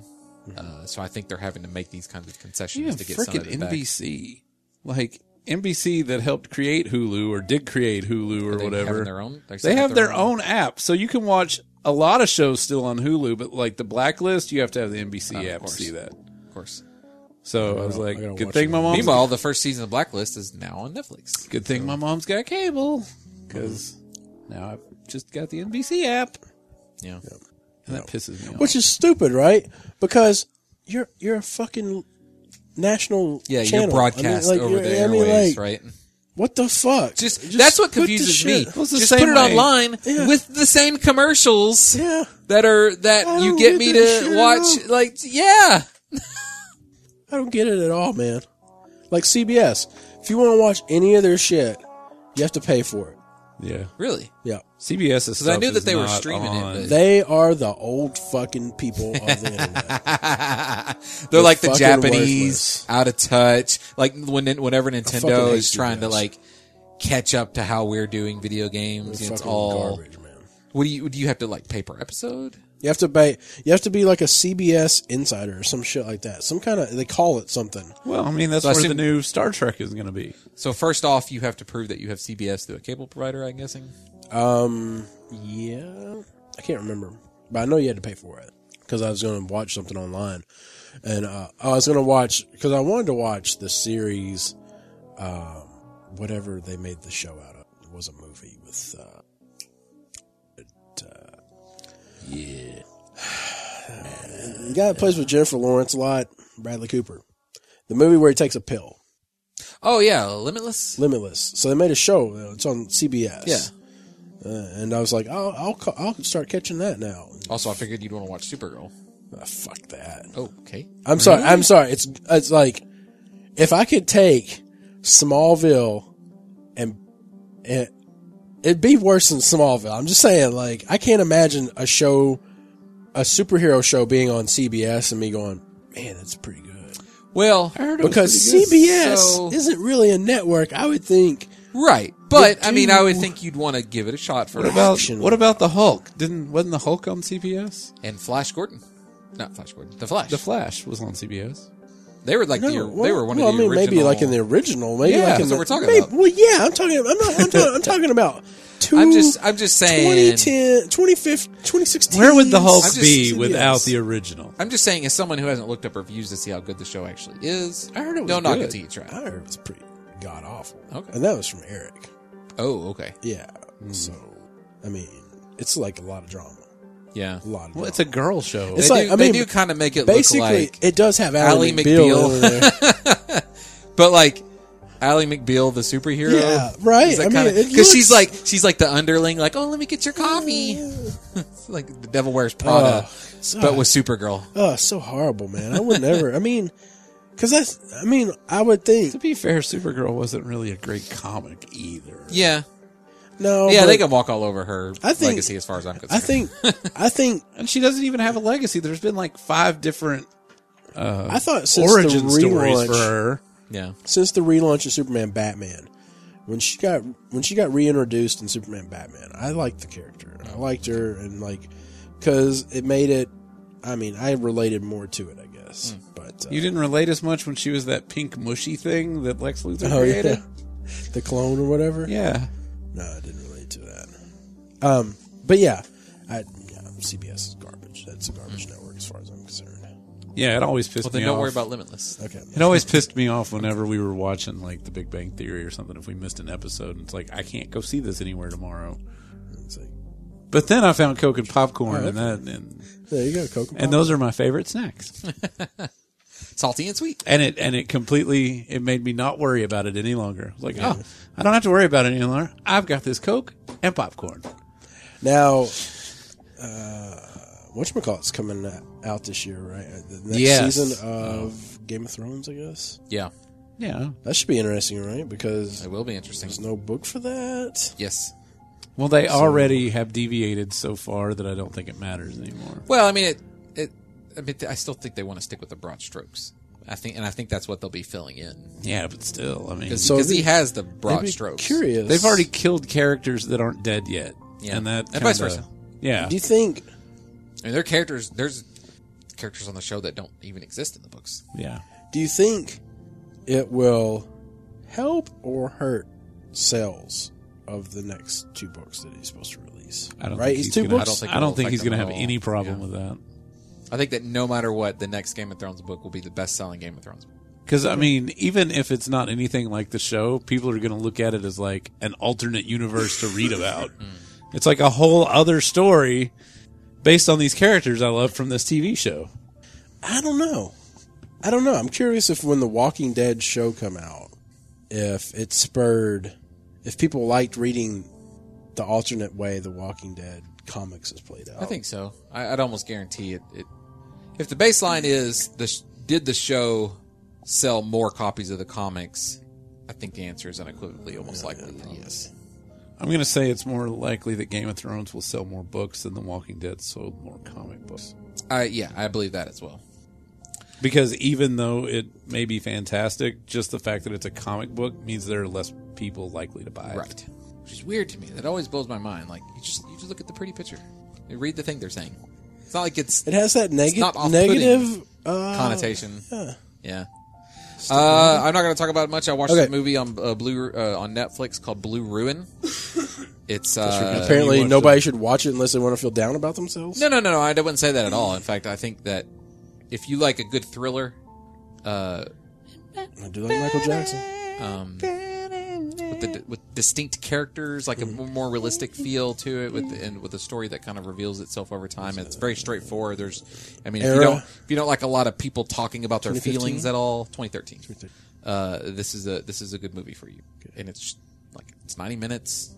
Speaker 3: Uh, so I think they're having to make these kinds of concessions
Speaker 2: Even
Speaker 3: to get some of
Speaker 2: freaking
Speaker 3: it back.
Speaker 2: NBC, like NBC that helped create Hulu or did create Hulu or
Speaker 3: They having
Speaker 2: whatever.
Speaker 3: their own-
Speaker 2: they
Speaker 3: they're setting up
Speaker 2: have their, own. app, so you can watch a lot of shows still on Hulu. But like the Blacklist, you have to have the NBC app to
Speaker 3: course.
Speaker 2: see that.
Speaker 3: Of course.
Speaker 2: So I was
Speaker 1: gotta-
Speaker 2: like,
Speaker 1: I gotta
Speaker 2: good
Speaker 1: watch
Speaker 2: thing
Speaker 1: it.
Speaker 2: my mom.
Speaker 3: Meanwhile, the first season of Blacklist is now on Netflix.
Speaker 2: good thing my mom's got cable because now I've just got the NBC app,
Speaker 3: Yeah.
Speaker 2: and that pisses me off.
Speaker 1: which is stupid, right? Because you're you're a fucking national
Speaker 3: Yeah,
Speaker 1: channel.
Speaker 3: you're broadcast
Speaker 1: I mean, like,
Speaker 3: over
Speaker 1: you're-
Speaker 3: the
Speaker 1: I mean,
Speaker 3: airwaves,
Speaker 1: like,
Speaker 3: right?
Speaker 1: What the fuck?
Speaker 3: Just, that's
Speaker 1: put
Speaker 3: what
Speaker 1: the
Speaker 3: confuses me.
Speaker 1: shit-
Speaker 2: Well, it's the
Speaker 3: Just
Speaker 2: same
Speaker 3: put it
Speaker 2: way.
Speaker 3: online
Speaker 1: Yeah.
Speaker 3: with the same commercials
Speaker 1: Yeah,
Speaker 3: that are
Speaker 1: I
Speaker 3: that you
Speaker 1: don't
Speaker 3: get
Speaker 1: get
Speaker 3: me
Speaker 1: that
Speaker 3: to
Speaker 1: shit at
Speaker 3: watch. Like, yeah,
Speaker 1: I don't get it at all, man. Like CBS, if you want to watch any of their shit, you have to pay for it.
Speaker 2: yeah,
Speaker 3: really.
Speaker 1: Yeah,
Speaker 2: CBS is.
Speaker 3: I knew that they were streaming it, but-
Speaker 1: they are the old fucking people of the internet.
Speaker 3: They're like the
Speaker 1: fucking
Speaker 3: Japanese,
Speaker 1: worthless.
Speaker 3: out of touch. Like when whenever Nintendo
Speaker 1: hate
Speaker 3: is trying to
Speaker 1: CBS.
Speaker 3: like catch up to how we're doing video
Speaker 1: It's
Speaker 3: games, it's
Speaker 1: fucking
Speaker 3: all.
Speaker 1: garbage, man.
Speaker 3: What do you do? You have to like pay per episode.
Speaker 1: You have to pay. You have to be like a CBS insider or some shit like that. Some kind of they call it something.
Speaker 2: Well, I mean that's
Speaker 3: So I
Speaker 2: where the
Speaker 3: assume-
Speaker 2: new Star Trek is going to be.
Speaker 3: So first off, you have to prove that you have CBS through a cable provider. I'm guessing.
Speaker 1: Um, yeah, I can't remember, but I know you had to pay for it because I was going to watch something online, and uh, I was going to watch because I wanted to watch the series, um, whatever they made the show out of. It was a movie with, uh, it, uh, yeah, the guy that plays with Jennifer Lawrence a lot, Bradley Cooper. The movie where he takes a pill,
Speaker 3: Oh yeah, Limitless.
Speaker 1: Limitless. So they made a show. uh, It's on CBS.
Speaker 3: Yeah.
Speaker 1: Uh, And I was like, I'll I'll, ca- I'll start catching that now.
Speaker 3: Also, I figured you'd want to watch Supergirl.
Speaker 1: Ah, fuck that.
Speaker 3: Oh, okay.
Speaker 1: I'm sorry. I'm sorry. It's it's like if I could take Smallville and and it'd be worse than Smallville. I'm just saying. Like I can't imagine a show, a superhero show, being on CBS and me going, man, that's pretty good.
Speaker 3: Well,
Speaker 1: Because
Speaker 2: pretty good.
Speaker 1: CBS
Speaker 3: So-
Speaker 1: isn't really a network. I would think.
Speaker 3: right, but I mean, I would
Speaker 1: do-
Speaker 3: think you'd want to give it a shot for
Speaker 2: What about
Speaker 1: Action.
Speaker 2: what about the Hulk? Didn't wasn't the Hulk on CBS?
Speaker 3: and Flash Gordon, not Flash Gordon, the Flash.
Speaker 2: The Flash was on CBS.
Speaker 3: they were like the,
Speaker 1: well,
Speaker 3: they were one
Speaker 1: well,
Speaker 3: of the
Speaker 1: I mean,
Speaker 3: original.
Speaker 1: maybe like in the original. Maybe
Speaker 3: Yeah,
Speaker 1: like in
Speaker 3: that's what
Speaker 1: the,
Speaker 3: we're talking
Speaker 1: maybe-
Speaker 3: about.
Speaker 1: Well, yeah, I'm talking. I'm not. I'm, talking, I'm talking about two.
Speaker 3: I'm just I'm just saying.
Speaker 1: 2010, 2015, 2016.
Speaker 2: Where would the Hulk
Speaker 3: I'm just-
Speaker 2: be
Speaker 1: CBS.
Speaker 2: without the original?
Speaker 3: I'm just saying, as someone who hasn't looked up reviews to see how good the show actually is,
Speaker 2: I heard it was
Speaker 3: no knock E
Speaker 2: good.
Speaker 3: it till you
Speaker 1: I
Speaker 3: try.
Speaker 1: heard it was pretty god awful.
Speaker 3: Okay.
Speaker 1: And that was from Eric.
Speaker 3: Oh, okay,
Speaker 1: Yeah. So, I mean, it's like a lot of drama.
Speaker 3: yeah.
Speaker 1: A lot of
Speaker 2: Well,
Speaker 1: drama.
Speaker 2: it's a girl show.
Speaker 1: It's
Speaker 3: they
Speaker 1: like-
Speaker 3: do,
Speaker 1: I
Speaker 3: they
Speaker 1: mean,
Speaker 3: do kind of make it look
Speaker 1: Basically,
Speaker 3: like,
Speaker 1: it does have
Speaker 3: Ally
Speaker 1: Ally McBeal.
Speaker 3: McBeal.
Speaker 1: in there.
Speaker 3: but like Ally McBeal, the superhero.
Speaker 1: Yeah, right.
Speaker 3: Is that
Speaker 1: I mean,
Speaker 3: kind
Speaker 1: it
Speaker 3: because she's
Speaker 1: looks-
Speaker 3: like she's like the underling, like oh let me get your coffee, It's like the devil wears Prada,
Speaker 1: Ugh. So-
Speaker 3: but with Supergirl.
Speaker 1: oh, so horrible, man. I would never. I mean, because that's. I mean, I would think
Speaker 2: to be fair, Supergirl wasn't really a great comic either.
Speaker 3: Yeah,
Speaker 1: no.
Speaker 3: yeah,
Speaker 1: Oh, but
Speaker 3: they can walk all over her
Speaker 1: I think-
Speaker 3: legacy as far as I'm concerned.
Speaker 1: I think. I think.
Speaker 2: And she doesn't even have a legacy. There's been like five different
Speaker 1: I thought since
Speaker 2: origin
Speaker 1: the relaunch,
Speaker 2: stories for her.
Speaker 3: yeah,
Speaker 1: since the relaunch of Superman Batman, when she got when she got reintroduced in Superman Batman, I liked the character. I liked her and like because it made it. I mean, I related more to it, I guess. But uh,
Speaker 2: Hmm. You didn't relate as much when she was that pink mushy thing that Lex Luthor
Speaker 1: oh
Speaker 2: created.
Speaker 1: yeah, the clone or whatever.
Speaker 2: Yeah.
Speaker 1: No, I didn't relate to that. Um, but yeah, I yeah, CBS is garbage. That's a garbage
Speaker 2: Hmm.
Speaker 1: network as far as I'm concerned.
Speaker 2: yeah, It always pissed
Speaker 3: well then
Speaker 2: me
Speaker 3: don't
Speaker 2: off.
Speaker 3: worry about Limitless.
Speaker 1: Okay.
Speaker 2: It always pissed me off whenever we were watching like The Big Bang Theory or something. If we missed an episode, and it's like I can't go see this anywhere tomorrow.
Speaker 1: It's like,
Speaker 2: But then I found Coke and
Speaker 1: Oh,
Speaker 2: popcorn, and that and,
Speaker 1: there you go, Coca.
Speaker 2: and those are my favorite snacks.
Speaker 3: Salty and sweet.
Speaker 2: And it and it completely it made me not worry about it any longer. I was like, oh, I don't have to worry about it any longer. I've got this Coke and popcorn.
Speaker 1: Now, uh, whatchamacallit's coming out this year, right? Uh, The next
Speaker 2: Yes. Uh,
Speaker 1: season of Game of Thrones, I guess.
Speaker 3: Yeah,
Speaker 2: Yeah.
Speaker 1: That should be interesting, right? Because
Speaker 3: it will be interesting.
Speaker 1: there's no book for that.
Speaker 3: Yes.
Speaker 2: Well, they already have deviated so far that I don't think it matters anymore.
Speaker 3: Well, I mean it. It. I mean, I still think they want to stick with the broad strokes. I think, and I think that's what they'll be filling in
Speaker 2: Yeah, but still, I mean,
Speaker 3: because
Speaker 1: So
Speaker 3: he
Speaker 1: they-
Speaker 3: has the
Speaker 1: I'd
Speaker 3: broad
Speaker 1: be
Speaker 3: strokes.
Speaker 1: Curious.
Speaker 2: they've already killed characters that aren't dead yet,
Speaker 3: Yeah.
Speaker 2: and that
Speaker 3: And vice
Speaker 2: kinda-
Speaker 3: versa.
Speaker 2: Yeah,
Speaker 1: Do you think?
Speaker 3: I mean, there are characters. There's characters on the show that don't even exist in the books.
Speaker 2: yeah.
Speaker 1: Do you think it will help or hurt sales of the next two books that he's supposed to release?
Speaker 2: I don't
Speaker 1: right,
Speaker 2: think
Speaker 1: it's
Speaker 2: he's
Speaker 1: two
Speaker 2: gonna,
Speaker 1: books.
Speaker 3: I don't think
Speaker 2: I don't
Speaker 3: it'll
Speaker 2: think he's
Speaker 3: affect
Speaker 2: going to
Speaker 3: them
Speaker 2: have
Speaker 3: at all.
Speaker 2: any problem with that.
Speaker 3: I think that no matter what, the next Game of Thrones book will be the best-selling Game of Thrones book.
Speaker 2: Because I mean, even if it's not anything like the show, people are going to look at it as like an alternate universe to read about.
Speaker 3: Mm.
Speaker 2: it's like a whole other story based on these characters I love from this TV show.
Speaker 1: I don't know. I don't know. I'm curious if when the Walking Dead show come out, if it spurred, if people liked reading the alternate way the Walking Dead comics is played out.
Speaker 3: I think so. I, I'd almost guarantee it, it. If the baseline is the sh- did the show sell more copies of the comics, I think the answer is unequivocally almost likely that yes.
Speaker 2: I'm going to say it's more likely that Game of Thrones will sell more books than The Walking Dead sold more comic books.
Speaker 3: I yeah, I believe that as well.
Speaker 2: Because even though it may be fantastic, just the fact that it's a comic book means there are less people likely to buy it.
Speaker 3: Right. Which is weird to me. That always blows my mind. Like you just you just look at the pretty picture. You read the thing they're saying. It's not like it's
Speaker 1: It has that neg-
Speaker 3: not off-putting.
Speaker 1: negative uh,
Speaker 3: connotation.
Speaker 1: yeah.
Speaker 3: Yeah. Uh, I'm not going to talk about it much. I watched
Speaker 1: Okay.
Speaker 3: a movie on uh, Blue uh, on Netflix called Blue Ruin. It's uh,
Speaker 2: You
Speaker 1: Apparently,
Speaker 2: watched
Speaker 1: nobody should watch it unless they want to feel down about themselves.
Speaker 3: No, no, no, no. I wouldn't say that at all. In fact, I think that if you like a good thriller, uh,
Speaker 1: I do like Michael Jackson.
Speaker 3: um, with, the, with distinct characters, like a more realistic feel to it, with the, and with a story that kind of reveals itself over time, it's very straightforward. There's, I mean, if you
Speaker 1: Era.
Speaker 3: don't if you don't like a lot of people talking about their
Speaker 1: 2015?
Speaker 3: feelings at all, 2013. Uh, this is a this is a good movie for you, and it's like it's 90 minutes.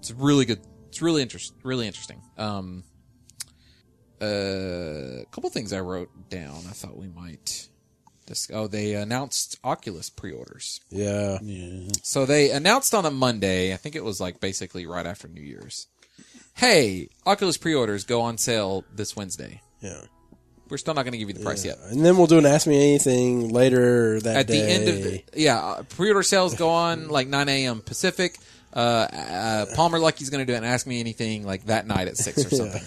Speaker 3: It's really good. It's really interest really interesting. Um, uh, a couple things I wrote down. I thought we might. Dis- oh, they announced Oculus pre-orders.
Speaker 1: Yeah.
Speaker 3: So they announced on a Monday. I think it was like basically right after New Year's. Hey, Oculus pre-orders go on sale this Wednesday.
Speaker 1: Yeah.
Speaker 3: We're still not going to give you the price yet.
Speaker 1: And then we'll do an Ask Me Anything later that
Speaker 3: At
Speaker 1: day.
Speaker 3: the end of the yeah, uh, pre-order sales go on like 9 a.m. Pacific. Uh, uh, Palmer Lucky's going to do an Ask Me Anything like that night at six or something.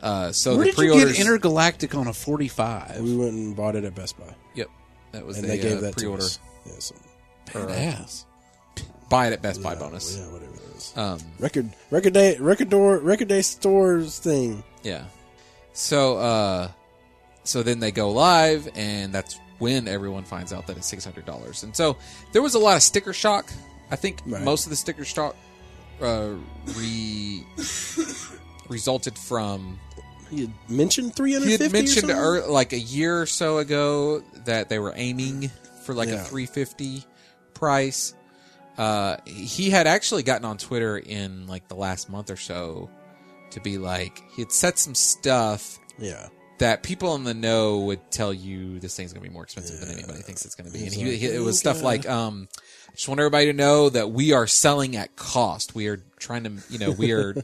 Speaker 3: Uh, so
Speaker 2: Where
Speaker 3: the
Speaker 2: did
Speaker 3: pre-orders.
Speaker 2: you get Intergalactic on a 45?
Speaker 1: we went and bought it at Best Buy,
Speaker 3: yep, that was
Speaker 1: and
Speaker 3: the
Speaker 1: they gave
Speaker 3: uh,
Speaker 1: that
Speaker 3: pre-order.
Speaker 1: to us. Yeah, so,
Speaker 3: or, uh,
Speaker 2: Yes.
Speaker 3: buy it at Best Buy bonus.
Speaker 1: yeah, whatever it is.
Speaker 3: Um,
Speaker 1: record, record day, record door, record day stores thing.
Speaker 3: Yeah. So uh so then they go live and that's when everyone finds out that it's six hundred dollars. And so there was a lot of sticker shock. I think
Speaker 1: Right.
Speaker 3: most of the sticker shock uh re resulted from
Speaker 1: He had mentioned three
Speaker 3: he
Speaker 1: hundred fifty.
Speaker 3: had mentioned ear like a year or so ago that they were aiming for like
Speaker 1: Yeah.
Speaker 3: a 350 price uh, he had actually gotten on twitter in like the last month or so to be like he had said some stuff
Speaker 1: yeah,
Speaker 3: that people in the know would tell you this thing's going to be more expensive than anybody thinks it's going to be. And he, he- it was stuff like, um, I just want everybody to know that we are selling at cost. We are trying to, you know, we are,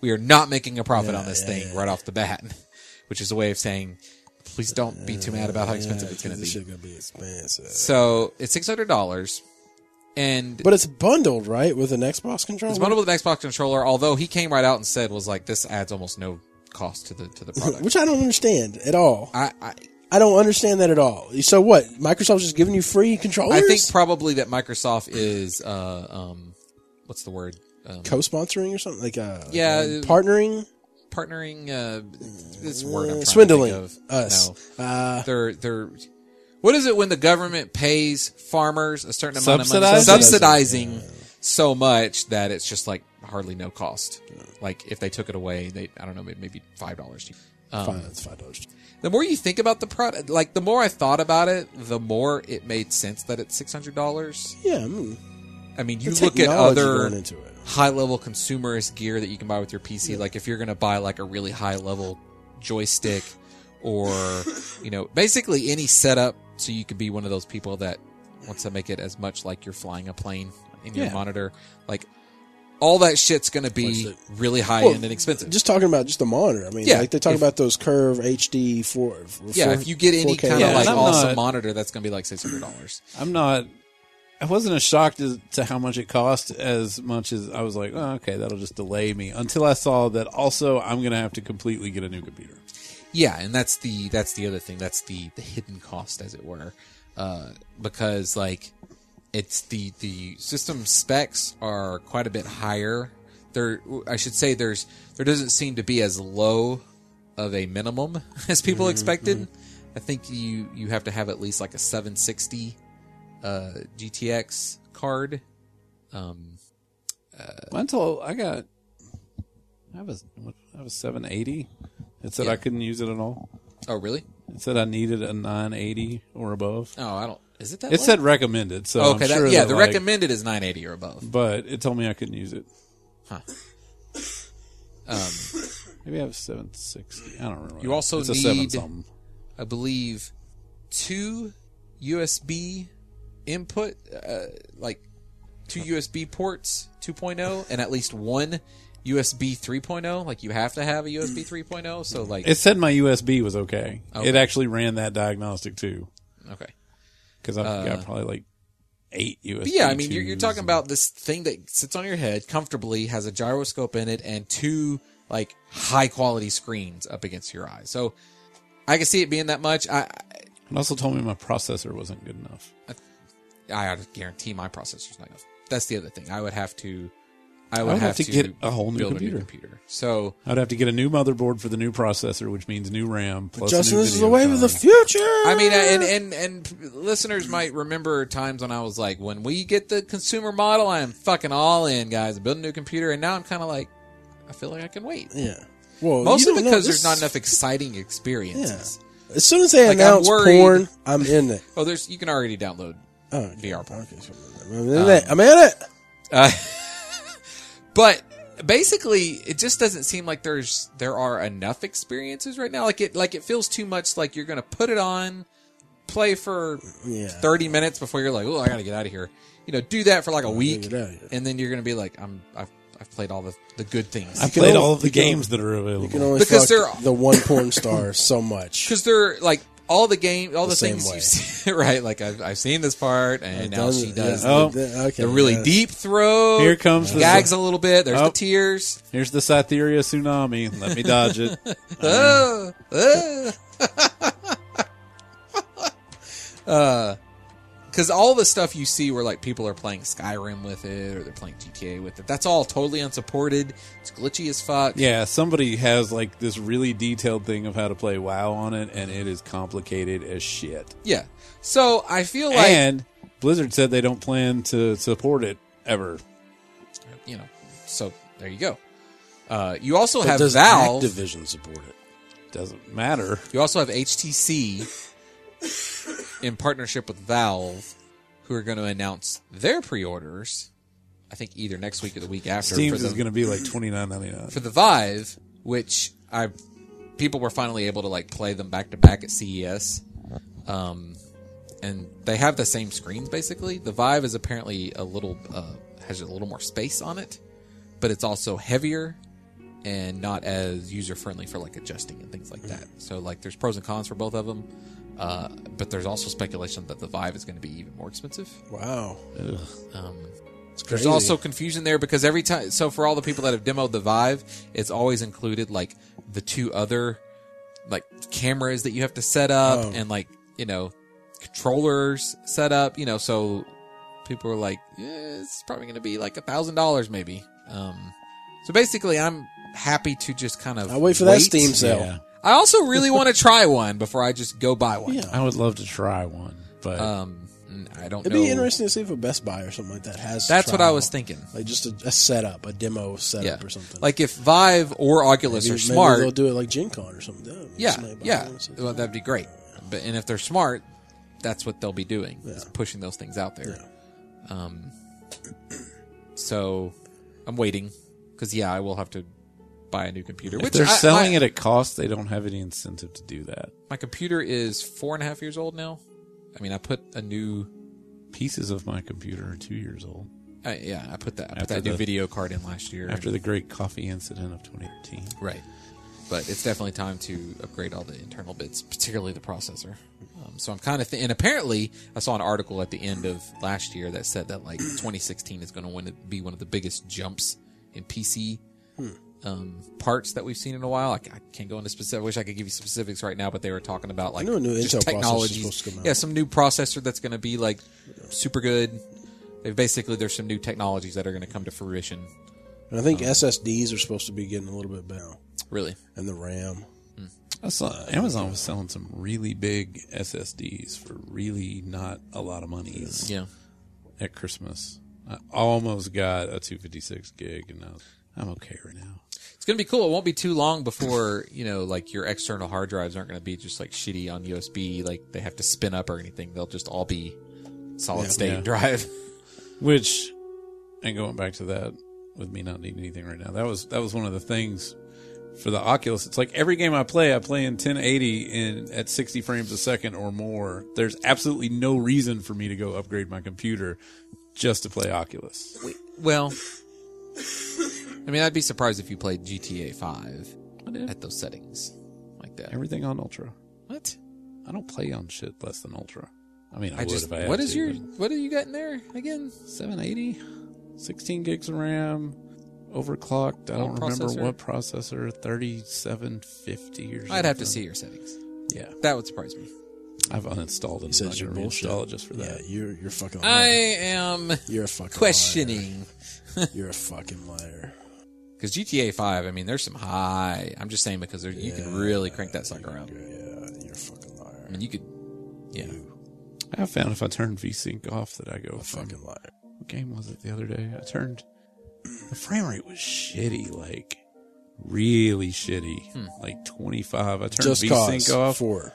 Speaker 3: we are not making a profit on this thing right off the bat, which is a way of saying, please don't be too mad about how expensive it's going to
Speaker 1: this
Speaker 3: be.
Speaker 1: shit gonna be expensive.
Speaker 3: So it's $600 and
Speaker 1: but it's bundled right with an Xbox controller.
Speaker 3: it's bundled with an Xbox controller. Although he came right out and said was like, this adds almost no cost to the, to the product.
Speaker 1: which I don't understand at all.
Speaker 3: I, I,
Speaker 1: I don't understand that at all. So what? Microsoft's just giving you free controllers?
Speaker 3: I think probably that Microsoft is uh, um, what's the word? Um,
Speaker 1: co-sponsoring or something like uh,
Speaker 3: Yeah,
Speaker 1: uh,
Speaker 3: it-
Speaker 1: partnering,
Speaker 3: partnering. Uh, this word. I'm trying to
Speaker 1: swindling
Speaker 3: think of.
Speaker 1: us.
Speaker 3: No.
Speaker 1: Uh,
Speaker 3: They're they're. What is it when the government pays farmers a certain amount of money,
Speaker 2: Subsidizing?
Speaker 3: subsidizing so much that it's just like hardly no cost? Like if they took it away, they I don't know maybe, maybe five dollars. um,
Speaker 1: fine, that's five dollars.
Speaker 3: The more you think about the product, like the more I thought about it, the more it made sense that it's six hundred dollars.
Speaker 1: Yeah, I mean,
Speaker 3: I mean,
Speaker 1: the
Speaker 3: you look at
Speaker 1: technology
Speaker 3: other
Speaker 1: going into it.
Speaker 3: high level consumerist gear that you can buy with your PC. Like if you're going to buy like a really high level joystick or, you know, basically any setup so you could be one of those people that wants to make it as much like you're flying a plane in your
Speaker 2: Yeah.
Speaker 3: monitor. Like all that shit's going to be
Speaker 1: Wasted.
Speaker 3: really high
Speaker 1: Well,
Speaker 3: end and expensive.
Speaker 1: Just talking about just the monitor. I mean,
Speaker 3: Yeah,
Speaker 1: like they talk
Speaker 3: if-
Speaker 1: about those Curve HD four.
Speaker 3: yeah, if you get any kind of
Speaker 2: Yeah,
Speaker 3: like
Speaker 2: and I'm
Speaker 3: awesome
Speaker 2: not-
Speaker 3: monitor, that's going to be like six hundred dollars.
Speaker 2: I'm not. I wasn't as shocked as to how much it cost as much as I was like, oh, okay, that'll just delay me until I saw that also I'm going to have to completely get a new computer.
Speaker 3: Yeah, and that's the that's the other thing. That's the the hidden cost, as it were, uh, because like it's the the system specs are quite a bit higher. There, I should say, there's there doesn't seem to be as low of a minimum as
Speaker 2: Mm-hmm,
Speaker 3: people expected. I think you you have to have at least like a 760 uh, GTX card. Um,
Speaker 2: Until I got, I have a, I have a 780. It said
Speaker 3: Yeah.
Speaker 2: I couldn't use it at all.
Speaker 3: oh, really?
Speaker 2: It said I needed a 980 or above.
Speaker 3: Oh, I don't. Is it that?
Speaker 2: It
Speaker 3: low?
Speaker 2: said recommended, so
Speaker 3: Oh, okay.
Speaker 2: I'm
Speaker 3: that-
Speaker 2: sure
Speaker 3: yeah,
Speaker 2: that,
Speaker 3: the
Speaker 2: like,
Speaker 3: recommended is 980 or above.
Speaker 2: But it told me I couldn't use it.
Speaker 3: Huh.
Speaker 2: Maybe I have 760. I don't remember.
Speaker 3: You also
Speaker 2: it's a seven
Speaker 3: need-
Speaker 2: something.
Speaker 3: I believe, two USB input, uh, like two USB ports 2.0, and at least one USB 3.0. oh. Like you have to have a USB 3.0. oh, So like,
Speaker 2: It said my USB was okay.
Speaker 3: Okay.
Speaker 2: It actually ran that diagnostic too,
Speaker 3: okay,
Speaker 2: because I've got probably like eight USB.
Speaker 3: Uh, but yeah, I mean, you're, you're
Speaker 2: 2s.
Speaker 3: talking about this thing that sits on your head comfortably, has a gyroscope in it, and two like high quality screens up against your eyes. So I can see it being that much. I
Speaker 2: It also told me my processor wasn't good enough.
Speaker 3: I, I guarantee my processor's not enough. That's the other thing. I would have to. I would,
Speaker 2: would have to get a whole new
Speaker 3: build
Speaker 2: computer.
Speaker 3: A new computer. So
Speaker 2: I'd have to get a new motherboard for the new processor, which means new RAM. Plus
Speaker 1: Justin,
Speaker 2: new
Speaker 1: this is the
Speaker 2: video
Speaker 1: wave of the
Speaker 2: card.
Speaker 1: future.
Speaker 3: I mean, I- and and and listeners might remember times when I was like, when we get the consumer model, I am fucking all in, guys. Build a new computer, and now I'm kind of like, I feel like I can wait.
Speaker 1: yeah. Well,
Speaker 3: Mostly
Speaker 1: you don't
Speaker 3: because
Speaker 1: know,
Speaker 3: there's
Speaker 1: this-
Speaker 3: not enough exciting experiences.
Speaker 1: As soon as they
Speaker 3: Like, I'm
Speaker 1: announce
Speaker 3: worried.
Speaker 1: porn, I'm in it.
Speaker 3: Oh, there's you can already download
Speaker 1: Oh, okay.
Speaker 3: VR porn.
Speaker 1: Okay, so I'm
Speaker 3: Um,
Speaker 1: in it. I'm in it.
Speaker 3: Uh, but basically, it just doesn't seem like there's there are enough experiences right now. Like it like it feels too much like you're gonna put it on, play for
Speaker 1: Yeah.
Speaker 3: thirty minutes before you're like, oh, I gotta get out of here. You know, do that for like a week,
Speaker 1: get out of here.
Speaker 3: and then you're gonna be like, I'm I've, I've played all the the good things
Speaker 2: I've
Speaker 1: can
Speaker 2: played
Speaker 1: only-
Speaker 2: all of the
Speaker 1: you can only-
Speaker 2: games that are
Speaker 1: You can
Speaker 2: available.
Speaker 1: only fuck
Speaker 3: Because they're-
Speaker 1: the one porn star so much.
Speaker 3: because they're like all the game, all the,
Speaker 1: same
Speaker 3: things
Speaker 1: way.
Speaker 3: you've seen, right? Like I've I've seen this part, and
Speaker 1: It
Speaker 3: now she
Speaker 1: doesn't-
Speaker 3: does
Speaker 1: yeah,
Speaker 2: Oh.
Speaker 1: it- it- okay,
Speaker 3: the really
Speaker 1: yeah.
Speaker 3: deep throat.
Speaker 2: Here comes the-
Speaker 3: gags a little bit. There's
Speaker 2: Oh.
Speaker 3: the tears.
Speaker 2: Here's the Cytheria tsunami. Let me dodge it.
Speaker 3: Uh, uh. because all the stuff you see where like people are playing Skyrim with it or they're playing GTA with it, that's all totally unsupported. It's glitchy as fuck.
Speaker 2: Yeah, somebody has like this really detailed thing of how to play WoW on it, and it is complicated as shit.
Speaker 3: Yeah. So I feel like
Speaker 2: and Blizzard said they don't plan to support it ever.
Speaker 3: you know. So there you go. Uh, you also
Speaker 1: But
Speaker 3: have
Speaker 1: does
Speaker 3: Valve.
Speaker 1: Activision support it?
Speaker 2: Doesn't matter.
Speaker 3: You also have HTC in partnership with Valve, who are going to announce their pre-orders. I think either next week or the week after.
Speaker 2: Steam's
Speaker 3: the-
Speaker 2: is going to be like twenty nine ninety nine.
Speaker 3: for the Vive, which I people were finally able to like play them back to back at CES, um, and they have the same screens basically. The Vive is apparently a little uh, has a little more space on it, but it's also heavier and not as user friendly for like adjusting and things like that. So like there's pros and cons for both of them. Uh, but there's also speculation that the Vive is going to be even more expensive.
Speaker 1: Wow,
Speaker 3: Um,
Speaker 1: it's crazy.
Speaker 3: there's also confusion there because every time, so for all the people that have demoed the Vive, it's always included like the two other like cameras that you have to set up
Speaker 1: Oh.
Speaker 3: and like you know controllers set up. You know, so people are like, yeah, it's probably going to be like a thousand dollars maybe. Um, so basically, I'm happy to just kind of
Speaker 1: I wait for that Steam sale.
Speaker 2: Yeah,
Speaker 3: I also really want to try one before I just go buy one.
Speaker 1: Yeah.
Speaker 2: I would love to try one, but
Speaker 3: Um, I don't
Speaker 1: It'd
Speaker 3: know.
Speaker 1: be interesting to see if a Best Buy or something like that has. a
Speaker 3: That's what I
Speaker 1: trial.
Speaker 3: was thinking.
Speaker 1: Like just a, a setup, a demo setup or something.
Speaker 3: Like if Vive or Oculus
Speaker 1: maybe,
Speaker 3: are
Speaker 1: maybe
Speaker 3: smart,
Speaker 1: they'll do it like Gen Con or something. That'd be
Speaker 3: yeah,
Speaker 1: somebody buy
Speaker 3: yeah,
Speaker 1: one and see.
Speaker 3: well, that'd be great. But and if they're smart, that's what they'll be doing is pushing those things out there. Um, so I'm waiting because yeah, I will have to buy a new computer.
Speaker 2: if
Speaker 3: Which
Speaker 2: they're
Speaker 3: I-
Speaker 2: selling
Speaker 3: my,
Speaker 2: it at cost, they don't have any incentive to do that.
Speaker 3: My computer is four and a half years old now. I mean, I put a new
Speaker 2: Pieces of my computer are two years old.
Speaker 3: I, yeah, I put that. I put
Speaker 2: After
Speaker 3: that new
Speaker 2: the-
Speaker 3: video card in last year.
Speaker 2: After the great coffee incident of 2013.
Speaker 3: Right. But it's definitely time to upgrade all the internal bits, particularly the processor. Um, so I'm kind of, th- and apparently I saw an article at the end of last year that said that like 2016 is going to be one of the biggest jumps in PC
Speaker 1: Hmm.
Speaker 3: um, parts that we've seen in a while. I, c- I can't go into specific. I wish I could give you specifics right now, but they were talking about like
Speaker 1: know a new Intel processor's
Speaker 3: technologies.
Speaker 1: supposed to come out.
Speaker 3: Yeah, some new processor that's going to be like super good. They basically there's some new technologies that are going to come to fruition.
Speaker 1: And I think SSDs are supposed to be getting a little bit better,
Speaker 3: Really,
Speaker 1: and the RAM.
Speaker 2: I saw Amazon was selling some really big SSDs for really not a lot of money
Speaker 3: yeah.
Speaker 2: at Christmas. I almost got a 256 gig, and I was, I'm okay right now.
Speaker 3: It's gonna be cool. It won't be too long before you know, like your external hard drives aren't gonna be just like shitty on USB. Like they have to spin up or anything. They'll just all be solid state
Speaker 2: Yeah.
Speaker 3: drive.
Speaker 2: Which, and going back to that with me not needing anything right now, that was that was one of the things for the Oculus. It's like every game I play, I play in 1080 and at 60 frames a second or more. There's absolutely no reason for me to go upgrade my computer just to play Oculus.
Speaker 3: well, I mean, I'd be surprised if you played GTA Five at those settings like that.
Speaker 2: Everything on Ultra.
Speaker 3: What?
Speaker 2: I don't play on shit less than Ultra. I mean, I,
Speaker 3: I
Speaker 2: would
Speaker 3: just.
Speaker 2: if I had
Speaker 3: What is
Speaker 2: to,
Speaker 3: your?
Speaker 2: but-
Speaker 3: What do you got in there again?
Speaker 2: 780, 16 gigs of RAM, overclocked. I don't
Speaker 3: What
Speaker 2: remember
Speaker 3: processor?
Speaker 2: what processor, 3750 or something.
Speaker 3: I'd have to see your settings.
Speaker 2: Yeah,
Speaker 3: That would surprise me.
Speaker 2: I've uninstalled it.
Speaker 1: says
Speaker 2: I'm not
Speaker 1: you're
Speaker 2: gonna
Speaker 1: bullshit.
Speaker 2: reinstall it just for
Speaker 1: Yeah,
Speaker 2: that.
Speaker 1: you're you're a fucking. Liar.
Speaker 3: I am
Speaker 1: you're a fucking liar.
Speaker 3: questioning
Speaker 1: You're a fucking liar.
Speaker 3: because GTA Five. I mean, there's some high. I'm just saying because there, you can really crank that sucker up.
Speaker 1: Yeah, you're a fucking liar.
Speaker 3: I mean, you could. Yeah.
Speaker 2: I found if I turn VSync off that I go
Speaker 1: A
Speaker 2: from.
Speaker 1: fucking liar.
Speaker 2: What game was it the other day? I turned. The frame rate was shitty, like really shitty,
Speaker 3: Hmm.
Speaker 2: like 25. I turned
Speaker 1: Just cause
Speaker 2: VSync off.
Speaker 1: four.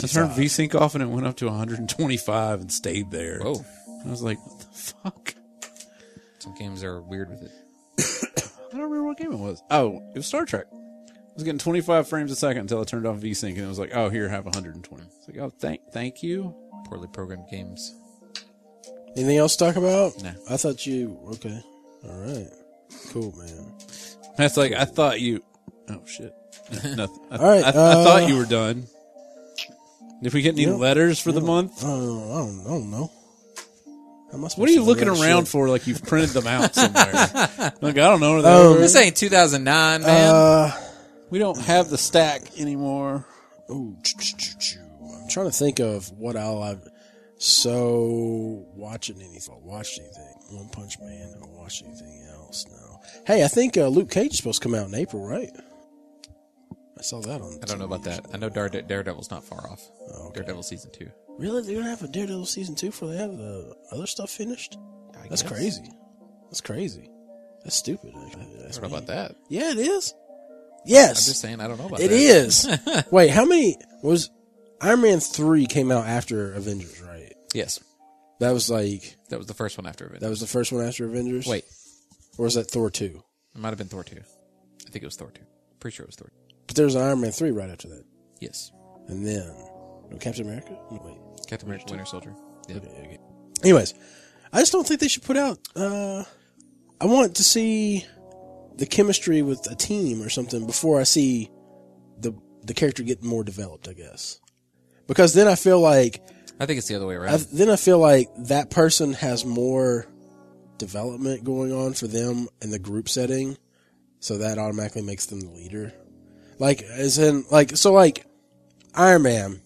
Speaker 2: I turned VSync off and it went up to 125 and stayed there.
Speaker 3: Whoa.
Speaker 2: I was like, what the fuck?
Speaker 3: Some games are weird with it.
Speaker 2: I don't remember what game it was. Oh, it was Star Trek. I was getting 25 frames a second until I turned off VSync, and it was like, oh, here, have 120. It's like, oh, thank, thank you.
Speaker 3: Poorly programmed games.
Speaker 1: Anything else to talk about?
Speaker 3: Nah.
Speaker 1: I thought you. Okay. All right. Cool, man.
Speaker 2: That's like, I thought you. Oh shit. Nothing. I,
Speaker 1: All right,
Speaker 2: I, I
Speaker 1: uh,
Speaker 2: thought you were done. Did we get any
Speaker 1: Yeah.
Speaker 2: letters for the month?
Speaker 1: I don't, I don't, I don't know. Am I
Speaker 2: What are
Speaker 1: supposed
Speaker 2: you
Speaker 1: to
Speaker 2: looking
Speaker 1: know this
Speaker 2: around
Speaker 1: shit? Um,
Speaker 2: for? Like you've printed them out somewhere. like I don't know. Where they were.
Speaker 3: This ain't 2009, man.
Speaker 1: Uh,
Speaker 2: we don't have the stack anymore.
Speaker 1: ooh, ch- ch- ch- ch- I'm trying to think of what I'll have. So, watching anything? Watched anything? One Punch Man? Haven't watched anything else? No. Hey, I think uh, Luke Cage is supposed to come out in April, right? I saw that on.
Speaker 3: I don't know about that. I know Darede- Daredevil's not far off.
Speaker 1: okay.
Speaker 3: Daredevil season two.
Speaker 1: Really, they're gonna have a Daredevil season two before they have the other stuff finished?
Speaker 3: I
Speaker 1: That's
Speaker 3: guess.
Speaker 1: crazy. That's crazy. That's stupid. Actually.
Speaker 3: I
Speaker 1: That's
Speaker 3: don't know
Speaker 1: mean.
Speaker 3: about that.
Speaker 1: Yeah, it is.
Speaker 3: I'm just
Speaker 1: Yes,
Speaker 3: saying I don't know about
Speaker 1: it
Speaker 3: that.
Speaker 1: is. Wait, how many was Iron Man three came out after Avengers? Right.
Speaker 3: Yes,
Speaker 1: That was like
Speaker 3: that was the first one after Avengers.
Speaker 1: that was the first one after Avengers.
Speaker 3: Wait,
Speaker 1: or was that Thor two?
Speaker 3: it might have been Thor two. I think it was Thor two. Pretty sure it was Thor.
Speaker 1: But there was an Iron Man three right after that,
Speaker 3: Yes,
Speaker 1: and then no Captain America. No, wait.
Speaker 3: Captain America: Winter Soldier. Yeah.
Speaker 1: Anyways, I just don't think they should put out. Uh, I want to see the chemistry with a team or something before I see the the character get more developed. I guess because then I feel like
Speaker 3: I think it's the other way around.
Speaker 1: I, then I feel like that person has more development going on for them in the group setting, so that automatically makes them the leader. Like as in like so like Iron Man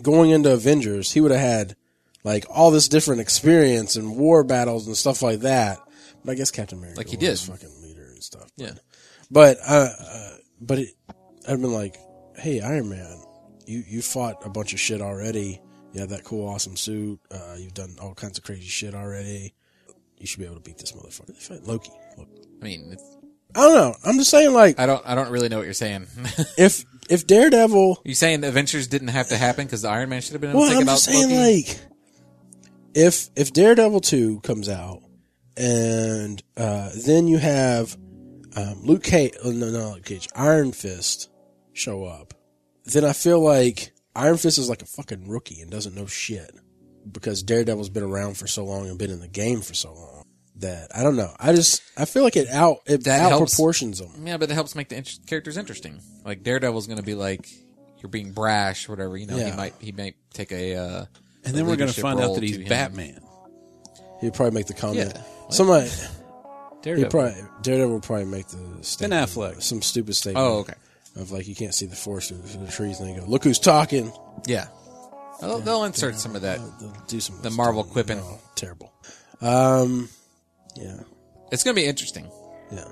Speaker 1: going into Avengers, he would have had like all this different experience and war battles and stuff like that. But I guess Captain America,
Speaker 3: Like he
Speaker 1: was
Speaker 3: did.
Speaker 1: fucking leader and stuff.
Speaker 3: yeah,
Speaker 1: But uh, uh but it, I've been like, hey, Iron Man, you you fought a bunch of shit already. You have that cool, awesome suit. Uh, you've done all kinds of crazy shit already. You should be able to beat this motherfucker. They fight Loki. Loki.
Speaker 3: I mean, it's,
Speaker 1: I don't know. I'm just saying, like,
Speaker 3: I don't, I don't really know what you're saying.
Speaker 1: if if Daredevil,
Speaker 3: you saying Avengers didn't have to happen because the Iron Man should have been able to
Speaker 1: well,
Speaker 3: take
Speaker 1: I'm
Speaker 3: it out.
Speaker 1: just saying,
Speaker 3: Loki?
Speaker 1: like, if if Daredevil two comes out, and uh, then you have um, Luke Cage, oh, no, no, Luke Cage, Iron Fist show up, then I feel like Iron Fist is like a fucking rookie and doesn't know shit. because Daredevil's been around for so long and been in the game for so long that I don't know. I just I feel like it out it
Speaker 3: That
Speaker 1: out
Speaker 3: helps.
Speaker 1: proportions them.
Speaker 3: Yeah, but that helps make the inter- characters interesting. Like Daredevil's going to be like, you're being brash, or whatever. You know, he
Speaker 1: Yeah.
Speaker 3: might he might take a. Uh,
Speaker 2: And
Speaker 3: a
Speaker 2: then we're going to
Speaker 3: leadership
Speaker 2: find out
Speaker 3: role
Speaker 2: that he's
Speaker 3: to him.
Speaker 2: Batman.
Speaker 1: He'd probably make the comment.
Speaker 3: Yeah.
Speaker 1: Somebody
Speaker 2: Daredevil.
Speaker 1: he'd probably Daredevil would probably make the statement,
Speaker 2: Affleck.
Speaker 1: some stupid statement.
Speaker 3: Oh, okay.
Speaker 1: Of like you can't see the forest through the trees, and they go, "Look who's talking."
Speaker 3: Yeah, they'll, they'll insert some of that.
Speaker 1: They'll do some of
Speaker 3: The
Speaker 1: this
Speaker 3: Marvel
Speaker 1: stuff.
Speaker 3: quipping.
Speaker 1: No, terrible. Um, yeah,
Speaker 3: It's going to be interesting.
Speaker 1: yeah.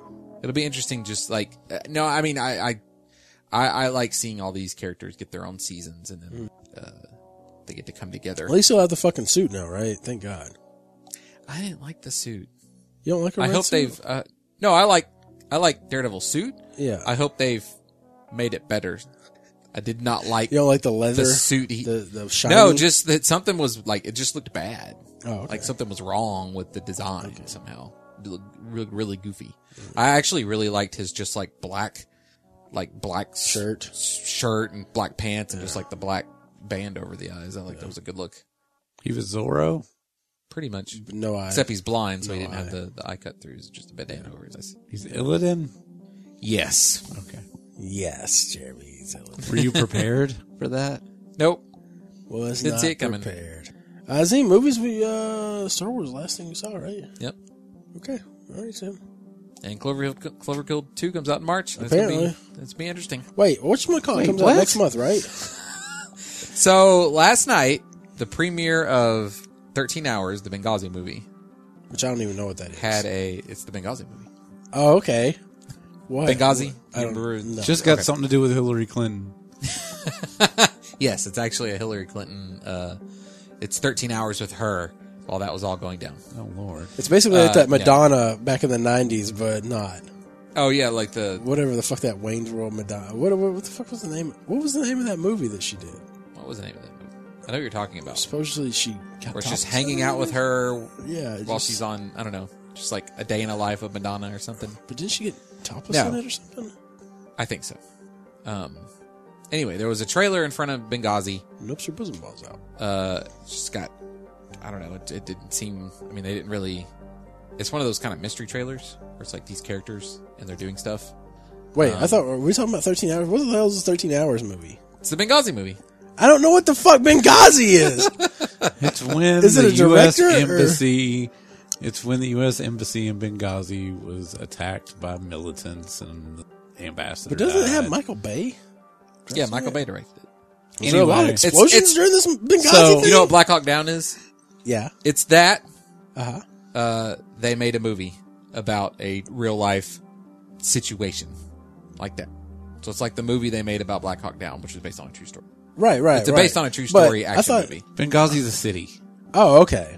Speaker 3: It'll be interesting. Just like uh, no, I mean, I, I, I, I like seeing all these characters get their own seasons and
Speaker 1: Hmm.
Speaker 3: then uh, they get to come together.
Speaker 1: At least he'll have the fucking suit now, right? Thank God.
Speaker 3: I didn't like the suit.
Speaker 1: You don't like a
Speaker 3: I
Speaker 1: red
Speaker 3: hope
Speaker 1: suit?
Speaker 3: they've. Uh, no, I like I like Daredevil's suit.
Speaker 1: Yeah.
Speaker 3: I hope they've made it better. I did not like
Speaker 1: you don't like the leather
Speaker 3: the suit. He,
Speaker 1: the the shiny.
Speaker 3: no, just that something was like it just looked bad.
Speaker 1: oh, okay.
Speaker 3: Like something was wrong with the design somehow. It looked really, really goofy. I actually really liked his just like black, like black s-
Speaker 1: shirt.
Speaker 3: s- shirt and black pants and just like the black band over the eyes. I like that was a good look.
Speaker 2: He was Zorro.
Speaker 3: Pretty much.
Speaker 1: No eye.
Speaker 3: Except he's blind, so he
Speaker 1: No,
Speaker 3: didn't have
Speaker 1: I-
Speaker 3: the, the eye cut through. It's just a bandana over his eyes.
Speaker 2: He's Illidan.
Speaker 3: Yes.
Speaker 2: Okay.
Speaker 1: yes, Jeremy. he's a little-
Speaker 2: Were you prepared for that?
Speaker 3: Nope.
Speaker 1: Was
Speaker 3: Didn't
Speaker 1: not
Speaker 3: see it coming.
Speaker 1: prepared. Uh, is any movies we uh Star Wars last thing we saw, right?
Speaker 3: Yep.
Speaker 1: Okay, all right, Sam.
Speaker 3: And Cloverfield, Cloverfield 2 comes out in March. That's Gonna be,
Speaker 1: Apparently.
Speaker 3: it's gonna be interesting.
Speaker 1: Wait, which one call
Speaker 2: Wait,
Speaker 1: comes
Speaker 2: what?
Speaker 1: out next month, right?
Speaker 3: So last night, the premiere of 13 Hours, the Benghazi movie,
Speaker 1: Which I don't even know what that is.
Speaker 3: had a. It's the Benghazi movie.
Speaker 1: oh, okay. What
Speaker 3: Benghazi?
Speaker 1: I don't
Speaker 3: Remember-
Speaker 1: know.
Speaker 2: Just got something to do with Hillary Clinton.
Speaker 3: Yes, it's actually a Hillary Clinton. Uh, it's 13 Hours with her while that was all going down.
Speaker 2: Oh Lord.
Speaker 1: It's basically like
Speaker 3: Uh,
Speaker 1: that
Speaker 3: yeah.
Speaker 1: Madonna back in the '90s, but not
Speaker 3: Oh yeah, like the
Speaker 1: whatever the fuck that Wayne's World Madonna. What, what, what the fuck was the name? What was the name of that movie that she did?
Speaker 3: what was the name of that movie? I know what you're talking about.
Speaker 1: Supposedly she got
Speaker 3: Where it's just
Speaker 1: top-
Speaker 3: hanging out with her
Speaker 1: Yeah, it
Speaker 3: while
Speaker 1: just-
Speaker 3: she's on. I don't know, just like a day in the life of Madonna or something.
Speaker 1: But didn't she get topless
Speaker 3: No.
Speaker 1: in it or something?
Speaker 3: I think so. Um. Anyway, there was a trailer in front of Benghazi.
Speaker 1: Nope, her bosom balls out.
Speaker 3: uh just got i don't know it, it didn't seem i mean they didn't really it's one of those kind of mystery trailers where it's like these characters and they're doing stuff
Speaker 1: Wait, I thought were we talking about thirteen hours? What the hell is a thirteen hours movie?
Speaker 3: it's the benghazi movie
Speaker 1: I don't know what the fuck Benghazi is.
Speaker 2: It's when
Speaker 1: Is it
Speaker 2: the
Speaker 1: a
Speaker 2: U.S.
Speaker 1: director, or-
Speaker 2: embassy. It's when the U.S. embassy in Benghazi was attacked by militants and the ambassador.
Speaker 1: but doesn't it
Speaker 2: died.
Speaker 1: have Michael Bay?
Speaker 3: yeah michael bay directed it
Speaker 1: Was there a lot of
Speaker 2: Anyway, it's-
Speaker 1: explosions
Speaker 3: it's-
Speaker 1: during this Benghazi
Speaker 2: So-
Speaker 1: thing?
Speaker 3: you know what black hawk down is
Speaker 1: yeah.
Speaker 3: it's that
Speaker 1: Uh huh.
Speaker 3: uh they made a movie about a real life situation like that so it's like the movie they made about black hawk down which was based on a true story
Speaker 1: Right, right.
Speaker 3: it's
Speaker 1: right.
Speaker 3: based on a true
Speaker 1: But
Speaker 3: story
Speaker 1: I
Speaker 3: action
Speaker 1: thought-
Speaker 3: movie
Speaker 2: Benghazi's a city.
Speaker 1: Oh, okay.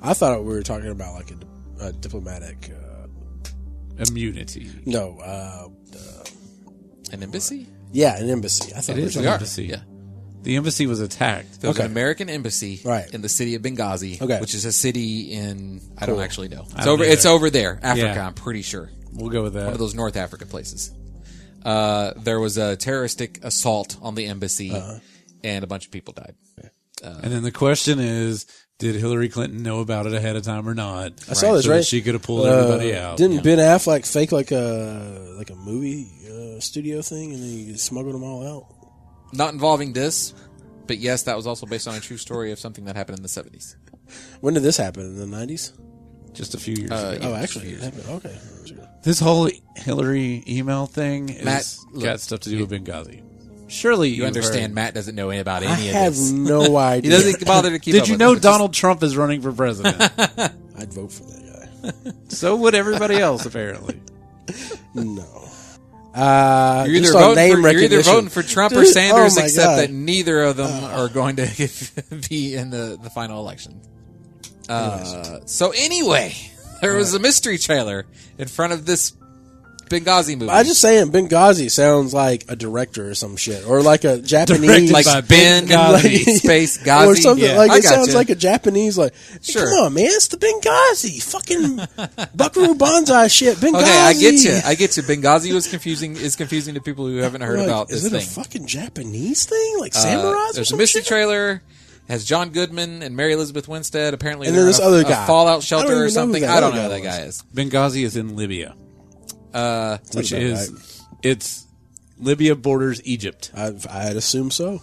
Speaker 1: I thought we were talking about like a, di- a diplomatic. Uh,
Speaker 2: Immunity.
Speaker 1: no. Uh,
Speaker 3: an embassy
Speaker 1: yeah, an embassy. I thought
Speaker 2: It
Speaker 1: we were
Speaker 2: is an
Speaker 1: talking-
Speaker 2: embassy.
Speaker 3: yeah
Speaker 2: The embassy was attacked.
Speaker 3: There was an
Speaker 1: Okay.
Speaker 3: American embassy
Speaker 1: Right.
Speaker 3: in the city of Benghazi,
Speaker 1: Okay.
Speaker 3: which is a city in I don't actually know. It's
Speaker 2: don't
Speaker 3: over.
Speaker 2: either.
Speaker 3: It's over there, Africa.
Speaker 2: Yeah.
Speaker 3: I'm pretty sure one
Speaker 2: We'll go with that.
Speaker 3: of those North Africa places. Uh, there was a terroristic assault on the embassy,
Speaker 1: Uh-huh.
Speaker 3: and a bunch of people died.
Speaker 2: and then the question is, did Hillary Clinton know about it ahead of time or not?
Speaker 1: I saw this
Speaker 2: so
Speaker 1: right.
Speaker 2: That she could have pulled
Speaker 1: Uh,
Speaker 2: everybody out.
Speaker 1: Didn't Ben Affleck fake like a like a movie uh, studio thing and then he smuggled them all out?
Speaker 3: Not involving this, but yes, that was also based on a true story of something that happened in the 70s.
Speaker 1: When did this happen? In the nineties?
Speaker 2: just a few years
Speaker 3: Uh,
Speaker 2: ago.
Speaker 1: Oh, actually, it happened. Okay.
Speaker 2: This whole Hillary email thing is
Speaker 3: Matt,
Speaker 2: got
Speaker 3: look.
Speaker 2: stuff to do with Benghazi. Surely
Speaker 3: You understand? Matt doesn't know about any
Speaker 1: I
Speaker 3: of
Speaker 1: have
Speaker 3: this.
Speaker 1: no
Speaker 3: He
Speaker 1: idea.
Speaker 3: doesn't bother to keep.
Speaker 2: Did
Speaker 3: up
Speaker 2: you
Speaker 3: with
Speaker 2: know
Speaker 3: it. It's just-
Speaker 2: Donald Trump is running for president?
Speaker 1: I'd vote for that guy.
Speaker 2: so would everybody else, apparently.
Speaker 1: No. Uh,
Speaker 3: You're either,
Speaker 1: just on
Speaker 3: voting
Speaker 1: name
Speaker 3: for, you're either
Speaker 1: recognition.
Speaker 3: voting for Trump or
Speaker 1: Dude,
Speaker 3: Sanders,
Speaker 1: oh my
Speaker 3: except
Speaker 1: God.
Speaker 3: that neither of them are going to be in the, the final election. Uh, so anyway, there was a mystery trailer in front of this Benghazi movie.
Speaker 1: I just saying Benghazi sounds like a director or some shit, or like a Japanese,
Speaker 2: Directed
Speaker 3: like
Speaker 2: by
Speaker 3: Ben Benghazi, Space Ghazi,
Speaker 1: or something.
Speaker 3: Yeah,
Speaker 1: like
Speaker 3: I
Speaker 1: it sounds
Speaker 3: gotcha.
Speaker 1: like a Japanese. Like, hey,
Speaker 3: Sure.
Speaker 1: come on, man, it's the Benghazi, fucking Buckaroo Banzai shit. Benghazi.
Speaker 3: Okay, I get you. I get you. Benghazi was confusing. Is confusing to people who haven't heard
Speaker 1: Like,
Speaker 3: about
Speaker 1: is
Speaker 3: this
Speaker 1: it
Speaker 3: thing.
Speaker 1: a fucking Japanese thing, like
Speaker 3: Uh,
Speaker 1: samurais or
Speaker 3: there's a
Speaker 1: some
Speaker 3: mystery
Speaker 1: shit?
Speaker 3: trailer. has John Goodman and Mary Elizabeth Winstead. Apparently,
Speaker 1: And
Speaker 3: they're
Speaker 1: then
Speaker 3: in
Speaker 1: this
Speaker 3: a-
Speaker 1: other
Speaker 3: a
Speaker 1: guy.
Speaker 3: fallout
Speaker 1: I
Speaker 3: shelter
Speaker 1: don't even know
Speaker 3: or
Speaker 1: who
Speaker 3: something.
Speaker 1: that
Speaker 3: I don't
Speaker 1: other
Speaker 3: know who
Speaker 1: guy
Speaker 3: that guy is.
Speaker 2: Benghazi is in Libya,
Speaker 3: Uh,
Speaker 2: which
Speaker 1: about
Speaker 2: is
Speaker 1: right.
Speaker 2: it's Libya borders Egypt.
Speaker 1: I, I'd assume so.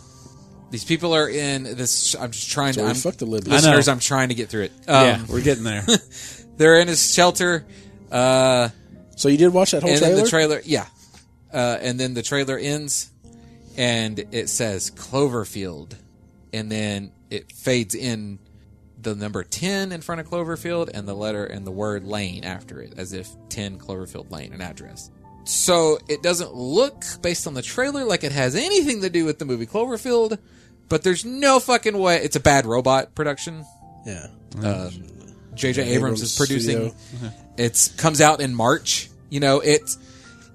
Speaker 3: these people are in this. I'm just trying
Speaker 1: So
Speaker 3: to.
Speaker 1: we
Speaker 3: I'm,
Speaker 1: fucked the Libyans. I know.
Speaker 3: listeners, I'm trying to get through it. Um,
Speaker 2: yeah, we're getting there.
Speaker 3: they're in his shelter. Uh,
Speaker 1: So you did watch that whole
Speaker 3: and
Speaker 1: trailer?
Speaker 3: then the trailer, yeah, uh, and then the trailer ends, and it says Cloverfield, and then it fades in the number ten in front of Cloverfield and the letter and the word Lane after it, as if ten Cloverfield Lane, an address. So it doesn't look, based on the trailer, like it has anything to do with the movie Cloverfield. But there's no fucking way. It's a bad robot production.
Speaker 1: yeah.
Speaker 3: J.J. Abrams,
Speaker 1: Abrams
Speaker 3: is producing. Mm-hmm.
Speaker 1: studio.
Speaker 3: It's comes out in March. You know, it's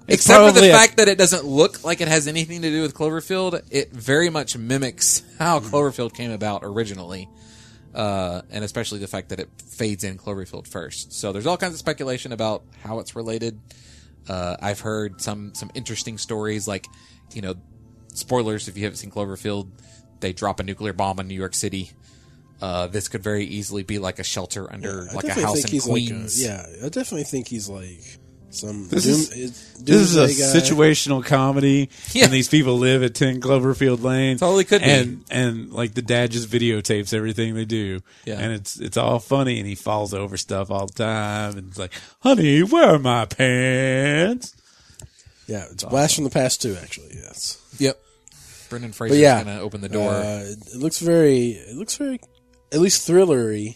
Speaker 2: It's
Speaker 3: except for the
Speaker 2: probably a-
Speaker 3: fact that it doesn't look like it has anything to do with Cloverfield. It very much mimics how Cloverfield came about originally, uh, and especially the fact that it fades in Cloverfield first. So there's all kinds of speculation about how it's related. Uh, I've heard some some interesting stories, like you know, spoilers if you haven't seen Cloverfield, they drop a nuclear bomb in New York City. Uh, this could very easily be like a shelter under
Speaker 1: I
Speaker 3: like a
Speaker 1: definitely
Speaker 3: house
Speaker 1: think
Speaker 3: in
Speaker 1: he's like a-
Speaker 3: Queens.
Speaker 1: yeah, I definitely think he's like some.
Speaker 2: This
Speaker 1: doom,
Speaker 2: is-
Speaker 1: it's
Speaker 2: This is a
Speaker 1: doomsday guy.
Speaker 2: situational comedy,
Speaker 3: Yeah.
Speaker 2: and these people live at Ten Cloverfield Lane.
Speaker 3: Totally could be.
Speaker 2: and and like the dad just videotapes everything they do,
Speaker 3: Yeah.
Speaker 2: and it's it's all funny, and he falls over stuff all the time, and it's like, "Honey, where are my pants?"
Speaker 1: Yeah, it's Blast from the Past too. Actually, yes.
Speaker 3: Yep. Brendan Fraser's
Speaker 1: yeah.
Speaker 3: gonna open the door.
Speaker 1: Uh, it looks very. It looks very, at least thrillery.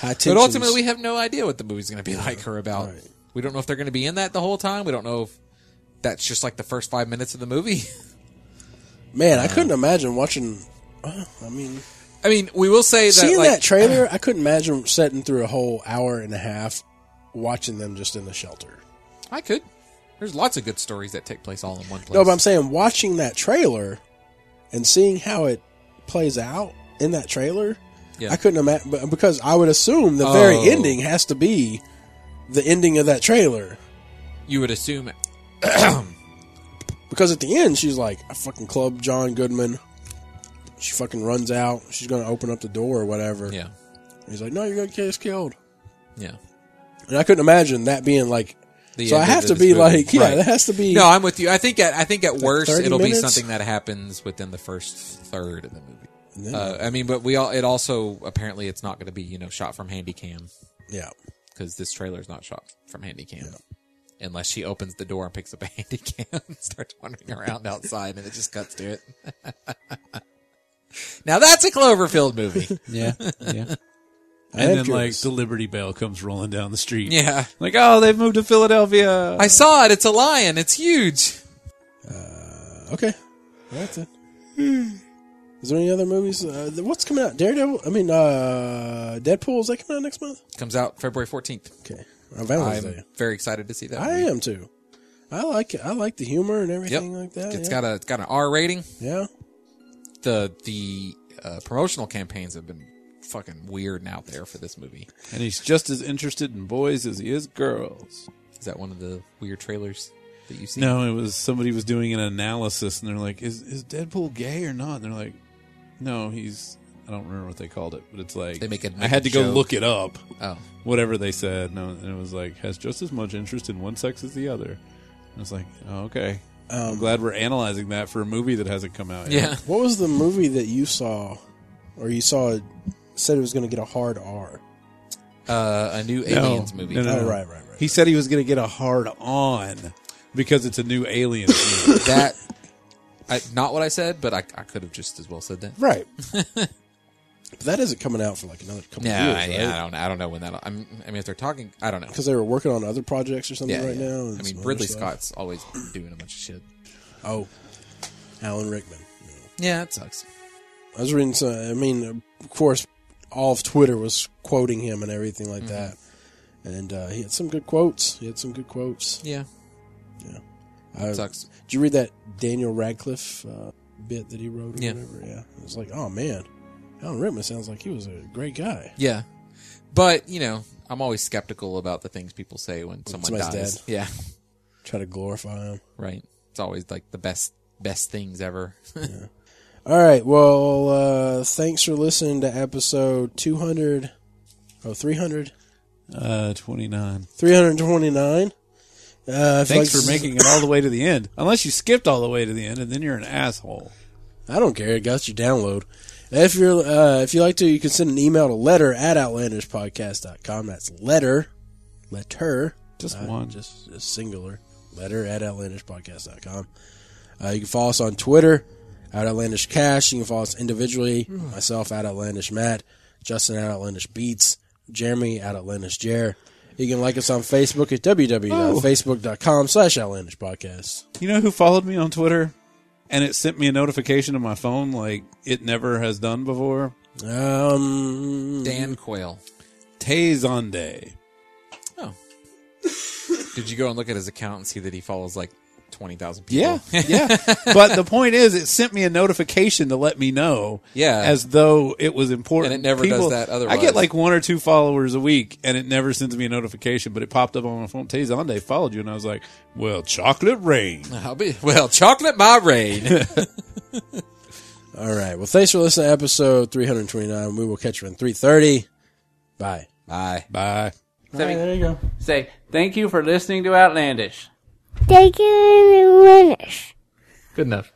Speaker 1: High
Speaker 3: but
Speaker 1: tensions.
Speaker 3: ultimately we have no idea what the movie's gonna be like or about.
Speaker 1: Right.
Speaker 3: We don't know if they're gonna be in that the whole time. We don't know if that's just like the first five minutes of the movie.
Speaker 1: man, I couldn't imagine watching. Uh, I mean,
Speaker 3: I mean, we will say that
Speaker 1: seeing
Speaker 3: like,
Speaker 1: that trailer, I couldn't imagine sitting through a whole hour and a half watching them just in the shelter.
Speaker 3: I could. There's lots of good stories that take place all in one place.
Speaker 1: No, but I'm saying watching that trailer and seeing how it plays out in that trailer,
Speaker 3: Yeah.
Speaker 1: I couldn't imagine but- because I would assume the very
Speaker 3: Oh.
Speaker 1: ending has to be the ending of that trailer
Speaker 3: you would assume
Speaker 1: because at the end she's like, "I fucking club John Goodman." She fucking runs out. She's gonna open up the door or whatever.
Speaker 3: Yeah.
Speaker 1: He's like, "No, you're gonna get us killed."
Speaker 3: Yeah.
Speaker 1: And I couldn't imagine that being like.
Speaker 3: The
Speaker 1: so I
Speaker 3: end
Speaker 1: have
Speaker 3: of
Speaker 1: to
Speaker 3: this
Speaker 1: be
Speaker 3: movie.
Speaker 1: like, yeah,
Speaker 3: Right.
Speaker 1: that has to be.
Speaker 3: No, I'm with you. I think at I think at worst
Speaker 1: 30
Speaker 3: it'll
Speaker 1: minutes?
Speaker 3: be something that happens within the first third of the movie.
Speaker 1: And then-
Speaker 3: Uh, I mean, but we all it also apparently it's not going to be you know shot from handy cam
Speaker 1: yeah.
Speaker 3: because this trailer is not shot from handy cam. Unless she opens the door and picks up a handy cam and starts wandering around outside, and it just cuts to it. now that's a Cloverfield movie.
Speaker 2: Yeah, yeah.
Speaker 1: I
Speaker 2: and
Speaker 1: am
Speaker 2: then
Speaker 1: curious.
Speaker 2: like the Liberty Bell comes rolling down the street.
Speaker 3: yeah,
Speaker 2: like oh, they've moved to Philadelphia.
Speaker 3: I saw it. It's a lion. It's huge.
Speaker 1: Okay, that's it. Is there any other movies? Uh, th- what's coming out? Daredevil. I mean, uh, Deadpool. Is that coming out next month?
Speaker 3: Comes out February fourteenth.
Speaker 1: Okay, on Valentine's Day.
Speaker 3: I'm very excited to see that.
Speaker 1: I
Speaker 3: movie.
Speaker 1: am too. I like it. I like the humor and
Speaker 3: Yep.
Speaker 1: everything like that.
Speaker 3: It's
Speaker 1: Oh, yeah.
Speaker 3: got a it's got an R rating.
Speaker 1: yeah.
Speaker 3: The the uh, promotional campaigns have been fucking weird and out there for this movie.
Speaker 2: and he's just as interested in boys as he is girls.
Speaker 3: Is that one of the weird trailers that you see?
Speaker 2: No, it was somebody was doing an analysis, and they're like, "Is is Deadpool gay or not?" And they're like, "No, he's." I don't remember what they called it, but it's like
Speaker 3: They make it-
Speaker 2: I had to go
Speaker 3: joke.
Speaker 2: look it up.
Speaker 3: Oh,
Speaker 2: Whatever they said, no, and it was like has just as much interest in one sex as the other. And I was like, oh, okay. I'm glad we're analyzing that for a movie that hasn't come out
Speaker 3: yeah.
Speaker 2: yet.
Speaker 1: What was the movie that you saw, or you saw it said it was going to get a hard R?
Speaker 3: Uh, a new
Speaker 2: No.
Speaker 3: aliens movie.
Speaker 2: No, no,
Speaker 1: Oh,
Speaker 2: no.
Speaker 1: right, right, right.
Speaker 2: He said he was going to get a hard on because it's a new alien. movie.
Speaker 3: That. I, not what I said, but I, I could have just as well said that.
Speaker 1: Right. but that isn't coming out for like another couple
Speaker 3: Yeah,
Speaker 1: years,
Speaker 3: I-
Speaker 1: right?
Speaker 3: yeah, I don't. I don't know when that. I'm, I mean, if they're talking, I don't know.
Speaker 1: Because they were working on other projects or something
Speaker 3: Yeah,
Speaker 1: right
Speaker 3: yeah.
Speaker 1: now. and
Speaker 3: I
Speaker 1: some
Speaker 3: mean,
Speaker 1: other
Speaker 3: Ridley
Speaker 1: stuff.
Speaker 3: Scott's always doing a bunch of shit.
Speaker 1: Oh, Alan Rickman. you know.
Speaker 3: Yeah, it sucks.
Speaker 1: I was reading some. I mean, of course, all of Twitter was quoting him and everything like
Speaker 3: Mm-hmm.
Speaker 1: that. And uh, he had some good quotes. He had some good quotes.
Speaker 3: Yeah,
Speaker 1: I,
Speaker 3: it
Speaker 1: did
Speaker 3: sucks.
Speaker 1: you read that Daniel Radcliffe uh, bit that he wrote or
Speaker 3: Yeah.
Speaker 1: whatever? Yeah. It was like, oh man, Alan Rickman sounds like he was a great guy.
Speaker 3: Yeah, but you know, I'm always skeptical about the things people say when someone
Speaker 1: somebody's
Speaker 3: dies.
Speaker 1: dead.
Speaker 3: Yeah,
Speaker 1: Try to glorify him.
Speaker 3: right. It's always like the best best things ever.
Speaker 1: All right. Well, uh, thanks for listening to episode 200. Oh, 300.
Speaker 2: Uh, 29.
Speaker 1: 329. Uh, if you'd like
Speaker 2: Thanks
Speaker 1: to-
Speaker 2: for making it all the way to the end. Unless you skipped all the way to the end, and then you're an asshole.
Speaker 1: I don't care. It got your download. If you're uh, if you like to, you can send an email to letter at outlanderspodcast.com. That's letter, letter,
Speaker 2: Just
Speaker 1: uh,
Speaker 2: one.
Speaker 1: just just singular, letter at outlanderspodcast.com. Uh, you can follow us on Twitter, at Outlandish Cash. You can follow us individually, myself at Outlandish Matt, Justin at Outlandish Beats, Jeremy at Outlandish Jer. You can like us on Facebook at www.facebook.com slash outlandish podcast.
Speaker 2: You know who followed me on Twitter? And it sent me a notification to my phone like it never has done before.
Speaker 1: Um,
Speaker 3: Dan Quayle.
Speaker 2: Tay Zonday.
Speaker 3: Oh. Did you go and look at his account and see that he follows like 20,000 people?
Speaker 2: Yeah, yeah. but the point is, it sent me a notification to let me know.
Speaker 3: Yeah.
Speaker 2: as though it was important.
Speaker 3: And it never does that otherwise.
Speaker 2: I get like one or two followers a week, and it never sends me a notification. But it popped up on my phone. Tay Zonday followed you, and I was like, "Well, chocolate rain."
Speaker 3: I'll be, well, chocolate my rain.
Speaker 1: All right. Well, thanks for listening to episode 329. We will catch you in 330. Bye.
Speaker 3: Bye.
Speaker 2: Bye.
Speaker 1: there you go.
Speaker 4: Say, thank you for listening to Outlandish.
Speaker 5: Take it in the winners.
Speaker 4: Good enough.